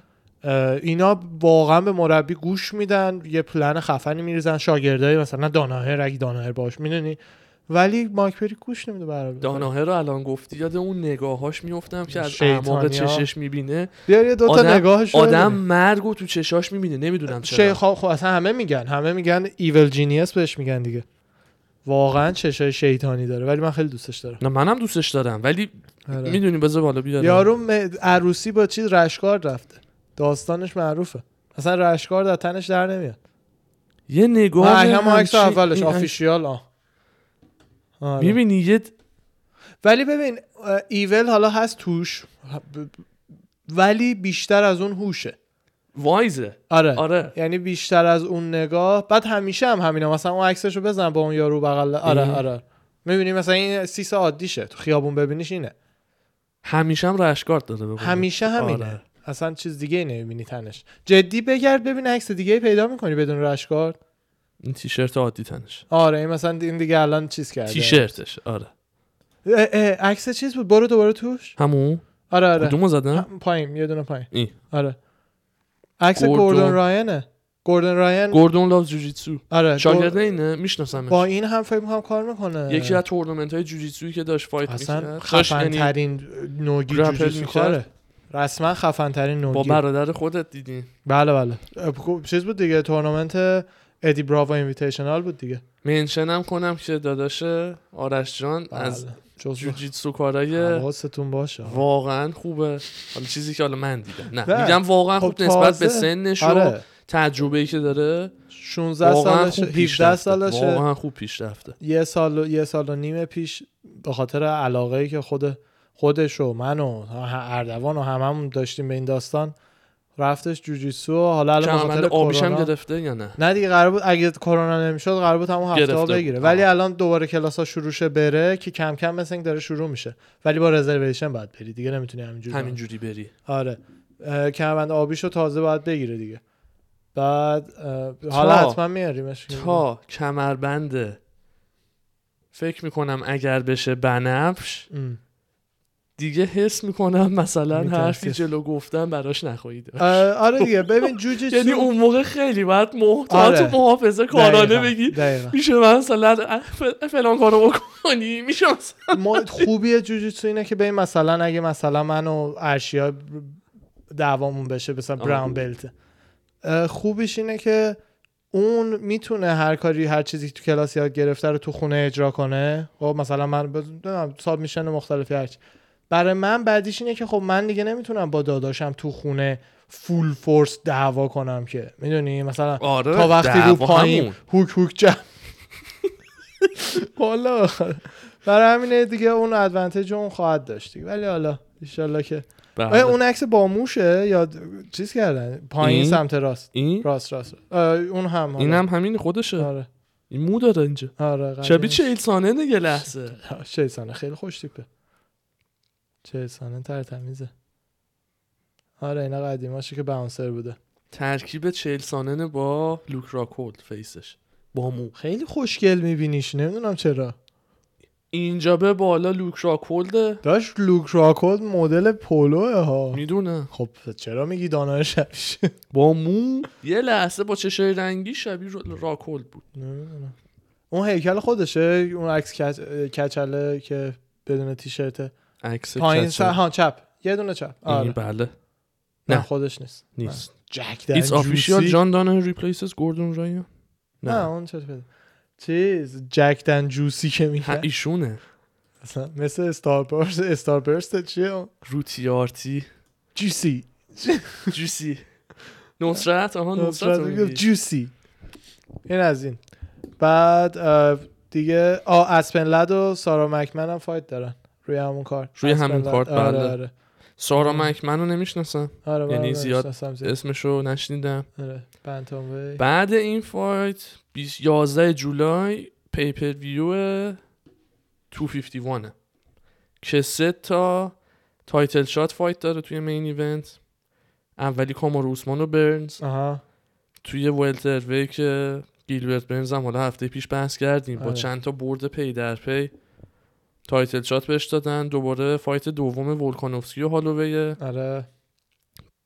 Speaker 1: اه، اینا واقعا به مربی گوش میدن یه پلن خفنی میریزن شاگردای مثلا داناهر اگه داناهر باش میدونی ولی مایک پری گوش نمیده برای
Speaker 2: داناهه رو الان گفتی یاد اون نگاهاش میفتم که از
Speaker 1: شیطانیا.
Speaker 2: اعماق چشش میبینه
Speaker 1: بیار یه دوتا
Speaker 2: آدم-
Speaker 1: نگاهش رو
Speaker 2: آدم
Speaker 1: ببین.
Speaker 2: مرگ رو تو چشاش میبینه نمیدونم چرا
Speaker 1: شیخ خب خب اصلا همه میگن همه میگن ایول جینیس بهش میگن دیگه واقعا چشای شیطانی داره ولی من خیلی دوستش دارم
Speaker 2: نه منم دوستش دارم ولی
Speaker 1: آره.
Speaker 2: میدونی بذار بالا بیارم
Speaker 1: یارو م- عروسی با چیز رشکار رفته داستانش معروفه اصلا رشکار در تنش در نمیاد
Speaker 2: یه نگاه
Speaker 1: آه، هم عکس
Speaker 2: همچین-
Speaker 1: اولش
Speaker 2: این-
Speaker 1: آفیشیال آه. آره.
Speaker 2: میبینی یه
Speaker 1: ولی ببین اه، ایول حالا هست توش ب- ب- ولی بیشتر از اون هوشه
Speaker 2: وایزه
Speaker 1: آره.
Speaker 2: آره
Speaker 1: یعنی بیشتر از اون نگاه بعد همیشه هم همینا مثلا اون عکسش رو بزن با اون یارو بغل آره
Speaker 2: اه.
Speaker 1: آره میبینی مثلا این سیس عادیشه تو خیابون ببینیش اینه
Speaker 2: آره. همیشه هم رشگارد داره ببینه.
Speaker 1: همیشه همینه
Speaker 2: آره.
Speaker 1: اصلا چیز دیگه نمیبینی تنش جدی بگرد ببین عکس دیگه پیدا میکنی بدون رشکار
Speaker 2: این تیشرت عادی تنش
Speaker 1: آره این مثلا این دیگه الان چیز کرده
Speaker 2: تیشرتش آره
Speaker 1: اه، اه، عکس چیز بود برو دوباره توش
Speaker 2: همون
Speaker 1: آره آره
Speaker 2: کدومو زدم
Speaker 1: هم- پایین یه دونه پایین
Speaker 2: این.
Speaker 1: آره عکس
Speaker 2: گوردون.
Speaker 1: گوردون راینه گوردون راین
Speaker 2: گوردون لاف جوجیتسو
Speaker 1: آره
Speaker 2: شاگرد
Speaker 1: گور-
Speaker 2: اینه
Speaker 1: با
Speaker 2: میشناسمش
Speaker 1: این هم فکر میکنم کار میکنه
Speaker 2: یکی از تورنمنت های جوجیتسویی که داشت فایت
Speaker 1: اصلا
Speaker 2: میکرد یعنی
Speaker 1: خفن ترین نوگی
Speaker 2: گرپل
Speaker 1: جوجیتسو آره.
Speaker 2: می‌کرد.
Speaker 1: کاره رسما خفن ترین
Speaker 2: با
Speaker 1: نوگی
Speaker 2: برادر خودت دیدی
Speaker 1: بله بله اه، خب، چیز بود دیگه تورنمنت ادی براوا اینویتیشنال بود دیگه
Speaker 2: منشنم کنم که داداش آرش جان از
Speaker 1: بله. جزو
Speaker 2: جوجیتسو کارای
Speaker 1: حواستون باشه
Speaker 2: واقعا خوبه حالا چیزی که حالا من دیدم
Speaker 1: نه.
Speaker 2: نه میگم واقعا
Speaker 1: خب
Speaker 2: خوب نسبت
Speaker 1: تازه.
Speaker 2: به سنش و
Speaker 1: آره
Speaker 2: تجربه ای که داره
Speaker 1: 16
Speaker 2: واقعا
Speaker 1: سالشه
Speaker 2: خوب
Speaker 1: 17
Speaker 2: پیش رفته
Speaker 1: سالشه
Speaker 2: واقعا خوب پیش رفته
Speaker 1: یه سال و یه سال و نیم پیش به خاطر علاقه ای که خود خودش و من و ه- اردوان و هممون داشتیم به این داستان رفتش جوجیتسو و حالا الان به
Speaker 2: کمربند
Speaker 1: خاطر
Speaker 2: آبیش هم
Speaker 1: کرونا
Speaker 2: گرفته یا نه
Speaker 1: نه دیگه قرار بود اگه کرونا نمیشد قرار بود همون هفته ها
Speaker 2: گرفته بود.
Speaker 1: بگیره ولی
Speaker 2: آها.
Speaker 1: الان دوباره کلاس ها شروع شه بره که کم کم مثل اینکه داره شروع میشه ولی با رزرویشن باید بری دیگه نمیتونی همینجوری
Speaker 2: همین جوری بری
Speaker 1: آره اه، کمربند آبیشو تازه باید بگیره دیگه بعد اه، حالا
Speaker 2: تا-
Speaker 1: حتما میاریمش
Speaker 2: تا کمربند فکر میکنم اگر بشه بنفش
Speaker 1: ام.
Speaker 2: دیگه حس میکنم مثلا
Speaker 1: می‌ترسه.
Speaker 2: حرفی جلو گفتن براش نخواهی داشت
Speaker 1: آه، آره دیگه ببین جوجیتسو
Speaker 2: <laughs> یعنی اون موقع خیلی باید محتاط
Speaker 1: آره.
Speaker 2: و محافظه کارانه
Speaker 1: دقیقاً،
Speaker 2: بگی
Speaker 1: دقیقاً.
Speaker 2: میشه مثلا ف- فلان کارو بکنی میشه مثلا
Speaker 1: ما خوبیه جوجیتسو اینه که ببین مثلا اگه مثلا من و ارشیا دعوامون بشه مثلا
Speaker 2: آه.
Speaker 1: براون بلت اه، خوبیش اینه که اون میتونه هر کاری هر چیزی که تو کلاس یاد گرفته رو تو خونه اجرا کنه خب مثلا من نمیدونم ساب میشن مختلفی هرچی برای من بعدیش اینه که خب من دیگه نمیتونم با داداشم تو خونه فول فورس دعوا کنم که میدونی مثلا
Speaker 2: آره
Speaker 1: تا وقتی رو
Speaker 2: دعوا
Speaker 1: پایین
Speaker 2: همون.
Speaker 1: هوک هوک جمع والا برای همینه دیگه اون ادوانتج اون خواهد داشت دیگه. ولی حالا ایشالله که
Speaker 2: بله.
Speaker 1: آیا اون عکس با موشه یا د- چیز کردن پایین
Speaker 2: این؟
Speaker 1: سمت راست
Speaker 2: این
Speaker 1: راست راست آه، اون هم حالا.
Speaker 2: اینم همین خودشه
Speaker 1: آره
Speaker 2: این مو داره اینجا
Speaker 1: آره قدیم.
Speaker 2: شبیه چهل سانه یه لحظه
Speaker 1: آه، شیطانه خیلی خوش تیپه شیطانه ترتمیزه آره اینا قدیماشه که باونسر بوده
Speaker 2: ترکیب چهل سانن با لوک راکول فیسش با مو
Speaker 1: خیلی خوشگل میبینیش نمیدونم چرا
Speaker 2: اینجا به بالا لوک راکولده
Speaker 1: داشت لوک راکود مدل پولوه ها
Speaker 2: میدونه
Speaker 1: خب چرا میگی دانای شبش
Speaker 2: با مو یه لحظه با چشای رنگی شبیه را- راکول بود
Speaker 1: نمیدونم <laughs> اون هیکل خودشه اون عکس کچ... کچله که بدون تیشرته
Speaker 2: عکس
Speaker 1: پایین
Speaker 2: کچل.
Speaker 1: سر ها چپ یه دونه چپ
Speaker 2: این
Speaker 1: آره
Speaker 2: بله
Speaker 1: نه
Speaker 2: نه.
Speaker 1: خودش نیست
Speaker 2: نیست
Speaker 1: نه. جک
Speaker 2: ایتس
Speaker 1: دنیل
Speaker 2: آفیشیال
Speaker 1: جوسی.
Speaker 2: جان دانن ریپلیسز گوردون رایان
Speaker 1: نه
Speaker 2: نه
Speaker 1: اون چه بده چیز جک دن جوسی که
Speaker 2: ها،
Speaker 1: میگن
Speaker 2: ایشونه
Speaker 1: اصلا مثل استار برست استار برست چیه اون؟
Speaker 2: روتی آرتی
Speaker 1: جوسی
Speaker 2: جوسی <laughs> نصرت آها نصرت رو میگی.
Speaker 1: جوسی این از این بعد اه، دیگه آ اسپن لد و سارا مکمن هم فایت دارن روی همون کارت
Speaker 2: روی
Speaker 1: اسپن
Speaker 2: همون
Speaker 1: لد-
Speaker 2: کارت،
Speaker 1: آره
Speaker 2: بله.
Speaker 1: آره
Speaker 2: سارا مکمن رو نمیشناسم
Speaker 1: آره
Speaker 2: یعنی
Speaker 1: یعنی
Speaker 2: زیاد
Speaker 1: زیاد
Speaker 2: اسمش رو نشنیدم
Speaker 1: آره بنتام وی.
Speaker 2: بعد این فایت 20 11 جولای پیپر ویو 251 -ه. که سه تا تایتل شات فایت داره توی مین ایونت اولی کامارو اوسمان و برنز
Speaker 1: آها
Speaker 2: توی ولتر وی که گیلبرت برنز هم حالا هفته پیش بحث کردیم با
Speaker 1: آره.
Speaker 2: چند تا برد پی در پی تایتل شات بهش دادن دوباره فایت دوم ولکانوفسکی و هالوویه
Speaker 1: آره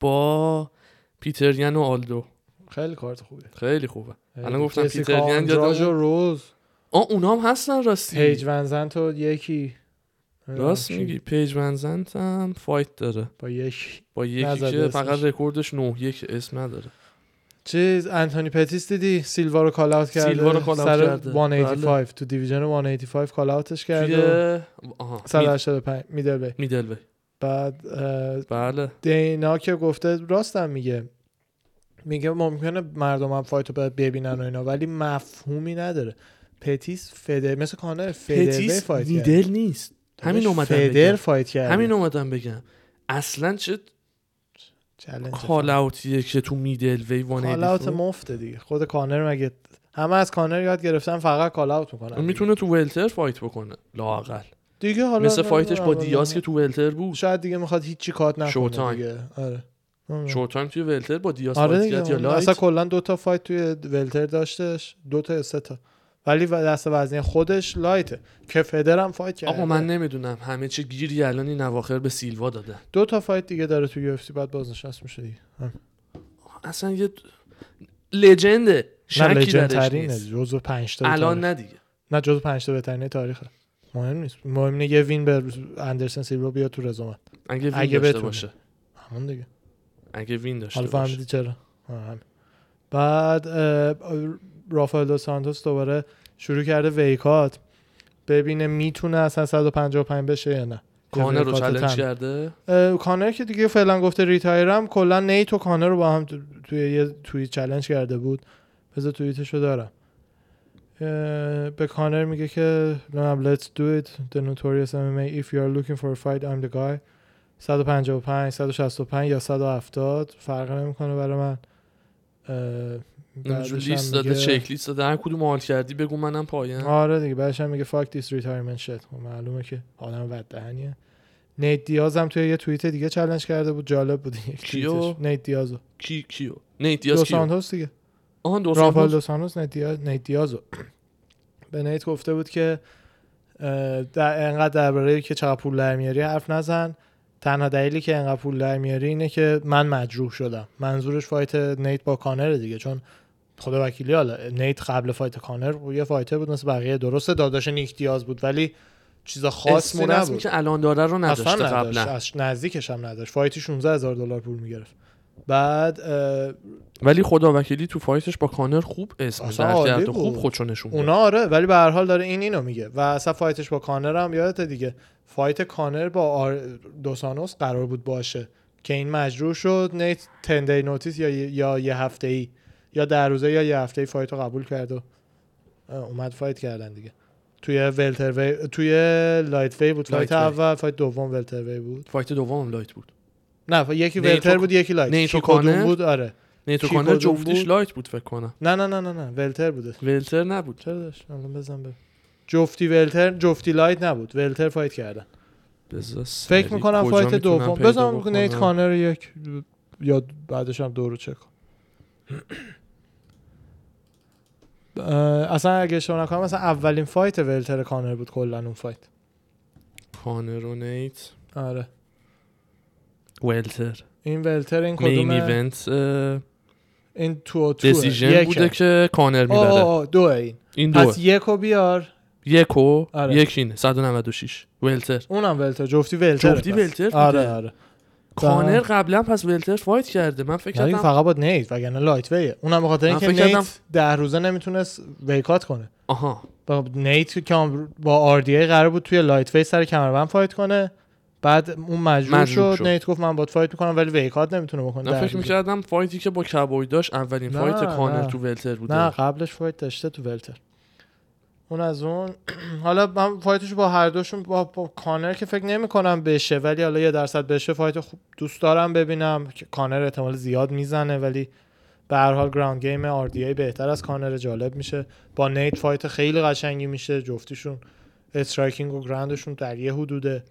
Speaker 2: با پیتریان و آلدو
Speaker 1: خیلی کارت خوبه
Speaker 2: خیلی خوبه الان گفتم
Speaker 1: جسیکا
Speaker 2: پیتر یان یادم
Speaker 1: آندراژ و
Speaker 2: اون-
Speaker 1: روز
Speaker 2: آ اونا هم هستن راستی
Speaker 1: پیج ونزن تو یکی
Speaker 2: راست
Speaker 1: کی؟
Speaker 2: میگی پیج ونزنت هم فایت داره
Speaker 1: با یکی
Speaker 2: با
Speaker 1: نزده
Speaker 2: یکی که فقط
Speaker 1: اسمش.
Speaker 2: رکوردش نه یک اسم نداره
Speaker 1: چیز انتونی پتیس دیدی سیلوا رو کال اوت کرده
Speaker 2: سیلوا رو کال اوت
Speaker 1: سر
Speaker 2: کرده. بله.
Speaker 1: 185 تو دیویژن 185 کال اوتش
Speaker 2: توی
Speaker 1: کرده یعنی و
Speaker 2: آها
Speaker 1: 185 میدل بی
Speaker 2: میدل وی
Speaker 1: بعد اه،
Speaker 2: بله
Speaker 1: دینا که گفته راستم میگه میگه ممکنه مردم هم فایت رو باید ببینن و اینا ولی مفهومی نداره پتیس فدر مثل کانر فدر
Speaker 2: پتیس
Speaker 1: فایت کرد
Speaker 2: میدل نیست همین اومدم
Speaker 1: فدر
Speaker 2: بگم
Speaker 1: فایت کرد
Speaker 2: همین اومدم بگم اصلا چه کال اوتیه که تو میدل وی
Speaker 1: کال اوت
Speaker 2: 185
Speaker 1: مفته دیگه خود کانر مگه همه از کانر یاد گرفتن فقط کال اوت میکنن دیگه.
Speaker 2: میتونه تو ولتر فایت بکنه لاقل
Speaker 1: دیگه حالا
Speaker 2: مثل فایتش با
Speaker 1: نمی‌دونم.
Speaker 2: دیاز که تو ولتر بود
Speaker 1: شاید دیگه میخواد هیچی کات نکنه
Speaker 2: شو تایم.
Speaker 1: دیگه آره نمی‌دونم.
Speaker 2: شورت تایم توی ولتر با دیاز
Speaker 1: آره
Speaker 2: فایت
Speaker 1: دیگه
Speaker 2: کرد یا
Speaker 1: اون
Speaker 2: لایت
Speaker 1: اصلا کلا دو تا فایت توی ولتر داشتش دو تا یا سه تا ولی و- دست وزنی خودش لایته که فدر هم فایت کرده
Speaker 2: آقا من نمیدونم همه چه گیری الان این اواخر به سیلوا دادن
Speaker 1: دو تا فایت دیگه داره توی UFC بعد بازنشست میشه دیگه هم.
Speaker 2: اصلا یه لجنده
Speaker 1: نه
Speaker 2: شکی
Speaker 1: لژند
Speaker 2: درش
Speaker 1: ترینه
Speaker 2: نیست
Speaker 1: جزو 5 تا
Speaker 2: الان
Speaker 1: الان
Speaker 2: نه دیگه
Speaker 1: نه جزو 5 تا بهترین تاریخه مهم نیست مهم اینه یه وین به اندرسن سیلوا بیاد تو رزومه
Speaker 2: اگه وین
Speaker 1: اگه
Speaker 2: داشته
Speaker 1: بتونه.
Speaker 2: باشه
Speaker 1: همون دیگه
Speaker 2: اگه وین داشته
Speaker 1: حالا
Speaker 2: باشه
Speaker 1: فهمیدی چرا آه، همین. بعد اه، رافائل دو سانتوس دوباره شروع کرده ویکات ببینه میتونه اصلا 155 بشه یا نه یه
Speaker 2: کانر رو
Speaker 1: ویکات
Speaker 2: چالش
Speaker 1: تن.
Speaker 2: کرده
Speaker 1: اه، کانر که دیگه فعلا گفته ریتایرم کلا نیت و کانر رو با هم تو- توی یه توی چلنج کرده بود بذار توییتش رو دارم اه، به کانر میگه که نمیدونم let's do it the notorious MMA if you are looking for a fight I'm the guy 155 165 یا 170 فرق نمیکنه برای من اه،
Speaker 2: اینجور
Speaker 1: بعدش هم
Speaker 2: لیست داده
Speaker 1: میگه-
Speaker 2: چک لیست داده هر کدوم حال کردی بگو منم پایین
Speaker 1: آره دیگه بعدش هم میگه fuck this retirement shit خب معلومه که آدم بد دهنیه نیت دیاز هم توی یه توییت دیگه چالش کرده بود جالب بود یک
Speaker 2: کیو؟
Speaker 1: توییتش. نیت دیازو
Speaker 2: کی کیو نیت
Speaker 1: دو
Speaker 2: دیاز کیو
Speaker 1: سانتوس دیگه
Speaker 2: آها دو
Speaker 1: رافال
Speaker 2: سانتوس
Speaker 1: <clears throat> دو سانتوس نیت, دیا... نیت دیازو به نیت گفته بود که اه، در انقدر درباره که چقدر پول در میاری حرف نزن تنها دلیلی که انقدر پول در میاری اینه که من مجروح شدم منظورش فایت نیت با کانر دیگه چون خدا وکیلی حالا نیت قبل فایت کانر بود، یه فایتر بود مثل بقیه درسته داداش نیک دیاز بود ولی چیز خاصی
Speaker 2: اسم و رسمی
Speaker 1: نبود
Speaker 2: که الان داره رو نداشته
Speaker 1: اصلا نداشت
Speaker 2: قبلا
Speaker 1: از نزدیکش هم نداشت فایتی 16 هزار دلار پول میگرفت بعد اه،
Speaker 2: ولی خدا وکیلی تو فایتش با کانر خوب اسم
Speaker 1: اصلا
Speaker 2: در
Speaker 1: عالی
Speaker 2: کرد و خوب
Speaker 1: بود.
Speaker 2: خودشو نشون داد.
Speaker 1: اونا آره ولی به هر حال داره این اینو میگه و اصلا فایتش با کانر هم یادت دیگه فایت کانر با آر... دوسانوس قرار بود باشه که این مجروح شد نیت 10 دی نوتیس یا یا یه هفته ای یا در روزه یا یه هفته ای فایت رو قبول کرد و اه، اومد فایت کردن دیگه توی ولتر وی... توی لایت وی بود فایت
Speaker 2: لایت وی.
Speaker 1: اول فایت دوم ولتر وی بود
Speaker 2: فایت دومم لایت بود
Speaker 1: نه ف- یکی
Speaker 2: نیت
Speaker 1: ولتر
Speaker 2: و-
Speaker 1: بود یکی لایت
Speaker 2: نیت و
Speaker 1: کی کدوم
Speaker 2: کانر؟
Speaker 1: بود آره
Speaker 2: نیتو
Speaker 1: کی
Speaker 2: کانر
Speaker 1: کدوم
Speaker 2: جفتش
Speaker 1: بود؟
Speaker 2: لایت بود فکر کنم
Speaker 1: نه نه نه نه نه ولتر بوده
Speaker 2: ولتر نبود
Speaker 1: چرا داشت الان بزن به جفتی ولتر جفتی لایت نبود ولتر فایت کردن
Speaker 2: بذار
Speaker 1: فکر
Speaker 2: سری
Speaker 1: میکنم
Speaker 2: کجا
Speaker 1: فایت
Speaker 2: میتونم
Speaker 1: دوم
Speaker 2: پیدا
Speaker 1: بزن
Speaker 2: بکنم.
Speaker 1: نیت کانر رو یک یا بعدش هم دو رو چک کن اه، اصلا اگه اشتباه نکنم اصلا اولین فایت ولتر کانر بود کلا اون فایت
Speaker 2: کانر و نیت
Speaker 1: آره
Speaker 2: ولتر
Speaker 1: این ولتر این
Speaker 2: مین
Speaker 1: کدوم
Speaker 2: ایونت اه،
Speaker 1: این تو تو
Speaker 2: دسیژن بوده که کانر میبره
Speaker 1: آه دو این
Speaker 2: این دو
Speaker 1: پس یکو بیار
Speaker 2: یکو
Speaker 1: آره. بله.
Speaker 2: یک اینه 196 ولتر
Speaker 1: اونم ولتر جفتی ولتر
Speaker 2: جفتی
Speaker 1: پس.
Speaker 2: ولتر بوده.
Speaker 1: آره آره
Speaker 2: کانر قبلا پس ولتر فایت کرده من فکر
Speaker 1: نه دیگه
Speaker 2: کردم
Speaker 1: فقط با نیت وگرنه لایت ویه اونم به خاطر
Speaker 2: من
Speaker 1: اینکه
Speaker 2: فکر کردم-
Speaker 1: نیت ده روزه نمیتونست ویکات کنه
Speaker 2: آها
Speaker 1: با نیت که کام- با آر دی قرار بود توی لایت وی سر کمربند فایت کنه بعد اون مجبور,
Speaker 2: مجبور
Speaker 1: شد.
Speaker 2: شد.
Speaker 1: نیت گفت من باید فایت میکنم ولی ویکات نمیتونه بکنه
Speaker 2: من
Speaker 1: ده
Speaker 2: فکر
Speaker 1: روزه.
Speaker 2: میکردم فایتی که با کبوی داشت اولین
Speaker 1: نه،
Speaker 2: فایت کانر
Speaker 1: نه.
Speaker 2: تو ولتر بوده
Speaker 1: نه قبلش فایت داشته تو ولتر اون از اون <clears throat> حالا من فایتش با هر دوشون با, با کانر که فکر نمی کنم بشه ولی حالا یه درصد بشه فایت خوب دوست دارم ببینم که کانر احتمال زیاد میزنه ولی به هر حال گراوند گیم آر بهتر از کانر جالب میشه با نیت فایت خیلی قشنگی میشه جفتیشون استرایکینگ و گراندشون در یه حدوده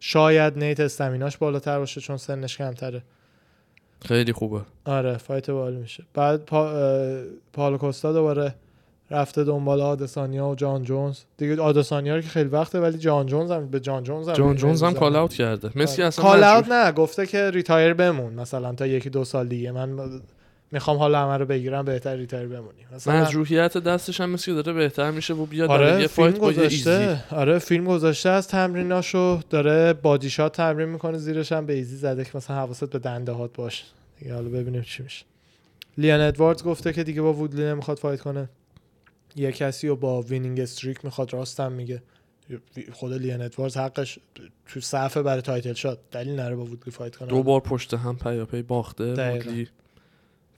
Speaker 1: شاید نیت استمیناش بالاتر باشه چون سنش کمتره
Speaker 2: خیلی خوبه
Speaker 1: آره فایت بال میشه بعد پا... اه، پاولو کوستا دوباره رفته دنبال آدسانیا و جان جونز دیگه آدسانیا رو که خیلی وقته ولی جان جونز هم به جان جونز هم
Speaker 2: جان جونز هم
Speaker 1: می‌زنه.
Speaker 2: کال اوت کرده مسی
Speaker 1: آره.
Speaker 2: اصلا
Speaker 1: کال
Speaker 2: مجروح.
Speaker 1: اوت نه گفته که ریتایر بمون مثلا تا یکی دو سال دیگه من میخوام حال همه رو بگیرم بهتر ریتایر بمونی مثلا
Speaker 2: مجروحیت دستش هم مثل که داره بهتر میشه و بیاد
Speaker 1: آره
Speaker 2: یه
Speaker 1: فیلم
Speaker 2: فایت با یه ایزی
Speaker 1: گذاشته آره فیلم گذاشته از تمریناشو داره بادیشات تمرین میکنه زیرش هم به ایزی زده که مثلا حواست به دنده هات باشه دیگه حالا ببینیم چی میشه لیان ادواردز گفته که دیگه با وودلی نمیخواد فایت کنه یه کسی رو با وینینگ استریک میخواد راستم میگه خود لیان ادواردز حقش تو صفحه برای تایتل شد دلیل نره با وودلی فایت کنه
Speaker 2: دو بار پشت هم پیاپی باخته
Speaker 1: دقیقاً.
Speaker 2: بودی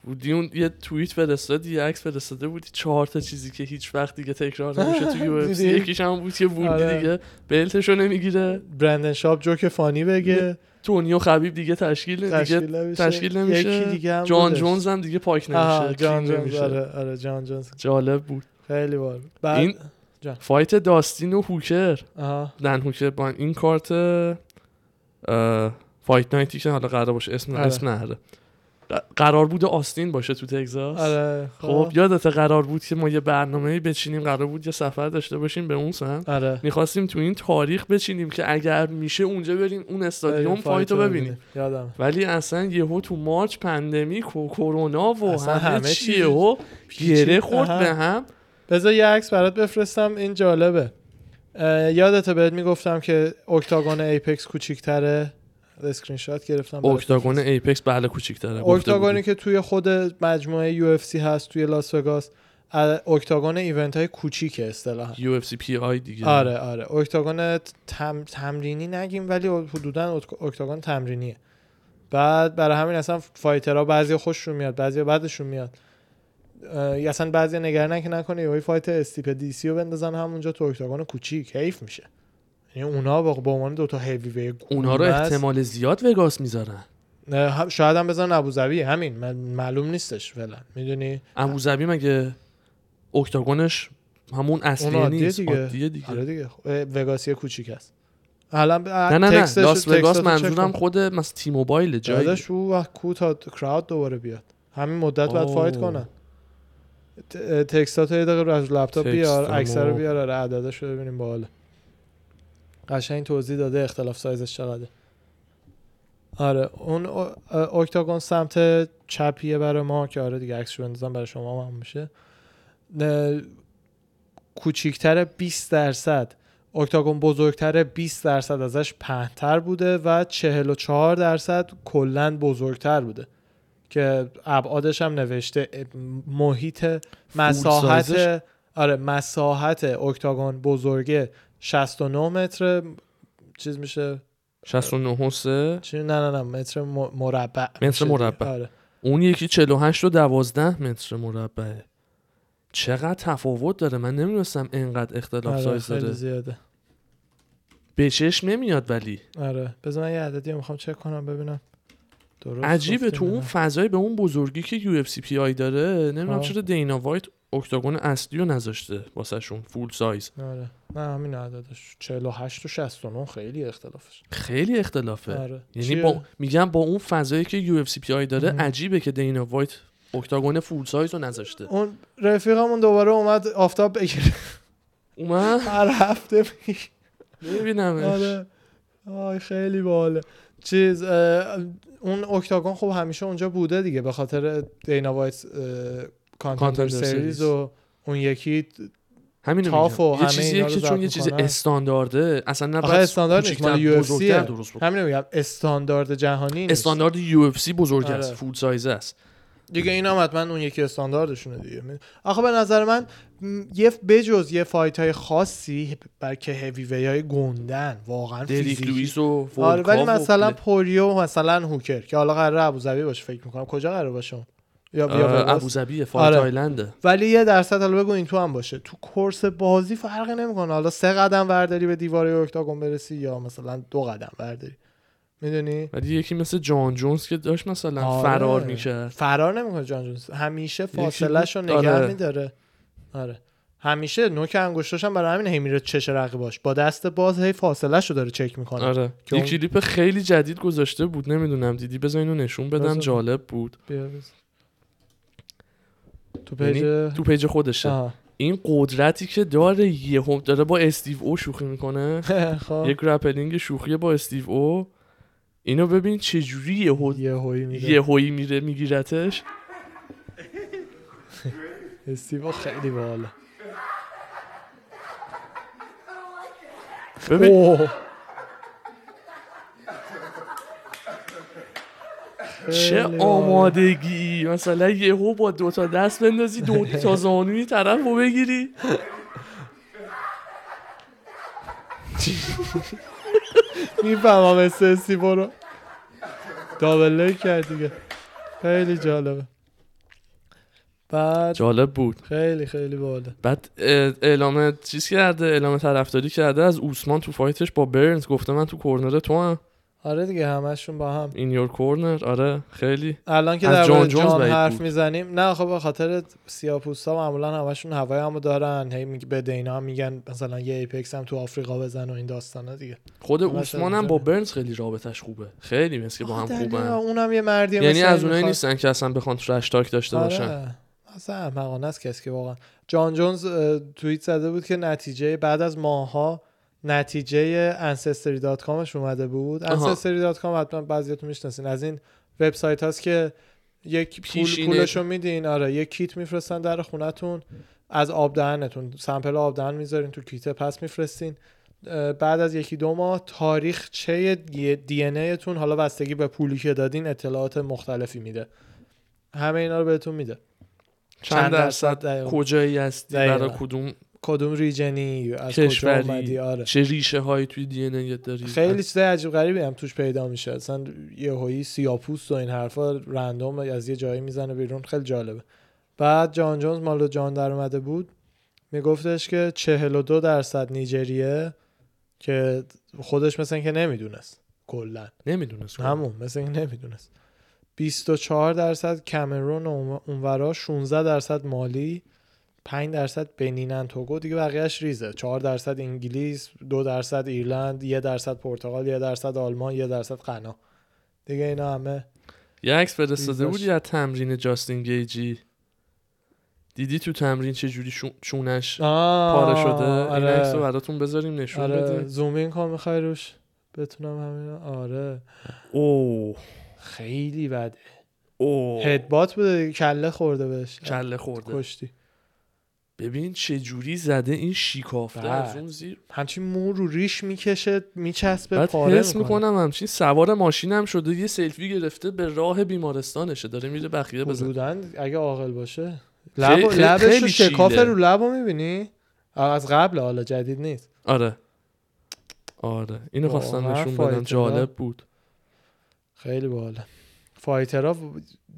Speaker 2: بودی اون یه توییت فرستاد یه عکس فرستاده بودی چهار تا چیزی که هیچ وقت دیگه تکرار نمیشه توی UFC
Speaker 1: <laughs> دیدی؟
Speaker 2: یکیش هم بود که وودی
Speaker 1: آره.
Speaker 2: دیگه بلتشو نمیگیره
Speaker 1: برندن شاپ جوک فانی بگه
Speaker 2: تونیو خبیب دیگه تشکیل دیگه
Speaker 1: تشکیل نمیشه
Speaker 2: تشکیل نمیشه.
Speaker 1: یکی دیگه هم
Speaker 2: جان
Speaker 1: بودش.
Speaker 2: جونز هم دیگه پاک
Speaker 1: آها،
Speaker 2: نمیشه
Speaker 1: جان
Speaker 2: کلین
Speaker 1: جونز
Speaker 2: نمیشه.
Speaker 1: آره آره جان جونز
Speaker 2: جالب بود
Speaker 1: خیلی بار بعد
Speaker 2: این- فایت داستین و هوکر
Speaker 1: آها
Speaker 2: دن هوکر با این کارت اه، فایت نایتی که حالا قرار باشه اسم
Speaker 1: آره.
Speaker 2: اسم نهره ق- قرار بود آستین باشه تو تگزاس
Speaker 1: آره
Speaker 2: خب یادت قرار بود که ما یه برنامه بچینیم قرار بود یه سفر داشته باشیم به اون سمت
Speaker 1: آره
Speaker 2: میخواستیم تو این تاریخ بچینیم که اگر میشه اونجا بریم اون استادیوم
Speaker 1: بریم
Speaker 2: فایت رو
Speaker 1: رو
Speaker 2: ببینیم
Speaker 1: یادم
Speaker 2: ولی اصلا یهو تو مارچ پندمیک و کرونا و
Speaker 1: اصلا
Speaker 2: همه,
Speaker 1: همه
Speaker 2: چی
Speaker 1: چیز
Speaker 2: یهو گره
Speaker 1: پیچید.
Speaker 2: خورد
Speaker 1: آها.
Speaker 2: به هم
Speaker 1: بذار یه عکس برات بفرستم این جالبه اه، یادته بهت میگفتم که اکتاگون ایپکس کوچیک‌تره اسکرین شات گرفتم برات
Speaker 2: اکتاگون ایپکس بله کوچیک‌تره گفته
Speaker 1: اکتاگونی
Speaker 2: بودی.
Speaker 1: که توی خود مجموعه یو اف سی هست توی لاس وگاس اه، اکتاگون ایونت های کوچیک اصطلاحا
Speaker 2: UFC PI دیگه
Speaker 1: آره آره اکتاگون تم... تمرینی نگیم ولی حدودا اک- اکتاگون تمرینیه بعد برای همین اصلا فایترها بعضی خوششون میاد بعضی بعدشون میاد اه، یا اصلا بعضی نگرانن که نکنه یه فایت استیپ دی سی رو بندازن همونجا تو اکتاگون کوچیک حیف میشه یعنی اونا با به عنوان دو تا هیوی وی
Speaker 2: اونا رو احتمال زیاد وگاس میذارن
Speaker 1: شاید هم بزن ابوظبی همین من- معلوم نیستش فعلا میدونی
Speaker 2: ابوظبی مگه اکتاگونش همون
Speaker 1: اون
Speaker 2: اصلی
Speaker 1: عادیه
Speaker 2: نیست
Speaker 1: دیگه
Speaker 2: عادیه دیگه
Speaker 1: آره دیگه خب، اه، وگاس یه کوچیک است الان
Speaker 2: نه نه
Speaker 1: تکستش-
Speaker 2: نه لاس
Speaker 1: تکستاتو
Speaker 2: وگاس
Speaker 1: چک
Speaker 2: منظورم
Speaker 1: کن. آره.
Speaker 2: خود مثلا تی موبایل جایی
Speaker 1: داداش او وقت کو تا کراود دوباره بیاد همین مدت باید
Speaker 2: آه.
Speaker 1: فایت کنن ت- تکستاتو یه دقیقه رو از لپتاپ بیار
Speaker 2: تکستمو.
Speaker 1: اکثر رو بیار آره عددش رو ببینیم بالا قشنگ توضیح داده اختلاف سایزش چقدره آره اون او- اوکتاگون سمت چپیه برای ما که آره دیگه عکسشو بندازم برای شما هم میشه نه، کوچیکتر 20 درصد اکتاگون بزرگتر 20 درصد ازش پهنتر بوده و 44 درصد کلا بزرگتر بوده که ابعادش هم نوشته محیط
Speaker 2: سایزش؟
Speaker 1: مساحت آره مساحت اکتاگون بزرگه 69 متر چیز میشه
Speaker 2: 69 و سه.
Speaker 1: چی نه نه نه متر م- مربع
Speaker 2: متر
Speaker 1: میشه دیگه.
Speaker 2: مربع.
Speaker 1: آره.
Speaker 2: اون یکی 48 و 12 متر مربعه چقدر تفاوت داره من نمیدونستم اینقدر اختلاف
Speaker 1: آره
Speaker 2: سایز
Speaker 1: خیلی
Speaker 2: داره
Speaker 1: زیاده
Speaker 2: به چشم نمیاد ولی
Speaker 1: آره بذار من یه عددی میخوام چک کنم ببینم درست
Speaker 2: عجیبه
Speaker 1: گفتیم
Speaker 2: تو
Speaker 1: یا
Speaker 2: اون
Speaker 1: نه.
Speaker 2: فضای به اون بزرگی که یو اف سی پی آی داره نمیدونم
Speaker 1: آه.
Speaker 2: چرا دینا وایت اکتاگون اصلی رو نذاشته واسه شون فول سایز
Speaker 1: آره نه همین عددش 48 و 69 خیلی اختلافش
Speaker 2: خیلی اختلافه
Speaker 1: آره
Speaker 2: یعنی
Speaker 1: چیه؟
Speaker 2: با میگم با اون فضایی که یو اف سی پی آی داره
Speaker 1: مهم.
Speaker 2: عجیبه که دینا وایت اکتاگون فول سایز رو نذاشته
Speaker 1: اون رفیقمون دوباره اومد آفتاب
Speaker 2: <laughs>
Speaker 1: بگیره
Speaker 2: اومد
Speaker 1: هر هفته
Speaker 2: آره.
Speaker 1: می-
Speaker 2: ببینمش
Speaker 1: آره آی خیلی باحاله چیز اه، اون اکتاگون خب همیشه اونجا بوده دیگه به خاطر دینا وایت کانتندر
Speaker 2: Contender
Speaker 1: سریز
Speaker 2: Series.
Speaker 1: و اون یکی
Speaker 2: همین
Speaker 1: تاف و
Speaker 2: یه
Speaker 1: همه
Speaker 2: چیزیه
Speaker 1: اینا رو
Speaker 2: که
Speaker 1: ضبط
Speaker 2: چون یه چیز
Speaker 1: می‌کنن.
Speaker 2: استاندارده اصلا نه
Speaker 1: آخه
Speaker 2: بس
Speaker 1: استاندارد نیست،
Speaker 2: کوچیک‌تر،
Speaker 1: مال UFC
Speaker 2: بزرگتر
Speaker 1: ه.
Speaker 2: درست بکن.
Speaker 1: همین میگم استاندارد جهانی نیست
Speaker 2: استاندارد یو اف سی بزرگ
Speaker 1: آره.
Speaker 2: است فول سایز است
Speaker 1: دیگه این هم حتما اون یکی استانداردشونه دیگه می- آخه به نظر من م، یه بجز یه فایت های خاصی بلکه هیوی وی های گندن واقعا
Speaker 2: دریک
Speaker 1: فیزیکی
Speaker 2: لوئیس و
Speaker 1: آره ولی
Speaker 2: ولکاو و
Speaker 1: مثلا
Speaker 2: پل-
Speaker 1: پوریو و مثلا هوکر که حالا قراره ابوظبی باشه فکر میکنم کجا قراره باشه اون؟ یا بیا
Speaker 2: آه،
Speaker 1: وگاس.
Speaker 2: ابوظبی فایت
Speaker 1: آره.
Speaker 2: آیلنده
Speaker 1: ولی یه درصد حالا بگو این تو هم باشه تو کورس بازی فرقی نمیکنه حالا سه قدم برداری به دیوار اوکتاگون برسی یا مثلا دو قدم برداری میدونی
Speaker 2: ولی یکی مثل جان جونز که داشت مثلا
Speaker 1: آره.
Speaker 2: فرار میکرد
Speaker 1: فرار نمیکنه جان جونز همیشه فاصلهش رو
Speaker 2: بود، آره.
Speaker 1: نگه میداره آره همیشه نوک انگشتاش هم برای همین هی میره چش رقیباش با دست باز هی فاصلهش رو داره چک میکنه
Speaker 2: آره
Speaker 1: که
Speaker 2: یه
Speaker 1: اون-
Speaker 2: کلیپ خیلی جدید گذاشته بود نمیدونم دیدی بذار اینو نشون بدم
Speaker 1: بذار.
Speaker 2: جالب بود
Speaker 1: آره. تو پیج
Speaker 2: یعنی تو پیج خودشه
Speaker 1: آها. <laughs>
Speaker 2: این قدرتی که داره یه هم داره با استیو او شوخی میکنه
Speaker 1: خب
Speaker 2: یه گرپلینگ شوخی با استیو او اینو ببین چجوری یه
Speaker 1: یه هوی میره
Speaker 2: یهویی میره میگیرتش
Speaker 1: استیو خیلی باحاله
Speaker 2: ببین
Speaker 1: اوه.
Speaker 2: چه
Speaker 1: خیلی باحاله.
Speaker 2: آمادگی مثلا یهو با دوتا دست بندازی دو
Speaker 1: <laughs>
Speaker 2: تا زانوی طرف رو بگیری
Speaker 1: میفهمم مثل استیو رو دابل لگ کرد دیگه خیلی جالبه بعد
Speaker 2: جالب بود
Speaker 1: خیلی خیلی باحاله
Speaker 2: بعد اه، اعلام چیز کرده اعلام طرفداری کرده از اوسمان تو فایتش با برنز گفته من تو کورنر تو هم
Speaker 1: آره دیگه همشون با هم
Speaker 2: این یور کورنر آره خیلی
Speaker 1: الان که
Speaker 2: از
Speaker 1: در
Speaker 2: جان
Speaker 1: جان,
Speaker 2: جونز
Speaker 1: جان
Speaker 2: بعید
Speaker 1: حرف
Speaker 2: بود.
Speaker 1: میزنیم نه خب به خاطر سیاپوستا معمولا همشون هوای همو دارن هی میگه به دینا هم میگن مثلا یه ایپکس هم تو آفریقا بزن و این داستانا دیگه
Speaker 2: خود
Speaker 1: همش
Speaker 2: اوسمان
Speaker 1: از
Speaker 2: هم با
Speaker 1: اونجا.
Speaker 2: برنز خیلی رابطش خوبه خیلی مثل که با هم
Speaker 1: دلیل
Speaker 2: خوبن
Speaker 1: اونم یه مردی
Speaker 2: یعنی
Speaker 1: مثل
Speaker 2: از اونایی
Speaker 1: می‌خواد-
Speaker 2: نیستن که اصلا بخوان ترش تاک داشته باشن
Speaker 1: آره. اصلا احمقانه است کسی که واقعا جان جونز اه، توییت زده بود که نتیجه بعد از ماها نتیجه انسستری دات کامش اومده بود
Speaker 2: آها.
Speaker 1: انسستری دات کام حتما بعضیاتون میشناسین از این وبسایت هاست که یک پول
Speaker 2: پیشینه.
Speaker 1: پولشو میدین آره یک کیت میفرستن در خونتون از آب دهنتون سمپل آب دهن میذارین تو کیته پس میفرستین اه، بعد از یکی دو ماه تاریخچه دی ان ایتون حالا بستگی به پولی که دادین اطلاعات مختلفی میده همه اینا رو بهتون میده
Speaker 2: چند درصد
Speaker 1: دقیقاً؟
Speaker 2: کجایی هستی
Speaker 1: دقیقاً.
Speaker 2: برای کدوم
Speaker 1: کدوم ریجنی از کجا
Speaker 2: کشوری.
Speaker 1: اومدی آره
Speaker 2: چه ریشه هایی توی دی ان داری
Speaker 1: خیلی چیزای عجیب غریبی هم توش پیدا میشه اصلا یهویی سیاپوست و این حرفا رندوم از یه جایی میزنه بیرون خیلی جالبه بعد جان جونز مالو جان در اومده بود میگفتش که 42 درصد نیجریه که خودش مثل اینکه نمیدونست کلا
Speaker 2: نمیدونست
Speaker 1: همون مثل اینکه نمیدونست 24 درصد کامرون و اون- اونورا 16 درصد مالی 5 درصد بنینن توگو دیگه بقیهش ریزه 4 درصد انگلیس 2 درصد ایرلند 1 درصد پرتغال 1 درصد آلمان 1 درصد غنا دیگه اینا همه
Speaker 2: یه عکس فرستاده
Speaker 1: ریزش.
Speaker 2: بودی از تمرین جاستین گیجی دیدی تو تمرین چه جوری شو- چونش
Speaker 1: آه،
Speaker 2: پاره شده این عکس رو
Speaker 1: آره
Speaker 2: براتون بذاریم نشون
Speaker 1: آره
Speaker 2: بده
Speaker 1: زوم این کام می‌خوای روش بتونم همین آره
Speaker 2: او
Speaker 1: خیلی بده
Speaker 2: او
Speaker 1: هدبات بوده کله خورده بهش
Speaker 2: خب. کله خورده
Speaker 1: کشتی
Speaker 2: ببین چه جوری زده این شیکافته
Speaker 1: بله.
Speaker 2: از اون زیر
Speaker 1: همچین مو رو ریش میکشه میچسبه
Speaker 2: بعد
Speaker 1: پاره
Speaker 2: حس
Speaker 1: میکنه
Speaker 2: میکنم همچین سوار ماشینم شده یه سلفی گرفته به راه بیمارستانشه داره میره بخیه بزن
Speaker 1: حدوداً اگه عاقل باشه لب
Speaker 2: خیلی- خیلی-
Speaker 1: لبش رو
Speaker 2: خیلی
Speaker 1: شکاف
Speaker 2: چیله.
Speaker 1: رو لب رو میبینی از قبل حالا جدید نیست
Speaker 2: آره آره اینو
Speaker 1: واقعا
Speaker 2: خواستم نشون بدم
Speaker 1: فایده
Speaker 2: جالب بود
Speaker 1: خیلی باحاله فایترها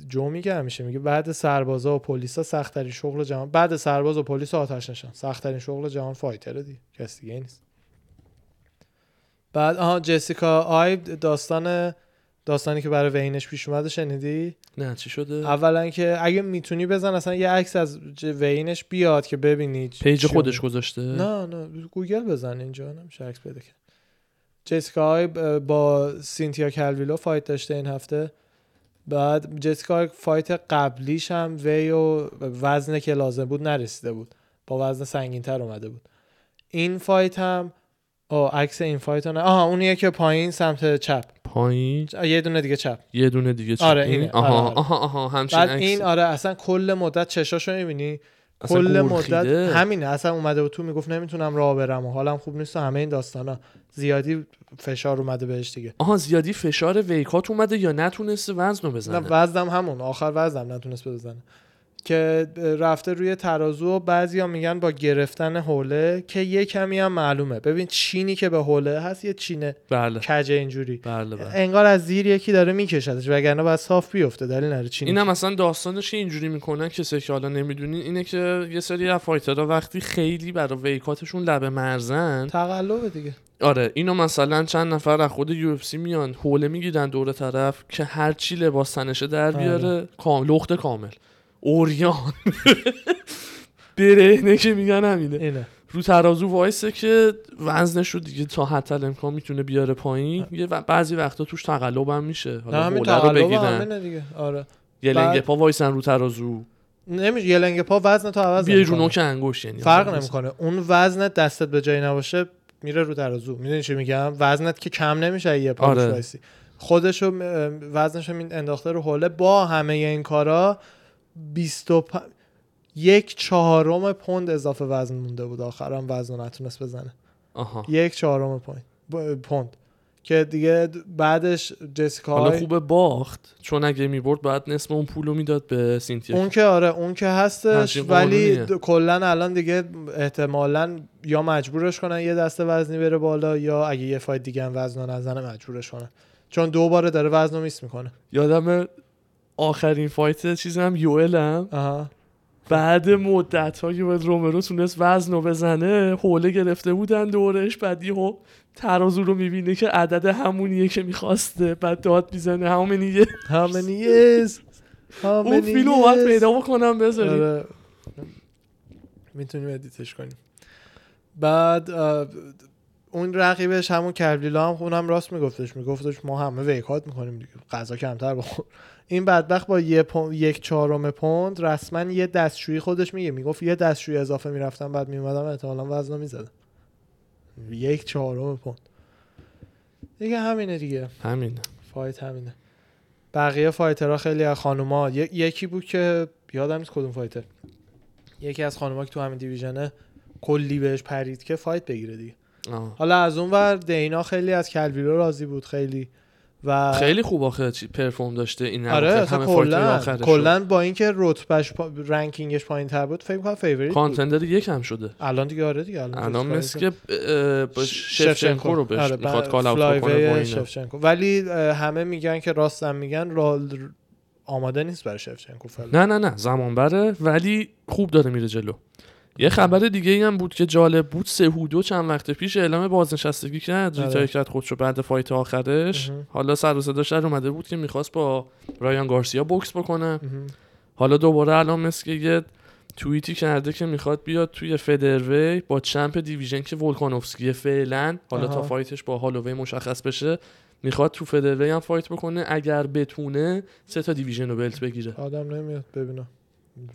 Speaker 1: جو میگه همیشه میگه بعد سربازا و پلیسا سخت ترین شغل جهان بعد سرباز و پلیس و آتش نشان سخت ترین شغل جهان فایتره دیگه کس دیگه نیست بعد آها جسیکا آیب داستان داستانی که برای وینش پیش اومده شنیدی
Speaker 2: نه چی شده
Speaker 1: اولا که اگه میتونی بزن اصلا یه عکس از ج- وینش بیاد که ببینی چ-
Speaker 2: پیج
Speaker 1: چی
Speaker 2: خودش
Speaker 1: اومده.
Speaker 2: گذاشته
Speaker 1: نه نه گوگل بزن اینجا نمیشه عکس پیدا کرد جسیکا آیب اه، با سینتیا کلویلو فایت داشته این هفته بعد جسیکا آیب فایت قبلیش هم وی و وزن که لازم بود نرسیده بود با وزن سنگینتر اومده بود این فایت هم آه، عکس این فایت هم نه. آها اونیه که پایین سمت چپ
Speaker 2: پایین
Speaker 1: یه دونه دیگه چپ
Speaker 2: یه دونه دیگه چی؟
Speaker 1: آره،
Speaker 2: این؟
Speaker 1: اینه.
Speaker 2: آها
Speaker 1: آره، آره.
Speaker 2: آها آها همچین
Speaker 1: بعد
Speaker 2: عکس
Speaker 1: این آره اصلا کل مدت چشاشو میبینی
Speaker 2: اصلا
Speaker 1: کل
Speaker 2: گرخیده.
Speaker 1: مدت همینه اصلا اومده و تو میگفت نمیتونم راه برم و حالم خوب نیست و همه این داستانا زیادی فشار اومده بهش دیگه
Speaker 2: آها زیادی فشار ویکات اومده یا نتونسته وزن رو
Speaker 1: نه
Speaker 2: بزنه
Speaker 1: وزنم همون آخر وزنم نتونست بزنه که رفته روی ترازو و بعضیا میگن با گرفتن حوله که یه کمی هم معلومه ببین چینی که به حوله هست یه چینه
Speaker 2: بله
Speaker 1: کجه اینجوری
Speaker 2: بله بله
Speaker 1: انگار از زیر یکی داره میکشدش وگرنه باید صاف بیفته دلیل نره چینی
Speaker 2: اینم اصلا داستانش که اینجوری میکنن کسی که حالا نمیدونین اینه که یه سری از فایترها وقتی خیلی برای ویکاتشون لبه مرزن
Speaker 1: تقلبه دیگه
Speaker 2: آره اینو مثلا چند نفر از خود یو میان حوله میگیرن دور طرف که هر چی لباس تنشه در
Speaker 1: بله.
Speaker 2: بیاره کام لخت کامل اوریان <laughs> برهنه که میگن همینه
Speaker 1: اینه
Speaker 2: رو ترازو وایسه که وزنش رو دیگه تا حتی الامکان میتونه بیاره پایین یه و- بعضی وقتا توش تقلب هم میشه
Speaker 1: نه
Speaker 2: حالا
Speaker 1: همین
Speaker 2: حوله رو
Speaker 1: تقلب
Speaker 2: بگیرن
Speaker 1: همینه دیگه آره
Speaker 2: یه
Speaker 1: بعد-
Speaker 2: لنگه پا وایسن رو ترازو
Speaker 1: نمیشه یه لنگ پا وزن تو عوض
Speaker 2: بیای رو
Speaker 1: نمی‌کنه.
Speaker 2: نوک انگوش یعنی
Speaker 1: فرق نمیکنه اون وزنت دستت به جایی نباشه میره رو ترازو میدونی چی میگم وزنت که کم نمیشه اگه یه پا
Speaker 2: آره.
Speaker 1: روش وایسی خودشو م- وزنشو می- انداخته رو حوله با همه این کارا 25 یک چهارم پوند اضافه وزن مونده بود آخرم وزن رو نتونست بزنه
Speaker 2: آها
Speaker 1: یک چهارم پوند ب- پوند که دیگه بعدش جسیکا
Speaker 2: حالا
Speaker 1: های-
Speaker 2: خوبه باخت چون اگه میبرد باید نصف اون پولو میداد به سینتیا
Speaker 1: اون که آره اون که هستش
Speaker 2: همچین
Speaker 1: ولی
Speaker 2: قانونیه.
Speaker 1: د- کلا الان دیگه احتمالا یا مجبورش کنن یه دسته وزنی بره بالا یا اگه یه فایت دیگه هم وزن رو نزنه مجبورش کنن چون دوباره داره وزن رو میس میکنه
Speaker 2: یادم آخرین فایت چیزم یوئلم
Speaker 1: آها
Speaker 2: بعد مدت ها که باید رومرو تونست وزن رو بزنه حوله گرفته بودن دورش بعد یهو ترازو رو میبینه که عدد همونیه که میخواسته بعد داد میزنه همونیه
Speaker 1: how many years how
Speaker 2: اون
Speaker 1: many
Speaker 2: فیلم رو باید
Speaker 1: years؟
Speaker 2: پیدا بکنم بذاریم
Speaker 1: آره. میتونیم ادیتش کنیم بعد اه، اون رقیبش همون کربلیلا هم اونم راست میگفتش میگفتش ما همه ویکات میکنیم دیگه غذا کمتر بخور این بدبخت با یه پون- یک چهارم پوند رسما یه دستشویی خودش میگه میگفت یه دستشویی اضافه میرفتم بعد میومدم احتمالا وزن میزدم یک چهارم پوند دیگه همینه دیگه
Speaker 2: همین
Speaker 1: فایت همینه بقیه فایترها خیلی از خانوما ی- یکی بود که یادم نیست کدوم فایتر یکی از خانوما که تو همین دیویژنه کلی بهش پرید که فایت بگیره دیگه
Speaker 2: آه.
Speaker 1: حالا از اون ور دینا خیلی از کلویلو راضی بود خیلی و
Speaker 2: خیلی خوب آخه چی پرفوم داشته این
Speaker 1: آره
Speaker 2: اواخر،
Speaker 1: اصلا
Speaker 2: همه فایت‌های
Speaker 1: کلا
Speaker 2: آخرش رو.
Speaker 1: کلا با اینکه رتبهش پا... رنکینگش پایین تر بود فکر کنم فیوریت بود
Speaker 2: کانتندر یکم شده
Speaker 1: الان دیگه آره دیگه الان,
Speaker 2: الان
Speaker 1: جزو
Speaker 2: مثل که اه، با شفچنکو
Speaker 1: شفچنکو.
Speaker 2: رو بهش
Speaker 1: آره،
Speaker 2: میخواد
Speaker 1: ب-
Speaker 2: کال اوت بکنه
Speaker 1: فلایوی
Speaker 2: با اینا.
Speaker 1: شفچنکو ولی اه، همه میگن که راستم میگن رال آماده نیست برای شفچنکو فعلا
Speaker 2: نه نه نه زمان بره ولی خوب داره میره جلو یه خبر دیگه ای هم بود که جالب بود سهودو چند وقت پیش اعلام بازنشستگی کرد
Speaker 1: آره.
Speaker 2: ریتای کرد خودشو بعد فایت آخرش
Speaker 1: مهم.
Speaker 2: حالا سر و صداش در اومده بود که میخواست با رایان گارسیا بوکس بکنه
Speaker 1: مهم.
Speaker 2: حالا دوباره الان مثل که یه توییتی کرده که میخواد بیاد توی فدروی با چمپ دیویژن که ولکانوفسکی فعلا حالا
Speaker 1: آها.
Speaker 2: تا فایتش با هالووی مشخص بشه میخواد تو فدروی هم فایت بکنه اگر بتونه سه تا دیویژن رو بلت بگیره
Speaker 1: آدم نمیاد ببینم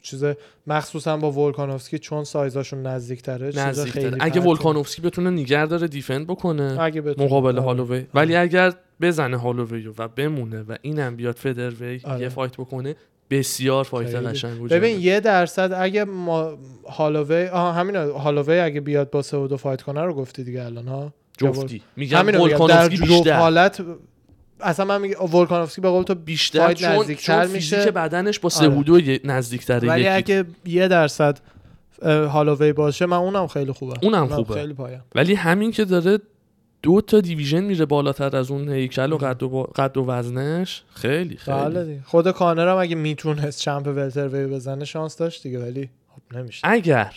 Speaker 1: چیز مخصوصا با ولکانوفسکی چون سایزاشون نزدیکتره چیز
Speaker 2: نزدیکتر
Speaker 1: خیلی
Speaker 2: اگه
Speaker 1: فرقی
Speaker 2: ولکانوفسکی بتونه نیگر داره دیفند بکنه
Speaker 1: اگه بتونه.
Speaker 2: مقابل
Speaker 1: آره.
Speaker 2: هالووی ولی اگر بزنه هالووی رو و بمونه و اینم بیاد فدروی
Speaker 1: آره.
Speaker 2: یه فایت بکنه بسیار فایت
Speaker 1: خیلی.
Speaker 2: قشنگ بود
Speaker 1: ببین یه درصد اگه ما هالووی آها همین هالووی اگه بیاد با سه و دو فایت کنه رو گفتی دیگه الان ها
Speaker 2: جفتی میگم
Speaker 1: همین رو میگم. در
Speaker 2: ولکانوفسکی
Speaker 1: جفت
Speaker 2: بیشتر
Speaker 1: حالت اصلا من میگم ولکانوفسکی به قول تو
Speaker 2: بیشتر
Speaker 1: فایت
Speaker 2: چون,
Speaker 1: نزدیکتر
Speaker 2: چون
Speaker 1: میشه.
Speaker 2: فیزیک بدنش با
Speaker 1: آره.
Speaker 2: سهودو آره. نزدیکتره
Speaker 1: ولی
Speaker 2: یکی
Speaker 1: اگه یه درصد اه، هالووی باشه من اونم خیلی خوبه
Speaker 2: اونم
Speaker 1: اونم
Speaker 2: خوبه.
Speaker 1: خب، خیلی پایم
Speaker 2: ولی همین که داره دو تا دیویژن میره بالاتر از اون هیکل و قد و, با- قد و وزنش خیلی خیلی
Speaker 1: بله دیگه. خود کانر هم اگه میتونست چمپ ولتر وی بزنه شانس داشت دیگه ولی خب نمیشه
Speaker 2: اگر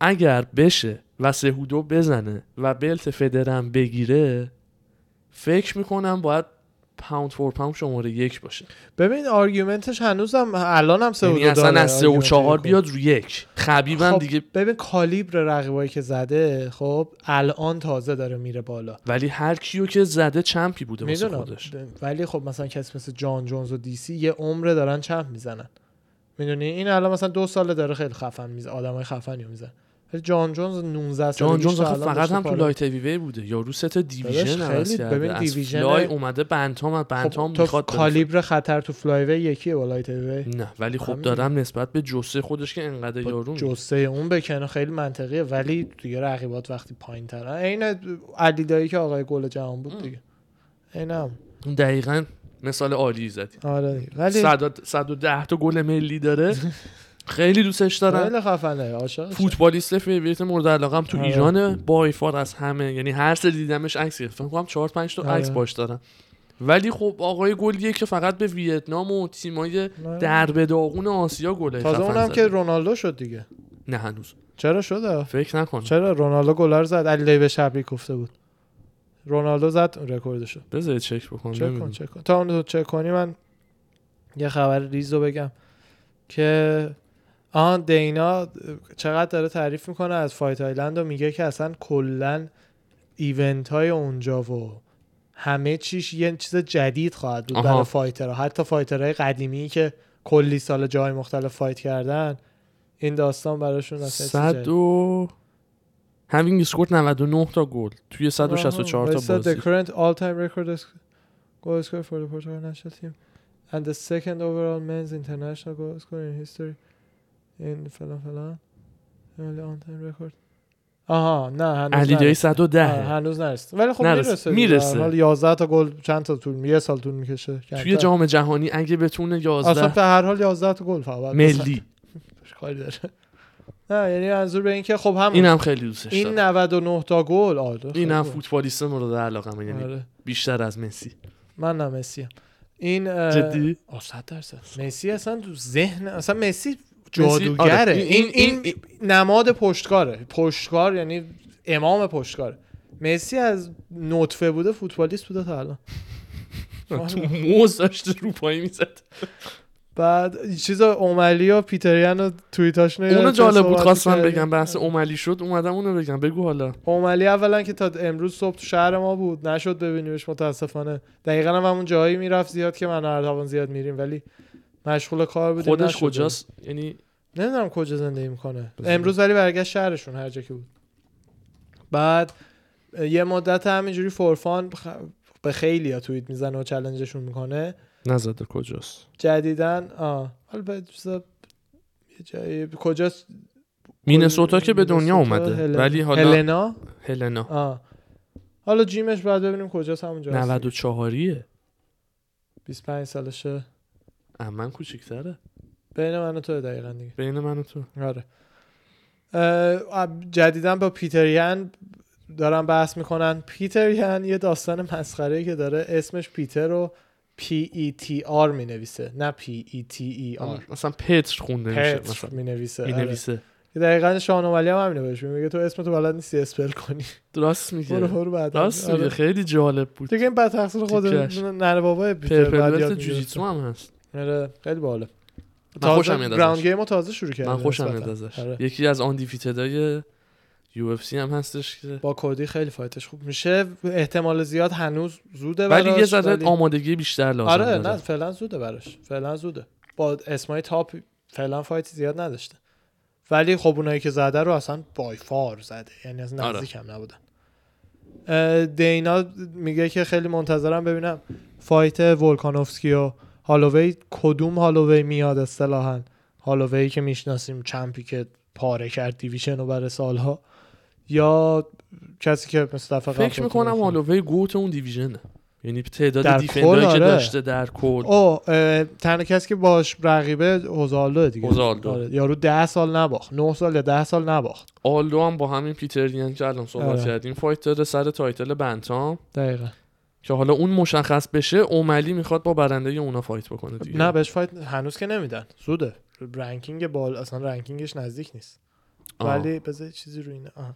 Speaker 2: اگر بشه و سهودو بزنه و بلت فدرم بگیره فکر میکنم باید پاوند فور پاوند شماره یک باشه
Speaker 1: ببین آرگومنتش هنوزم الان هم سه و
Speaker 2: یعنی
Speaker 1: دو
Speaker 2: اصلا
Speaker 1: داره،
Speaker 2: از سه و
Speaker 1: آرگومنت
Speaker 2: چهار
Speaker 1: یکو.
Speaker 2: بیاد رو یک خبیبم
Speaker 1: خب،
Speaker 2: دیگه
Speaker 1: ببین کالیبر رقیبایی که زده خب الان تازه داره میره بالا
Speaker 2: ولی هر کیو که زده چمپی بوده واسه
Speaker 1: میدونم
Speaker 2: خودش
Speaker 1: ب- ولی خب مثلا کسی مثل جان جونز و دیسی یه عمره دارن چمپ میزنن میدونی این الان مثلا دو ساله داره خیلی خفن میزنه آدمای خفنی میزنه ولی جان جونز 19 سالگیش
Speaker 2: جان جونز
Speaker 1: تا
Speaker 2: آخه
Speaker 1: الان
Speaker 2: فقط
Speaker 1: داشته
Speaker 2: هم تو
Speaker 1: پاره.
Speaker 2: لایت وی بوده یارو سه تا دیویژن
Speaker 1: داداش
Speaker 2: عوض
Speaker 1: خیلی-
Speaker 2: کرده
Speaker 1: ببین
Speaker 2: از
Speaker 1: دیویژن-
Speaker 2: فلای اومده بنتام از بنتام
Speaker 1: خب تو
Speaker 2: میخواد بره
Speaker 1: کالیبر خطر تو فلایوی یکیه با لایت وی
Speaker 2: فلای. نه ولی خب
Speaker 1: همین.
Speaker 2: دارم نسبت به جسه خودش که انقدر یارو می‌کنه.
Speaker 1: جسه اون بکنه خیلی منطقیه ولی دیگه رقیبات وقتی پایین ترن عین علیدایی که آقای گل جهان بود دیگه اینم
Speaker 2: دقیقا مثال عالی زدی
Speaker 1: آره دیگه. ولی
Speaker 2: 100 110 تا گل ملی داره خیلی دوستش دارم
Speaker 1: خیلی خفنه عاشقش.
Speaker 2: فوتبالیست فیوریت مورد علاقم تو
Speaker 1: آره.
Speaker 2: ایران با فار از همه یعنی هر سری دیدمش عکس گرفتم فکر کنم 4 5 تا
Speaker 1: آره.
Speaker 2: عکس باش دارم ولی خب آقای گلیه که فقط به ویتنام و تیمای
Speaker 1: آره.
Speaker 2: در به داغون آسیا گل
Speaker 1: تازه
Speaker 2: خفن
Speaker 1: اونم
Speaker 2: زده.
Speaker 1: که رونالدو شد دیگه
Speaker 2: نه هنوز
Speaker 1: چرا شده
Speaker 2: فکر نکنم
Speaker 1: چرا رونالدو گلر زد علی به شبری گفته بود رونالدو زد رکوردشو
Speaker 2: بذار چک بکنم
Speaker 1: چک
Speaker 2: نمی‌دونم.
Speaker 1: کن چک کن تا اون رو چک کنی من یه خبر ریز رو بگم که آن دینا چقدر داره تعریف میکنه از فایت آیلند و میگه که اصلا کلا ایونت های اونجا و همه چیش یه چیز جدید خواهد بود
Speaker 2: آها.
Speaker 1: برای فایترها حتی فایترهای قدیمی که کلی سال جای مختلف فایت کردن این داستان براشون اصلا چیز
Speaker 2: صد
Speaker 1: جدید.
Speaker 2: و همین اسکورت 99 تا گل توی 164
Speaker 1: آها.
Speaker 2: تا
Speaker 1: Wait, so
Speaker 2: بازی
Speaker 1: the current all-time record is goal scorer for the Portugal national team and the second overall men's international goal scorer in history in فلان فلان early all-time record آها نه هنوز
Speaker 2: علی دایی
Speaker 1: نرسید.
Speaker 2: 110
Speaker 1: آره، هنوز نرسید ولی خب
Speaker 2: نرسید.
Speaker 1: میرسه
Speaker 2: میرسه.
Speaker 1: حال 11 تا گل چند تا طول یه سال طول میکشه
Speaker 2: توی جام جهانی اگه بتونه
Speaker 1: اصلا
Speaker 2: 11
Speaker 1: به هر حال 11 تا گل فقط
Speaker 2: ملی
Speaker 1: کاری داره نه یعنی منظور به این که خب هم
Speaker 2: اینم خیلی دوستش
Speaker 1: این
Speaker 2: دارم
Speaker 1: 99 تا گل آره
Speaker 2: اینم
Speaker 1: خب.
Speaker 2: فوتبالیست مورد علاقمه یعنی
Speaker 1: آره.
Speaker 2: بیشتر از مسی
Speaker 1: من نه مسیم این اه،
Speaker 2: جدی
Speaker 1: آه، صد درصد مسی اصلا تو ذهن اصلا مسی
Speaker 2: آره،
Speaker 1: جادوگره
Speaker 2: این-
Speaker 1: این,
Speaker 2: این-
Speaker 1: این, نماد پشتکاره پشتکار یعنی امام پشتکاره مسی از نطفه بوده فوتبالیست بوده تا الان
Speaker 2: تو
Speaker 1: آره.
Speaker 2: موز داشته رو پای میزد
Speaker 1: بعد چیز اوملی و پیتریان و توییتاش
Speaker 2: اونو جالب بود خواستم بگم بحث اوملی شد اومدم اونو بگم بگو حالا
Speaker 1: اوملی اولا که تا امروز صبح تو شهر ما بود نشد ببینیمش متاسفانه دقیقا هم همون جایی میرفت زیاد که من و اردوان زیاد میریم ولی مشغول کار بودیم
Speaker 2: خودش
Speaker 1: نشد ببینیم.
Speaker 2: کجاست یعنی
Speaker 1: نمیدونم کجا زندگی میکنه
Speaker 2: بزن.
Speaker 1: امروز ولی برگشت شهرشون هر جا که بود بعد اه، یه مدت همینجوری فورفان بخ... به خیلی ها توییت میزنه و چلنجشون میکنه
Speaker 2: نزده کجاست
Speaker 1: جدیدن آه حالا به جز- یه جایی کجاست
Speaker 2: مینسوتا که به دنیا
Speaker 1: مینسوتا،
Speaker 2: اومده
Speaker 1: هلن-
Speaker 2: ولی حالا
Speaker 1: هلنا
Speaker 2: هلنا
Speaker 1: آه حالا جیمش باید ببینیم کجاست همونجا
Speaker 2: 94
Speaker 1: 25 سالشه
Speaker 2: من کوچیک‌تره
Speaker 1: بین من و تو دقیقا دیگه
Speaker 2: بین من و تو
Speaker 1: آره اه، جدیدن با پیتر یان دارن بحث میکنن پیتر یان یه داستان مسخره که داره اسمش پیتر رو E پی ای تی آر می نویسه نه E پی ای تی ای آر
Speaker 2: مثلا پتر خونده میشه آره، مثلا
Speaker 1: می نویسه
Speaker 2: می نویسه
Speaker 1: دقیقا شاهان ولی هم همینو بهش میگه تو اسم تو بلد نیستی اسپل
Speaker 2: <laughs>
Speaker 1: کنی
Speaker 2: درست
Speaker 1: برو آره.
Speaker 2: میگه
Speaker 1: برو بعد
Speaker 2: راست میگه خیلی جالب بود
Speaker 1: دیگه این بعد تقصیر خود
Speaker 2: تیکش.
Speaker 1: ننه بابای پیتر
Speaker 2: پرپل
Speaker 1: بعد
Speaker 2: بلت
Speaker 1: یاد
Speaker 2: جوجیتسو
Speaker 1: میگرفته.
Speaker 2: هم هست
Speaker 1: آره خیلی باحاله
Speaker 2: من خوشم
Speaker 1: تازه
Speaker 2: میاد
Speaker 1: گراوند
Speaker 2: ازش.
Speaker 1: گیم رو تازه شروع کرده
Speaker 2: من خوشم میاد
Speaker 1: نسبتاً.
Speaker 2: ازش
Speaker 1: آره.
Speaker 2: یکی از آن دیفیتدای یو اف سی هم هستش که
Speaker 1: با کردی خیلی فایتش خوب میشه احتمال زیاد هنوز زوده
Speaker 2: ولی یه
Speaker 1: براش،
Speaker 2: ذره
Speaker 1: ولی-
Speaker 2: آمادگی بیشتر لازم
Speaker 1: آره
Speaker 2: داره
Speaker 1: نه فعلا زوده براش فعلا زوده با اسمای تاپ فعلا فایت زیاد نداشته ولی خب اونایی که زده رو اصلا بای فار زده یعنی از
Speaker 2: آره.
Speaker 1: نزدیک هم نبودن اه، دینا میگه که خیلی منتظرم ببینم فایت ولکانوفسکی و هالووی کدوم هالووی میاد اصطلاحا هالووی که میشناسیم چمپی که پاره کرد دیویشن رو برای سالها یا کسی که مثل دفعه قبل
Speaker 2: فکر میکنم
Speaker 1: بتونه-
Speaker 2: هالووی گوت اون دیویژنه یعنی تعداد
Speaker 1: در
Speaker 2: دیفندایی
Speaker 1: کل،
Speaker 2: که
Speaker 1: آره.
Speaker 2: داشته در کل
Speaker 1: او اه، تنها کسی که باش رقیبه اوزالدو دیگه
Speaker 2: اوزالدو.
Speaker 1: آره، یارو ده سال نباخت نه سال یا ده سال نباخت
Speaker 2: آلدو هم با همین پیتر دیان که الان صحبت
Speaker 1: آره.
Speaker 2: کردیم فایت داره سر تایتل بنتام
Speaker 1: دقیقا
Speaker 2: که حالا اون مشخص بشه اوملی میخواد با برنده اونا فایت بکنه دیگه
Speaker 1: نه بهش فایت هنوز که نمیدن زوده رنکینگ بال اصلا رنکینگش نزدیک نیست
Speaker 2: آه.
Speaker 1: ولی بذار یه چیزی رو اینه آه.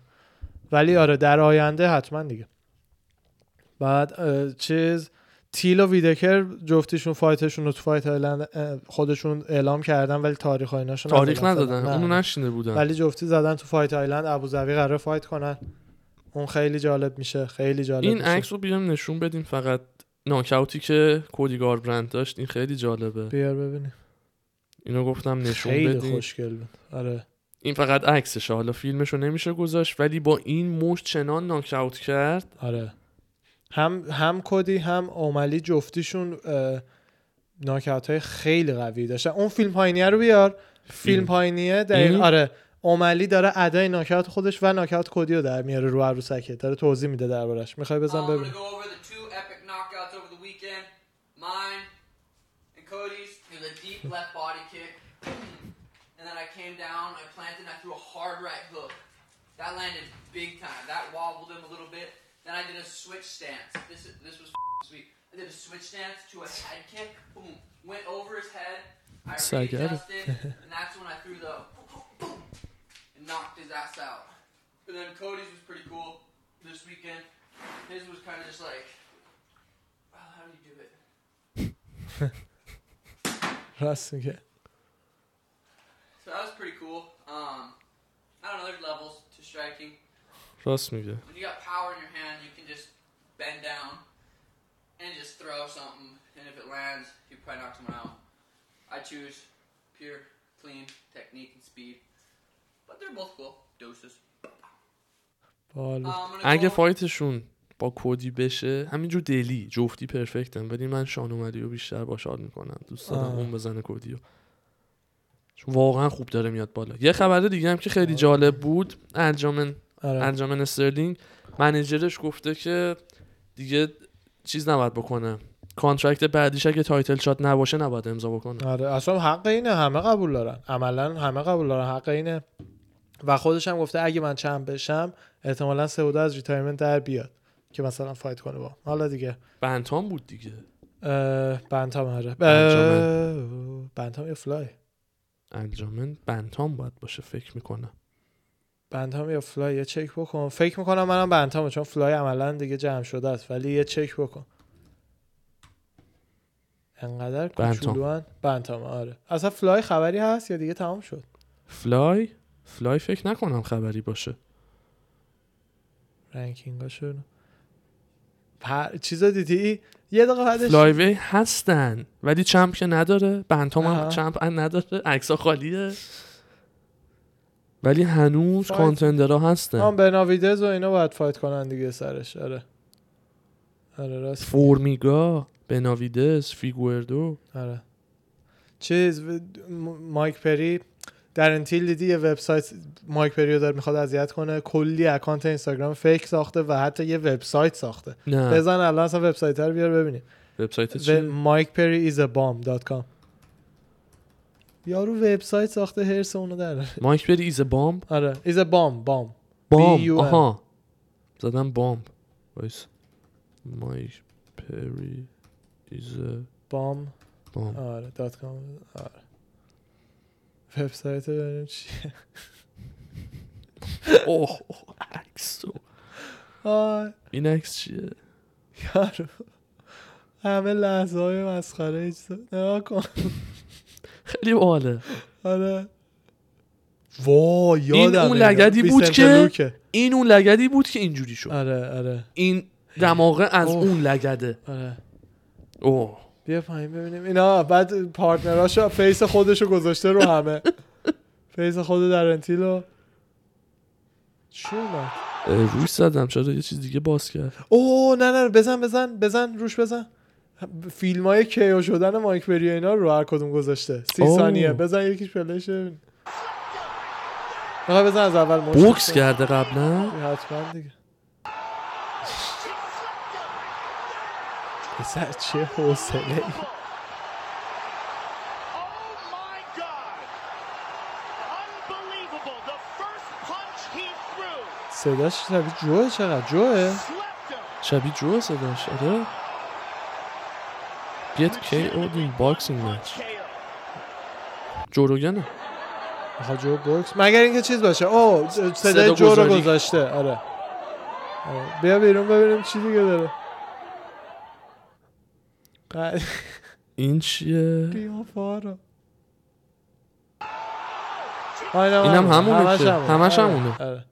Speaker 1: ولی آره در آینده حتما دیگه بعد اه، چیز تیل و ویدکر جفتیشون فایتشون رو تو فایت آیلند اه، خودشون اعلام کردن ولی تاریخ و ایناشون
Speaker 2: تاریخ
Speaker 1: نزدن فعلا.
Speaker 2: ندادن
Speaker 1: نه.
Speaker 2: اونو نشینده بودن
Speaker 1: ولی جفتی زدن تو فایت آیلند ابوظبی قراره فایت کنن اون خیلی جالب میشه خیلی جالب
Speaker 2: این
Speaker 1: میشه.
Speaker 2: عکس رو بیام نشون بدیم فقط ناکاوتی که کودی گاربرند داشت این خیلی جالبه
Speaker 1: بیار ببینیم
Speaker 2: اینو گفتم نشون
Speaker 1: خیلی
Speaker 2: بدیم
Speaker 1: خوشگل بود آره
Speaker 2: این فقط عکسشه حالا فیلمشو نمیشه گذاشت ولی با این مشت چنان ناکاوت کرد
Speaker 1: آره هم هم کدی هم اوملی جفتیشون ناکات های خیلی قوی داشتن اون فیلم پایینیه رو بیار فیلم پایینیه دقیق
Speaker 2: این؟
Speaker 1: آره اوملی داره ادای ناکات خودش و ناکات کدی رو در میاره رو عروسکه داره توضیح میده دربارش میخوای بزن
Speaker 3: Oh, I'm going to
Speaker 1: ببین
Speaker 3: go over the two epic knockouts over the weekend. Mine and Cody's. It was a deep left body kick. <clears throat> And then I came down, I planted, and I threw a hard right hook. That landed big time. That wobbled him a little bit. Then I did a switch stance. This is- this was f- sweet. I did a switch stance to a head kick. Boom. Went over his head. I
Speaker 2: Psych out.
Speaker 3: readjusted. and that's when I threw the boom and knocked his ass out. And then Cody's was pretty cool this weekend. His was kind of just like, wow, how do you do it?
Speaker 1: راست میگه
Speaker 3: So that was pretty cool. Um, I don't know, there's levels to striking.
Speaker 2: راست میگه
Speaker 3: When you got power in your hand, you can just bend down and just throw something, and if it lands, you probably knock someone out. I choose pure, clean technique and speed, but they're both cool. Doses.
Speaker 1: باحال
Speaker 3: Um,
Speaker 1: بود.
Speaker 3: I'm gonna
Speaker 2: اگه
Speaker 3: go
Speaker 2: فایتشون با کودی بشه همینجور دلی جفتی پرفکتن ولی من شان اومدی رو بیشتر باشار میکنم دوست دارم
Speaker 1: آه.
Speaker 2: اون بزنه کودی رو چون واقعا خوب داره میاد بالا یه خبر دیگه هم که خیلی جالب بود انجامن
Speaker 1: آره
Speaker 2: انجامن استرلینگ منیجرش گفته که دیگه چیز نباید بکنه کانترکت بعدیش اگه تایتل شات نباشه نباید امضا بکنه
Speaker 1: آره اصلا حق اینه همه قبول دارن عملا همه قبول دارن حق اینه و خودش هم گفته اگه من چمپ بشم احتمالا سعوده از ریتایمنت در بیاد که مثلا فایت کنه با حالا دیگه
Speaker 2: بنتام بود دیگه
Speaker 1: اه، بنتام آره اه، بنتام یا فلای
Speaker 2: انجامن بنتام باید باشه فکر میکنم
Speaker 1: بنتام یا فلای یه چک بکن فکر میکنم منم بنتامه چون فلای عملا دیگه جمع شده است ولی یه چک بکن انقدر
Speaker 2: بنتام.
Speaker 1: کوچولوان بنتام آره اصلا فلای خبری هست یا دیگه تمام شد
Speaker 2: فلای فلای فکر نکنم خبری باشه
Speaker 1: رنکینگاشون پر... چیزا دیدی یه دقیقه بعدش
Speaker 2: فلایوی هستن ولی چمپ که نداره بنتام هم
Speaker 1: آها.
Speaker 2: چمپ نداره عکسا خالیه ولی هنوز
Speaker 1: فایت.
Speaker 2: کانتندرها هستن
Speaker 1: هم بناویدز و اینا باید فایت کنن دیگه سرش آره آره راست
Speaker 2: فورمیگا بناویدس فیگوردو
Speaker 1: آره چیز و- م- مایک پری در انتیل دیدی یه وبسایت مایک پری رو داره میخواد اذیت کنه کلی اکانت اینستاگرام فیک ساخته و حتی یه وبسایت ساخته
Speaker 2: نه
Speaker 1: بزن الان اصلا وبسایت رو بیار ببینیم
Speaker 2: وبسایت
Speaker 1: و
Speaker 2: چی
Speaker 1: مایک پری از بام دات کام یارو وبسایت ساخته هرس اونو در
Speaker 2: مایک بری ایز بامب
Speaker 1: آره ایز بام بام
Speaker 2: بامب
Speaker 1: B-U-M.
Speaker 2: آها زدم بامب وایس مایک پری ایز
Speaker 1: بام
Speaker 2: بامب
Speaker 1: آره دات کام آره وبسایت رو ببینیم چیه
Speaker 2: اوه اوه، عکس تو.
Speaker 1: آه.
Speaker 2: این عکس چیه
Speaker 1: یارو همه لحظه های مسخره اجزا نگاه کن
Speaker 2: خیلی باله
Speaker 1: آره وا یادم
Speaker 2: اون
Speaker 1: میاد.
Speaker 2: لگدی بود
Speaker 1: ویسنت
Speaker 2: که-
Speaker 1: لوکه.
Speaker 2: این اون لگدی بود که اینجوری شد
Speaker 1: آره آره
Speaker 2: این دماغه از
Speaker 1: اوه.
Speaker 2: اون لگده
Speaker 1: آره
Speaker 2: اوه
Speaker 1: بیا پایین ببینیم اینا بعد پارتنراشو فیس خودشو گذاشته رو
Speaker 2: <laughs>
Speaker 1: همه فیس خود درنتیلو چی اومد
Speaker 2: اه، روش زدم چرا یه چیز دیگه باز کرد
Speaker 1: اوه نه نه بزن بزن بزن روش بزن فیلم های کیو شدن مایک بری و اینا رو هر کدوم گذاشته سی
Speaker 2: اوه.
Speaker 1: ثانیه بزن یکیش پلش ببین آقا بزن از اول مشت
Speaker 2: بوکس
Speaker 1: کن.
Speaker 2: کرده قبلا
Speaker 1: حتما دیگه پسر چه حوصله ای
Speaker 4: Oh my God! Unbelievable! The first punch he threw
Speaker 1: صداش شبیه جوه چقدر جوه
Speaker 4: slept him.
Speaker 2: شبیه جو صداش آره Get KO'd in boxing match
Speaker 4: KO.
Speaker 2: جوروگنه
Speaker 1: آها جو بوکس مگر اینکه چیز باشه او
Speaker 2: صدا
Speaker 1: صدای جو رو
Speaker 2: گذاری.
Speaker 1: گذاشته آره آره. بیا بیرون ببینیم چی دیگه داره بعد-
Speaker 2: این چیه
Speaker 1: قیافه‌ها رو اینم
Speaker 2: اینم همونه
Speaker 1: آره. همش
Speaker 2: که. همش
Speaker 1: آره،
Speaker 2: همونه.
Speaker 1: آره.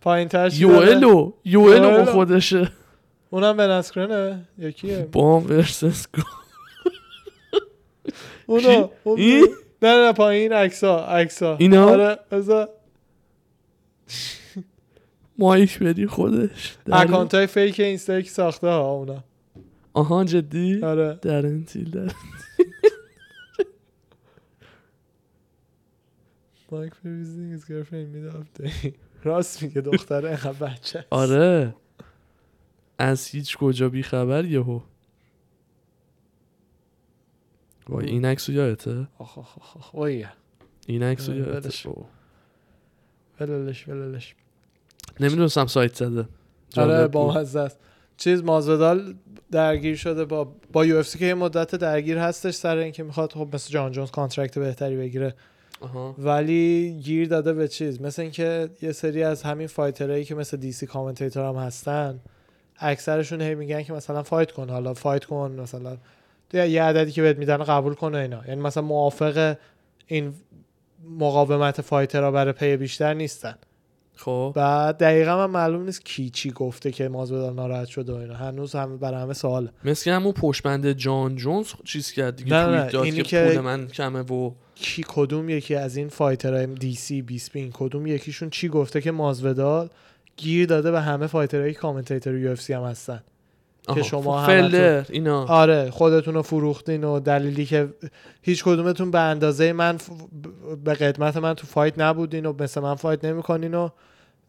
Speaker 1: پایین ترش
Speaker 2: یوئلو یوئلو با
Speaker 1: یوئلو.
Speaker 2: خودشه
Speaker 1: اونم به نسکرنه یکیه
Speaker 2: بام ورسس گو
Speaker 1: اونو اون-
Speaker 2: این؟
Speaker 1: نه نه پایین عکسا عکسا
Speaker 2: اینا؟
Speaker 1: آره بذار
Speaker 2: مایک بدی خودش در-
Speaker 1: اکانت های فیک اینستا که ساخته ها اونا
Speaker 2: آها جدی
Speaker 1: آره
Speaker 2: درنتیل در
Speaker 1: مایک فریزینگ از گرفرین میده update. راست میگه دختره اینقدر بچه است.
Speaker 2: آره از هیچ کجا بی خبر یهو وای این عکسو یادته
Speaker 1: آخ آخ آخ آخ وای
Speaker 2: این عکسو
Speaker 1: آره،
Speaker 2: یادته
Speaker 1: ولش. ولش ولش
Speaker 2: نمیدونستم سایت زده
Speaker 1: آره
Speaker 2: جالب
Speaker 1: با
Speaker 2: بود.
Speaker 1: مزه است چیز مازودال درگیر شده با با یو اف سی که یه مدت درگیر هستش سر اینکه میخواد خب مثل جان جونز کانترکت بهتری بگیره
Speaker 2: آها.
Speaker 1: ولی گیر داده به چیز مثل اینکه یه سری از همین فایترهایی که مثل دیسی کامنتیتور هم هستن اکثرشون هی میگن که مثلا فایت کن حالا فایت کن مثلا یه یه عددی که بهت میدن قبول کن و اینا یعنی مثلا موافق این مقاومت فایترها برای پی بیشتر نیستن
Speaker 2: خب
Speaker 1: بعد دقیقا من معلوم نیست کی چی گفته که مازودال ناراحت شده و اینا هنوز هم برای همه سواله
Speaker 2: مثل همون پشبند جان جونز چیز کرد دیگه
Speaker 1: نه، نه،
Speaker 2: توییت داد
Speaker 1: اینی
Speaker 2: که,
Speaker 1: که-
Speaker 2: پول من کمه و
Speaker 1: کی کدوم یکی از این فایترهای دی سی بیسپین کدوم یکیشون چی گفته که مازودال گیر داده به همه فایترهایی که کامنتیتر یو اف سی هم هستن
Speaker 2: آها.
Speaker 1: شما
Speaker 2: ف- فلر اینا
Speaker 1: آره خودتون رو فروختین و دلیلی که هیچ کدومتون به اندازه من ف- به قدمت من تو فایت نبودین و مثل من فایت نمیکنین و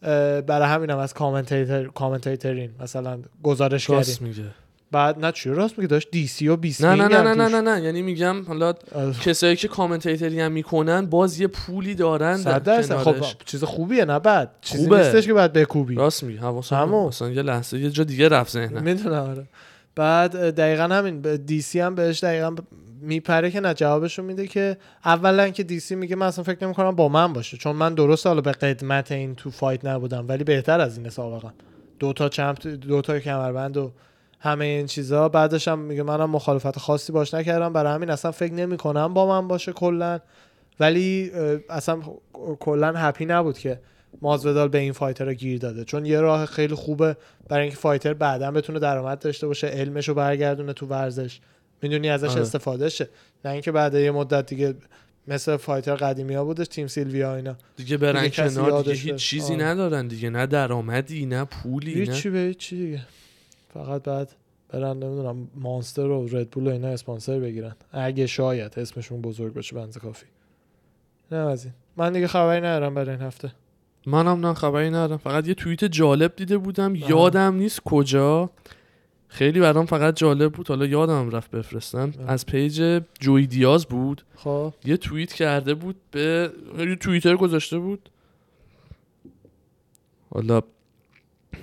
Speaker 1: اه، برای همینم از کامنتیتر کامنتیترین مثلا گزارش کردین
Speaker 2: راست میگه
Speaker 1: بعد نه چی راست میگه داشت دی سی و 20
Speaker 2: نه نه
Speaker 1: میلیارد
Speaker 2: نه نه نه
Speaker 1: توش.
Speaker 2: نه نه یعنی میگم حالا
Speaker 1: آره.
Speaker 2: کسایی که کامنتیتری هم میکنن باز یه پولی دارن
Speaker 1: صد
Speaker 2: در
Speaker 1: درصد خب
Speaker 2: کنارش
Speaker 1: چیز خوبیه نه بد چیزی
Speaker 2: خوبه.
Speaker 1: نیستش که بعد بکوبی
Speaker 2: راست میگی حواسم
Speaker 1: همون.
Speaker 2: همون مثلا یه لحظه یه جا دیگه رفت ذهنم
Speaker 1: میدونم آره بعد اه، دقیقا همین به دی سی هم بهش دقیقا ب- میپره که نه جوابشو میده که اولا که دی سی میگه من اصلا فکر نمیکنم با من باشه چون من درست حالا به قدمت این تو فایت نبودم ولی بهتر از اینه سابقا دو تا چمپ دو تا کمربند و همه این چیزا بعدش هم میگه منم مخالفت خاصی باش نکردم برای همین اصلا فکر نمیکنم با من باشه کلا ولی اه، اصلا کلا هپی نبود که مازودال به این فایتر رو گیر داده چون یه راه خیلی خوبه برای اینکه فایتر بعدا بتونه درآمد داشته باشه علمش رو برگردونه تو ورزش میدونی ازش
Speaker 2: آره.
Speaker 1: استفاده شه نه اینکه بعد یه مدت دیگه مثل فایتر قدیمی ها بودش تیم سیلویا اینا
Speaker 2: دیگه برن
Speaker 1: دیگه کسی
Speaker 2: کنار دیگه
Speaker 1: یادش
Speaker 2: هیچ
Speaker 1: رفت.
Speaker 2: چیزی
Speaker 1: آره.
Speaker 2: ندارن دیگه نه درآمدی نه پولی نه
Speaker 1: هیچی به هیچی دیگه فقط بعد برن نمیدونم مانستر و ردبول و اینا اسپانسر بگیرن اگه شاید اسمشون بزرگ باشه بنز کافی نه از این من دیگه خبری ندارم برای این هفته
Speaker 2: منم نه خبری ندارم فقط یه توییت جالب دیده بودم یادم نیست کجا خیلی برام فقط جالب بود حالا یادم رفت بفرستم
Speaker 1: آه.
Speaker 2: از پیج جوی دیاز بود
Speaker 1: خب
Speaker 2: یه توییت کرده بود به یه توییتر گذاشته بود حالا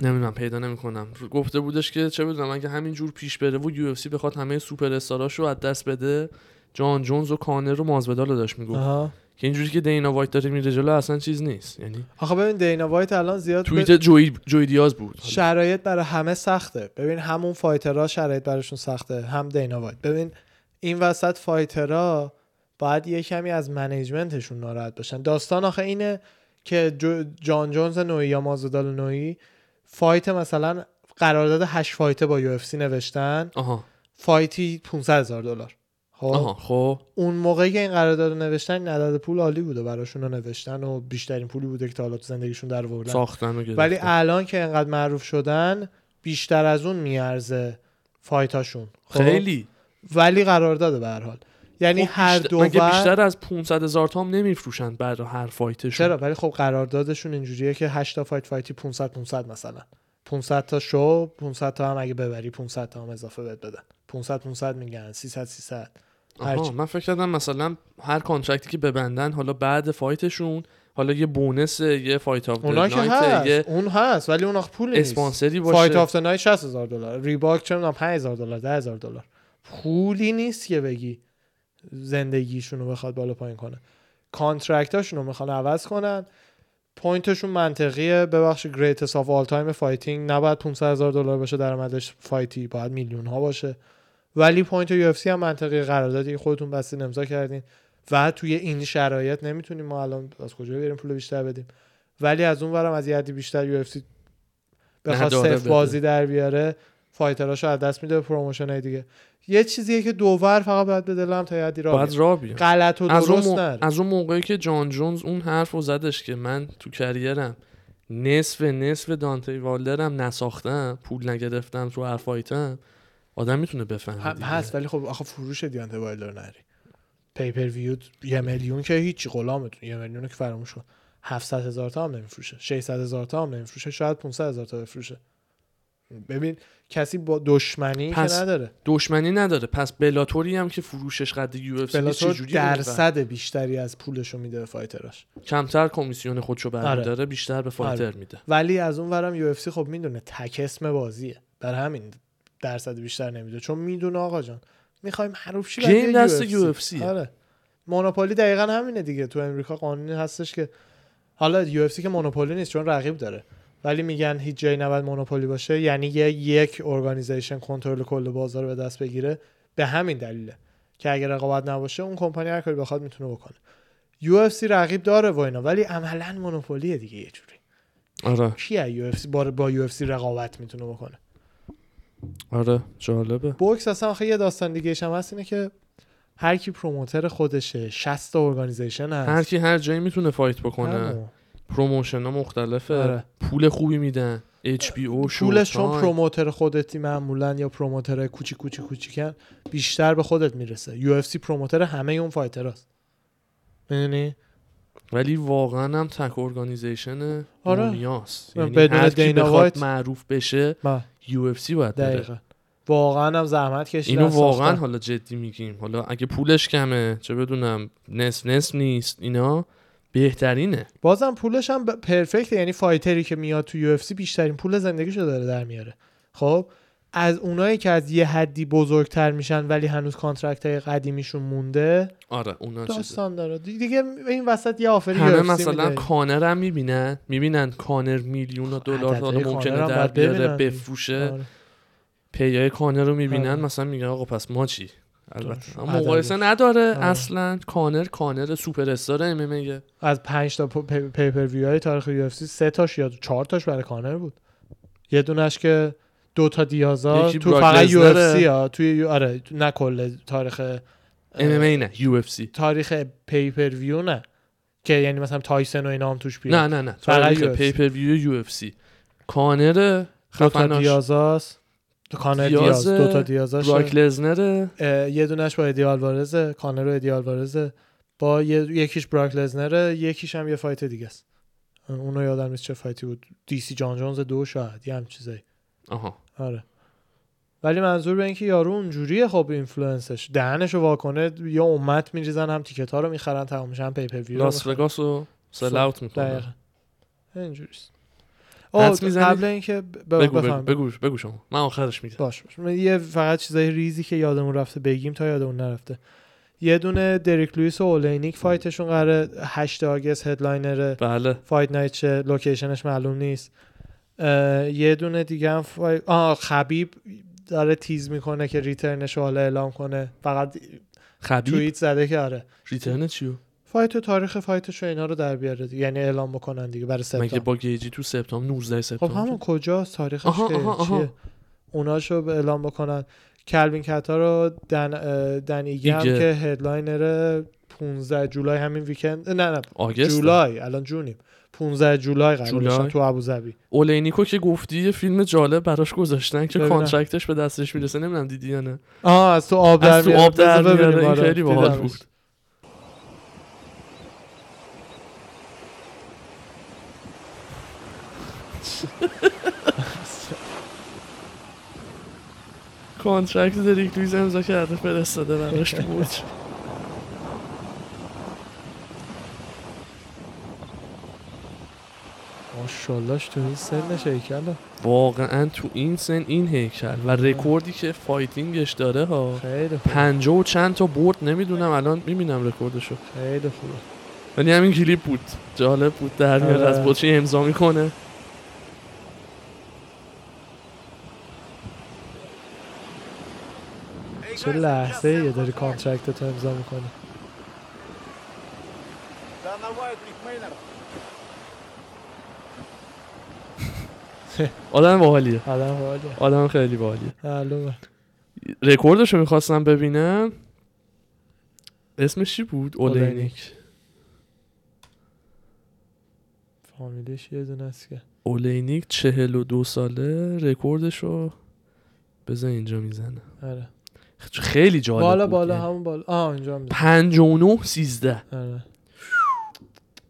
Speaker 2: نمیدونم پیدا نمیکنم گفته بودش که چه بدونم اگه همینجور پیش بره و یو بخواد همه سوپر استاراشو از دست بده جان جونز و کانر رو مازودال رو داشت میگفت
Speaker 1: آها
Speaker 2: که اینجوری که دینا وایت داره میره جلو اصلا چیز نیست یعنی
Speaker 1: آخه ببین دینا وایت الان زیاد به-
Speaker 2: توییت جوی, جوی دیاز بود حالا.
Speaker 1: شرایط برای همه سخته ببین همون فایترها شرایط براشون سخته هم دینا وایت ببین این وسط فایترها باید یه کمی از منیجمنتشون ناراحت باشن داستان آخه اینه که جو- جان جونز نوعی یا مازودال نوعی فایت مثلا قرارداد هشت فایته با یو اف سی نوشتن
Speaker 2: آها
Speaker 1: فایتی 500 هزار دلار
Speaker 2: آها
Speaker 1: خب
Speaker 2: خب
Speaker 1: اون موقعی که این قرارداد رو نوشتن این عدد پول عالی بوده براشون رو نوشتن و بیشترین پولی بوده که تا حالا تو زندگیشون در آوردن
Speaker 2: ساختن و
Speaker 1: بله.
Speaker 2: گرفتن
Speaker 1: ولی الان که انقدر معروف شدن بیشتر از اون میارزه فایتاشون خب؟
Speaker 2: خیلی
Speaker 1: ولی قرارداد به هر حال یعنی
Speaker 2: خب
Speaker 1: هر
Speaker 2: بیشتر-
Speaker 1: دو
Speaker 2: مگه
Speaker 1: ور-
Speaker 2: بیشتر از 500 هزار تام نمیفروشن بعد هر فایتشون
Speaker 1: چرا ولی خب قراردادشون اینجوریه که 8 تا فایت فایتی 500 500 مثلا 500 تا شو 500 تا هم اگه ببری 500 تا هم اضافه بهت بدن 500 500 میگن 300 300
Speaker 2: آها
Speaker 1: هرچی
Speaker 2: من فکر کردم مثلا هر کانترکتی که ببندن حالا بعد فایتشون حالا یه بونس یه فایت آف
Speaker 1: اونا که هست
Speaker 2: یه
Speaker 1: اون هست ولی اون آخه پول نیست
Speaker 2: اسپانسری باشه.
Speaker 1: فایت آف نایت 60 هزار دلار ریباک چه میدونم 5 هزار دلار 10 هزار دلار پولی نیست که بگی زندگیشون رو بخواد بالا پایین کنه کانترکتاشون رو میخوان عوض کنن پوینتشون منطقیه ببخش گریتس آف آل تایم فایتینگ نباید 500 هزار دلار باشه درآمدش فایتی باید میلیون ها باشه ولی پوینت یو اف سی هم منطقی قراردادی که خودتون بستین امضا کردین و توی این شرایط نمیتونیم ما الان از کجا بریم پول بیشتر بدیم ولی از اون ورم از یه حدی بیشتر یو اف سی بخواد
Speaker 2: نداره
Speaker 1: صرف
Speaker 2: بده.
Speaker 1: بازی در بیاره فایتراشو از دست میده به پروموشن های دیگه یه چیزیه که دوور فقط باید به دلم تا یه حدی راه
Speaker 2: باید
Speaker 1: بیفته.
Speaker 2: را بیان.
Speaker 1: غلط و
Speaker 2: از اون,
Speaker 1: درست
Speaker 2: مو-
Speaker 1: نره
Speaker 2: از اون موقعی که جان جونز اون حرف رو زدش که من تو کریرم نصف نصف دانتی والدرم نساختم پول نگرفتم تو هر فایتم آدم میتونه بفهمه
Speaker 1: هم
Speaker 2: دیگه.
Speaker 1: هست ولی خب آخه فروش دیانت وایلدر نری پیپر ویو یه میلیون که هیچ غلامتون یه میلیون رو که فراموش کن 700 هزار تا هم نمیفروشه 600 هزار تا هم نمیفروشه شاید 500 هزار تا بفروشه ببین کسی با دشمنی که
Speaker 2: پس
Speaker 1: نداره
Speaker 2: دشمنی نداره پس بلاتوری هم که فروشش قد یو اف سی
Speaker 1: بلاتور درصد بیشتری از پولشو میده به فایتراش
Speaker 2: کمتر کمیسیون خودشو برمیداره
Speaker 1: آره.
Speaker 2: بیشتر به فایتر میده
Speaker 1: ولی از اون ورم یو خب میدونه تک اسم بازیه بر همین درصد بیشتر نمیده چون میدونه آقا جان میخوایم حروف شی
Speaker 2: گیم دست UFC.
Speaker 1: آره مونوپولی دقیقا همینه دیگه تو امریکا قانونی هستش که حالا یو که مونوپولی نیست چون رقیب داره ولی میگن هیچ جایی نباید مونوپولی باشه یعنی یه یک ارگانیزیشن کنترل کل بازار رو به دست بگیره به همین دلیله که اگر رقابت نباشه اون کمپانی هر کاری بخواد میتونه بکنه یو رقیب داره و اینا ولی عملا مونوپولیه دیگه یه جوری
Speaker 2: آره
Speaker 1: کیه یو اف با با یو رقابت میتونه بکنه
Speaker 2: آره جالبه
Speaker 1: بوکس اصلا آخه یه داستان دیگه هم هست اینه که هر کی پروموتر خودشه 60 تا ارگانیزیشن هست
Speaker 2: هر کی هر جایی میتونه فایت بکنه
Speaker 1: همون.
Speaker 2: پروموشن ها مختلفه
Speaker 1: آره.
Speaker 2: پول خوبی میدن اچ پی او
Speaker 1: پولش چون پروموتر خودتی معمولا یا پروموتر کوچیک کوچیک کوچیکن بیشتر به خودت میرسه یو اف سی پروموتر همه اون فایتراست میدونی
Speaker 2: ولی واقعا هم تک ارگانیزیشن
Speaker 1: آره.
Speaker 2: دنیاست
Speaker 1: من
Speaker 2: یعنی
Speaker 1: بدون
Speaker 2: هر کی
Speaker 1: دینا
Speaker 2: بخواد
Speaker 1: وایت-
Speaker 2: معروف بشه
Speaker 1: ما
Speaker 2: یو اف سی باید بره
Speaker 1: دقیقا واقعا هم زحمت کشیدن
Speaker 2: اینو واقعا
Speaker 1: ساختن.
Speaker 2: حالا جدی میگیم حالا اگه پولش کمه چه بدونم نصف نصف نیست اینا بهترینه
Speaker 1: بازم پولش هم ب- پرفکت یعنی فایتری که میاد تو یو بیشترین پول زندگیشو داره در میاره خب از اونایی که از یه حدی بزرگتر میشن ولی هنوز کانترکت های قدیمیشون مونده
Speaker 2: آره اونا چیزه
Speaker 1: داستان داره دی- دیگه این وسط یه آفری
Speaker 2: همه
Speaker 1: UFC
Speaker 2: مثلا
Speaker 1: می‌ده.
Speaker 2: کانر هم میبینن میبینن کانر میلیون و دلار
Speaker 1: عددهای
Speaker 2: حالا
Speaker 1: کانر
Speaker 2: ممکنه
Speaker 1: هم
Speaker 2: در
Speaker 1: باید
Speaker 2: بیاره
Speaker 1: ببینن.
Speaker 2: بفروشه
Speaker 1: آره.
Speaker 2: پیای کانر رو میبینن
Speaker 1: آره.
Speaker 2: مثلا میگن آقا پس ما چی البته
Speaker 1: عدد
Speaker 2: اما مقایسه نداره
Speaker 1: آره.
Speaker 2: اصلا کانر کانر سوپر استار ام ام ایه.
Speaker 1: از 5 تا پ- پی- پیپر ویو های تاریخ یو سه تاش یا چهار تاش برای کانر بود یه دونش که دو تا دیازا
Speaker 2: یکی
Speaker 1: تو
Speaker 2: براک
Speaker 1: فقط یو
Speaker 2: لزنره.
Speaker 1: اف سی ها توی یو- آره نه کل تاریخ
Speaker 2: ام ام ای نه یو اف سی
Speaker 1: تاریخ پیپر ویو نه که یعنی مثلا تایسن و اینا هم توش بیاد
Speaker 2: نه نه نه
Speaker 1: فقط
Speaker 2: تاریخ
Speaker 1: UFC.
Speaker 2: پیپر ویو یو اف سی کانر
Speaker 1: دو تا
Speaker 2: خفناش
Speaker 1: دیازاس دو کانر دیاز
Speaker 2: دیاز،
Speaker 1: دو تا دیازاش
Speaker 2: براک لزنر
Speaker 1: یه دونش با ادی آلوارزه کانر و ادی آلوارزه با یه یکیش براک لزنره یکیش هم یه فایت دیگه است اونو یادم نیست چه فایتی بود دی سی جان جونز دو شاید یه هم چیزایی
Speaker 2: آها
Speaker 1: آره ولی منظور به اینکه یارو اونجوریه خب اینفلوئنسش دهنشو واکنه یا امت میریزن هم تیکت ها رو میخرن تمام میشن پیپر ویو
Speaker 2: لاس وگاس رو سل اوت میکنه
Speaker 1: دقیقا خب، اینجوریست
Speaker 2: حدس
Speaker 1: آه،
Speaker 2: می‌زنی؟
Speaker 1: قبل اینکه ب- ب-
Speaker 2: بگو
Speaker 1: بفهم. خب.
Speaker 2: بگو بگو بگو شما من آخرش میگم
Speaker 1: باش باش من یه فقط چیزای ریزی که یادمون رفته بگیم تا یادمون نرفته یه دونه دریک لویس و
Speaker 2: خب.
Speaker 1: اولینیک فایتشون قراره 8 آگست هدلاینره
Speaker 2: بله
Speaker 1: فایت نایت چه لوکیشنش معلوم نیست اه، یه دونه دیگه هم فای... آه خبیب داره تیز میکنه که ریترنش رو حالا اعلام کنه فقط
Speaker 2: خبیب
Speaker 1: توییت زده که آره
Speaker 2: ریترن چیو
Speaker 1: فایت و تاریخ فایتش رو اینا رو در بیاره دیگه. یعنی اعلام بکنن دیگه برای
Speaker 2: مگه
Speaker 1: سپتامبر
Speaker 2: با گیجی تو سپتامبر 19
Speaker 1: خب همون
Speaker 2: سپتامبر
Speaker 1: کجاست تاریخش
Speaker 2: آها،
Speaker 1: که
Speaker 2: آها، آها.
Speaker 1: چیه اوناشو اعلام بکنن کلوین کتا رو دن, اه، دن ایگم
Speaker 2: ایگه.
Speaker 1: که هدلاینر 15 جولای همین ویکند نه نه
Speaker 2: آگست
Speaker 1: جولای الان جونیم 15 جولای قرار
Speaker 2: جولای؟
Speaker 1: داشتن تو ابوظبی
Speaker 2: اولینیکو که گفتی یه فیلم جالب براش گذاشتن که
Speaker 1: ببینم.
Speaker 2: کانترکتش به دستش میرسه نمیدونم دیدی یا نه
Speaker 1: آه از تو آب در
Speaker 2: از تو
Speaker 1: میاره.
Speaker 2: آب در
Speaker 1: بذار
Speaker 2: میاره
Speaker 1: ببینیم،
Speaker 2: این
Speaker 1: آره،
Speaker 2: خیلی باحال
Speaker 1: دیدمش.
Speaker 2: بود کانترکت دریک لویز امضا کرده فرستاده براش تو
Speaker 1: <laughs>
Speaker 2: برج
Speaker 1: ماشاءاللهش تو این سن شیکلا
Speaker 2: خب. واقعا تو این سن این هیکل و رکوردی که فایتینگش داره ها
Speaker 1: خیلی خوب
Speaker 2: پنجه و چند تا برد نمیدونم الان میبینم رکوردشو
Speaker 1: خیلی خوبه
Speaker 2: ولی همین کلیپ بود جالب بود در میاد
Speaker 1: آره.
Speaker 2: از بطری امضا میکنه
Speaker 1: چه لحظه یه داری کانترکت تو امضا میکنی
Speaker 4: Да Вайт, Макмейнер.
Speaker 2: آدم باحالیه
Speaker 1: آدم حالیه
Speaker 2: آدم خیلی باحالیه
Speaker 1: معلومه
Speaker 2: رکوردشو میخواستم ببینم اسمش چی بود اولینیک
Speaker 1: فامیلیش یه دونه است که
Speaker 2: اولینیک چهل و دو ساله رکوردشو بذار اینجا میزنه
Speaker 1: آره
Speaker 2: خیلی جالب
Speaker 1: بالا
Speaker 2: بود
Speaker 1: بالا
Speaker 2: یعنی.
Speaker 1: همون بالا آه اینجا میزنه
Speaker 2: 59 13
Speaker 1: آره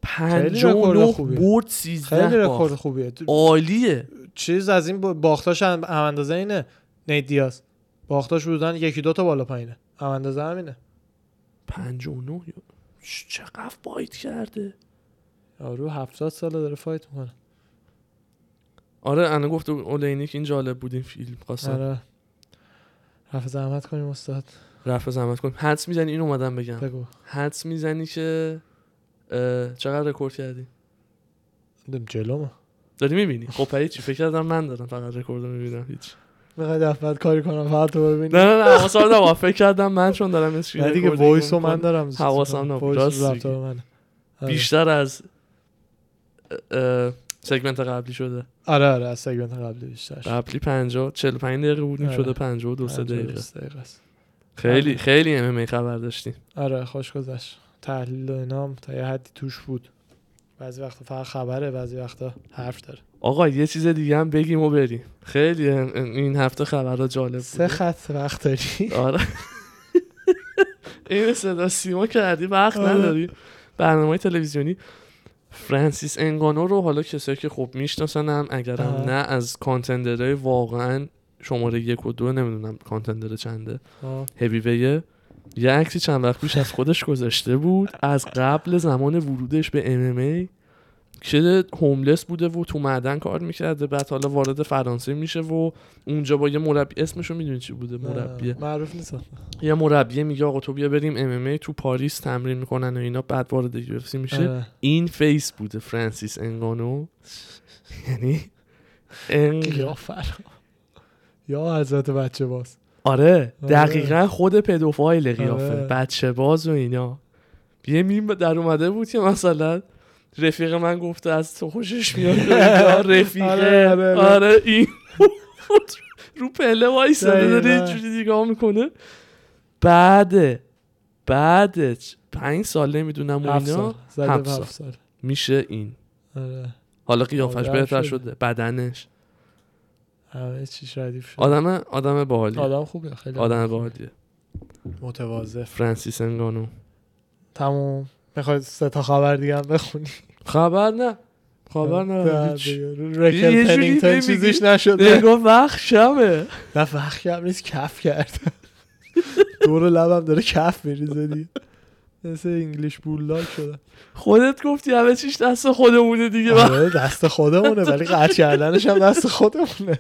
Speaker 2: 59
Speaker 1: خوبیه.
Speaker 2: برد
Speaker 1: خیلی
Speaker 2: 13
Speaker 1: رکورد
Speaker 2: باخت
Speaker 1: خوبیه تو-
Speaker 2: عالیه
Speaker 1: چیز از این ب- باختاش هم هم اندازه اینه نیت دیاز باختاش بودن یکی دو تا بالا پایینه هم اندازه همینه
Speaker 2: 59 یا- ش- چقدر فایت کرده
Speaker 1: یارو 70 ساله داره فایت میکنه
Speaker 2: آره انا گفت اولینیک این جالب بود این فیلم خواستم
Speaker 1: آره رفع زحمت کنیم استاد
Speaker 2: رفع زحمت کنیم حدس میزنی این اومدم بگم
Speaker 1: بگو
Speaker 2: حدس میزنی که اه، چقدر رکورد کردی
Speaker 1: جلو ما
Speaker 2: داری میبینی خب پری چی فکر کردم من دارم فقط رکورد رو میبینم هیچ
Speaker 1: میخوای دفعت کاری کنم فقط تو ببینی
Speaker 2: نه نه نه حواسم نبود فکر کردم من چون دارم اسکرین
Speaker 1: نه دیگه
Speaker 2: رکوردینگ
Speaker 1: وایس رو
Speaker 2: می‌کنم.
Speaker 1: من دارم
Speaker 2: حواسم نبود.
Speaker 1: وایس
Speaker 2: راست میگی.
Speaker 1: رفتار منه آره.
Speaker 2: بیشتر از اه، اه، سگمنت قبلی شده
Speaker 1: آره آره از سگمنت قبلی بیشتر شد.
Speaker 2: قبلی 50 45 دقیقه بودیم
Speaker 1: آره.
Speaker 2: شده 52 سه
Speaker 1: پنجاه و آره.
Speaker 2: دقیقه
Speaker 1: بیست دقیقه است.
Speaker 2: خیلی خیلی ام خبر داشتیم
Speaker 1: آره خوش گذشت تحلیل و اینام تا یه حدی توش بود بعضی وقتا فقط خبره بعضی وقتا حرف داره
Speaker 2: آقا یه چیز دیگه هم بگیم و بریم خیلی ام- ام- این هفته خبرها جالب
Speaker 1: سه
Speaker 2: بود
Speaker 1: خط وقت داری
Speaker 2: آره
Speaker 1: <laughs>
Speaker 2: این صدا سیما کردی وقت
Speaker 1: آره.
Speaker 2: نداری برنامه تلویزیونی فرانسیس انگانو رو حالا کسایی که خب میشناسن هم اگرم
Speaker 1: آه.
Speaker 2: نه از کانتندرهای واقعا شماره یک و دو نمیدونم کانتندر چنده
Speaker 1: آه.
Speaker 2: هیوی یه عکسی چند وقت پیش از خودش گذاشته بود از قبل زمان ورودش به MMA که هوملس بوده و تو معدن کار میکرده بعد حالا وارد فرانسه میشه و اونجا با یه مربی اسمشو میدونی چی بوده مربی
Speaker 1: نه، معروف نیست
Speaker 2: یه مربیه میگه آقا تو بیا بریم ام تو پاریس تمرین میکنن و اینا بعد وارد یو میشه
Speaker 1: آره.
Speaker 2: این فیس بوده فرانسیس انگانو یعنی انگ-
Speaker 1: یا فرا یا حضرت بچه باز
Speaker 2: آره
Speaker 1: آره.
Speaker 2: دقیقا خود پدوفایل قیافه
Speaker 1: آره.
Speaker 2: بچه باز و اینا یه میم در اومده بود که مثلا رفیق من گفته از تو خوشش میاد و اینا.
Speaker 1: <laughs> آره،
Speaker 2: رفیقه
Speaker 1: آره، آره.
Speaker 2: آره این <laughs> بود. رو پله وایساده داره
Speaker 1: دقیقاً.
Speaker 2: اینجوری نگاه میکنه بعد بعد چ- پنج سال نمیدونم و
Speaker 1: هفت
Speaker 2: اینا
Speaker 1: سال زده
Speaker 2: هفت
Speaker 1: به
Speaker 2: سال.
Speaker 1: هفت سال
Speaker 2: میشه این
Speaker 1: آره
Speaker 2: حالا قیافش
Speaker 1: آدم
Speaker 2: بهتر
Speaker 1: شده.
Speaker 2: شده بدنش
Speaker 1: همه چیش ردیف شد
Speaker 2: آدم آدم باحالی
Speaker 1: آدم خوبه خیلی
Speaker 2: آدم باحالیه
Speaker 1: متواضع
Speaker 2: فرانسیس انگانو
Speaker 1: تموم میخوای سه تا خبر دیگه هم بخونی
Speaker 2: خبر نه خبر
Speaker 1: نه،
Speaker 2: نه هیچ.
Speaker 1: دیگه.
Speaker 2: یه
Speaker 1: رکل
Speaker 2: جوری
Speaker 1: پنینگتون
Speaker 2: نمیگی.
Speaker 1: چیزیش نشده
Speaker 2: نگاه وقت شبه
Speaker 1: نه وقتی هم نیست کف کرد دور لبم داره کف میریزه دیگه مثل انگلیش بولداگ شده
Speaker 2: خودت گفتی همه چیش دست خودمونه دیگه وقت
Speaker 1: آره دست خودمونه ولی قطع کردنش هم دست خودمونه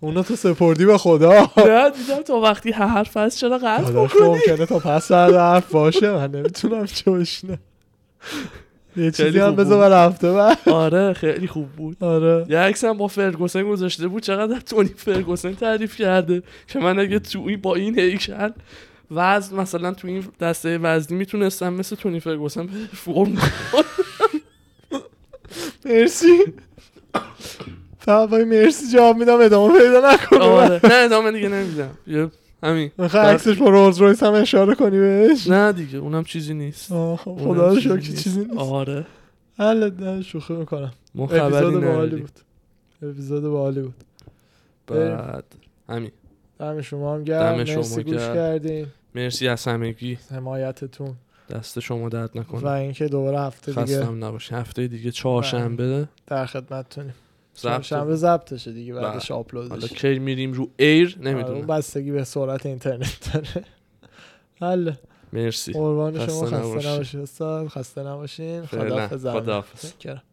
Speaker 1: اونو تو سپردی به خدا
Speaker 2: نه دیدم تا وقتی هر حرف هست چرا قطع
Speaker 1: آدم
Speaker 2: بکنی
Speaker 1: ممکنه تا پس هر حرف باشه من نمیتونم چه بشینم یه چیزی
Speaker 2: خیلی
Speaker 1: هم
Speaker 2: خوب
Speaker 1: بذار برای هفته بعد
Speaker 2: آره خیلی خوب بود
Speaker 1: آره
Speaker 2: یه عکس هم با فرگوسن گذاشته بود چقدر تونی فرگوسن تعریف کرده که من اگه تو این با این هیکل وزن مثلا تو این دسته وزنی میتونستم مثل تونی فرگوسن پرفورم کنم.
Speaker 1: مرسی فقط وای مرسی جواب میدم ادامه پیدا نکنه
Speaker 2: آره. نه ادامه دیگه نمیدم یه همین
Speaker 1: میخوای عکسش با رولز رویس هم اشاره کنی بهش
Speaker 2: نه دیگه اونم چیزی نیست
Speaker 1: آه، خب،
Speaker 2: اونم
Speaker 1: خدا رو شکر که
Speaker 2: نیست.
Speaker 1: چیزی نیست
Speaker 2: آره
Speaker 1: حل نه شوخی میکنم
Speaker 2: ما خبری
Speaker 1: اپیزود باحالی
Speaker 2: نداریم
Speaker 1: بود اپیزود باحالی بود بریم.
Speaker 2: بعد همین
Speaker 1: دم شما هم گرم
Speaker 2: دم شما
Speaker 1: مرسی گوش
Speaker 2: گرم.
Speaker 1: کردین
Speaker 2: مرسی از همگی
Speaker 1: حمایتتون
Speaker 2: دست شما درد
Speaker 1: و
Speaker 2: نکنه
Speaker 1: اینکه دوباره هفته دیگه بله.
Speaker 2: خستم نباشه هفته دیگه چهارشنبه
Speaker 1: در خدمتتونیم
Speaker 2: ضبط. بله.
Speaker 1: شنبه ضبطشه دیگه بعدش
Speaker 2: حالا
Speaker 1: آپلودش
Speaker 2: کی میریم رو ایر
Speaker 1: آره، اون
Speaker 2: نمیدونم
Speaker 1: بستگی به سرعت اینترنت داره حل
Speaker 2: مرسی
Speaker 1: قربان
Speaker 2: خسته
Speaker 1: شما
Speaker 2: نباشی.
Speaker 1: خسته نباشید استاد خسته نباشین
Speaker 2: فعلا.
Speaker 1: خدا
Speaker 2: خداحافظ.
Speaker 1: خدا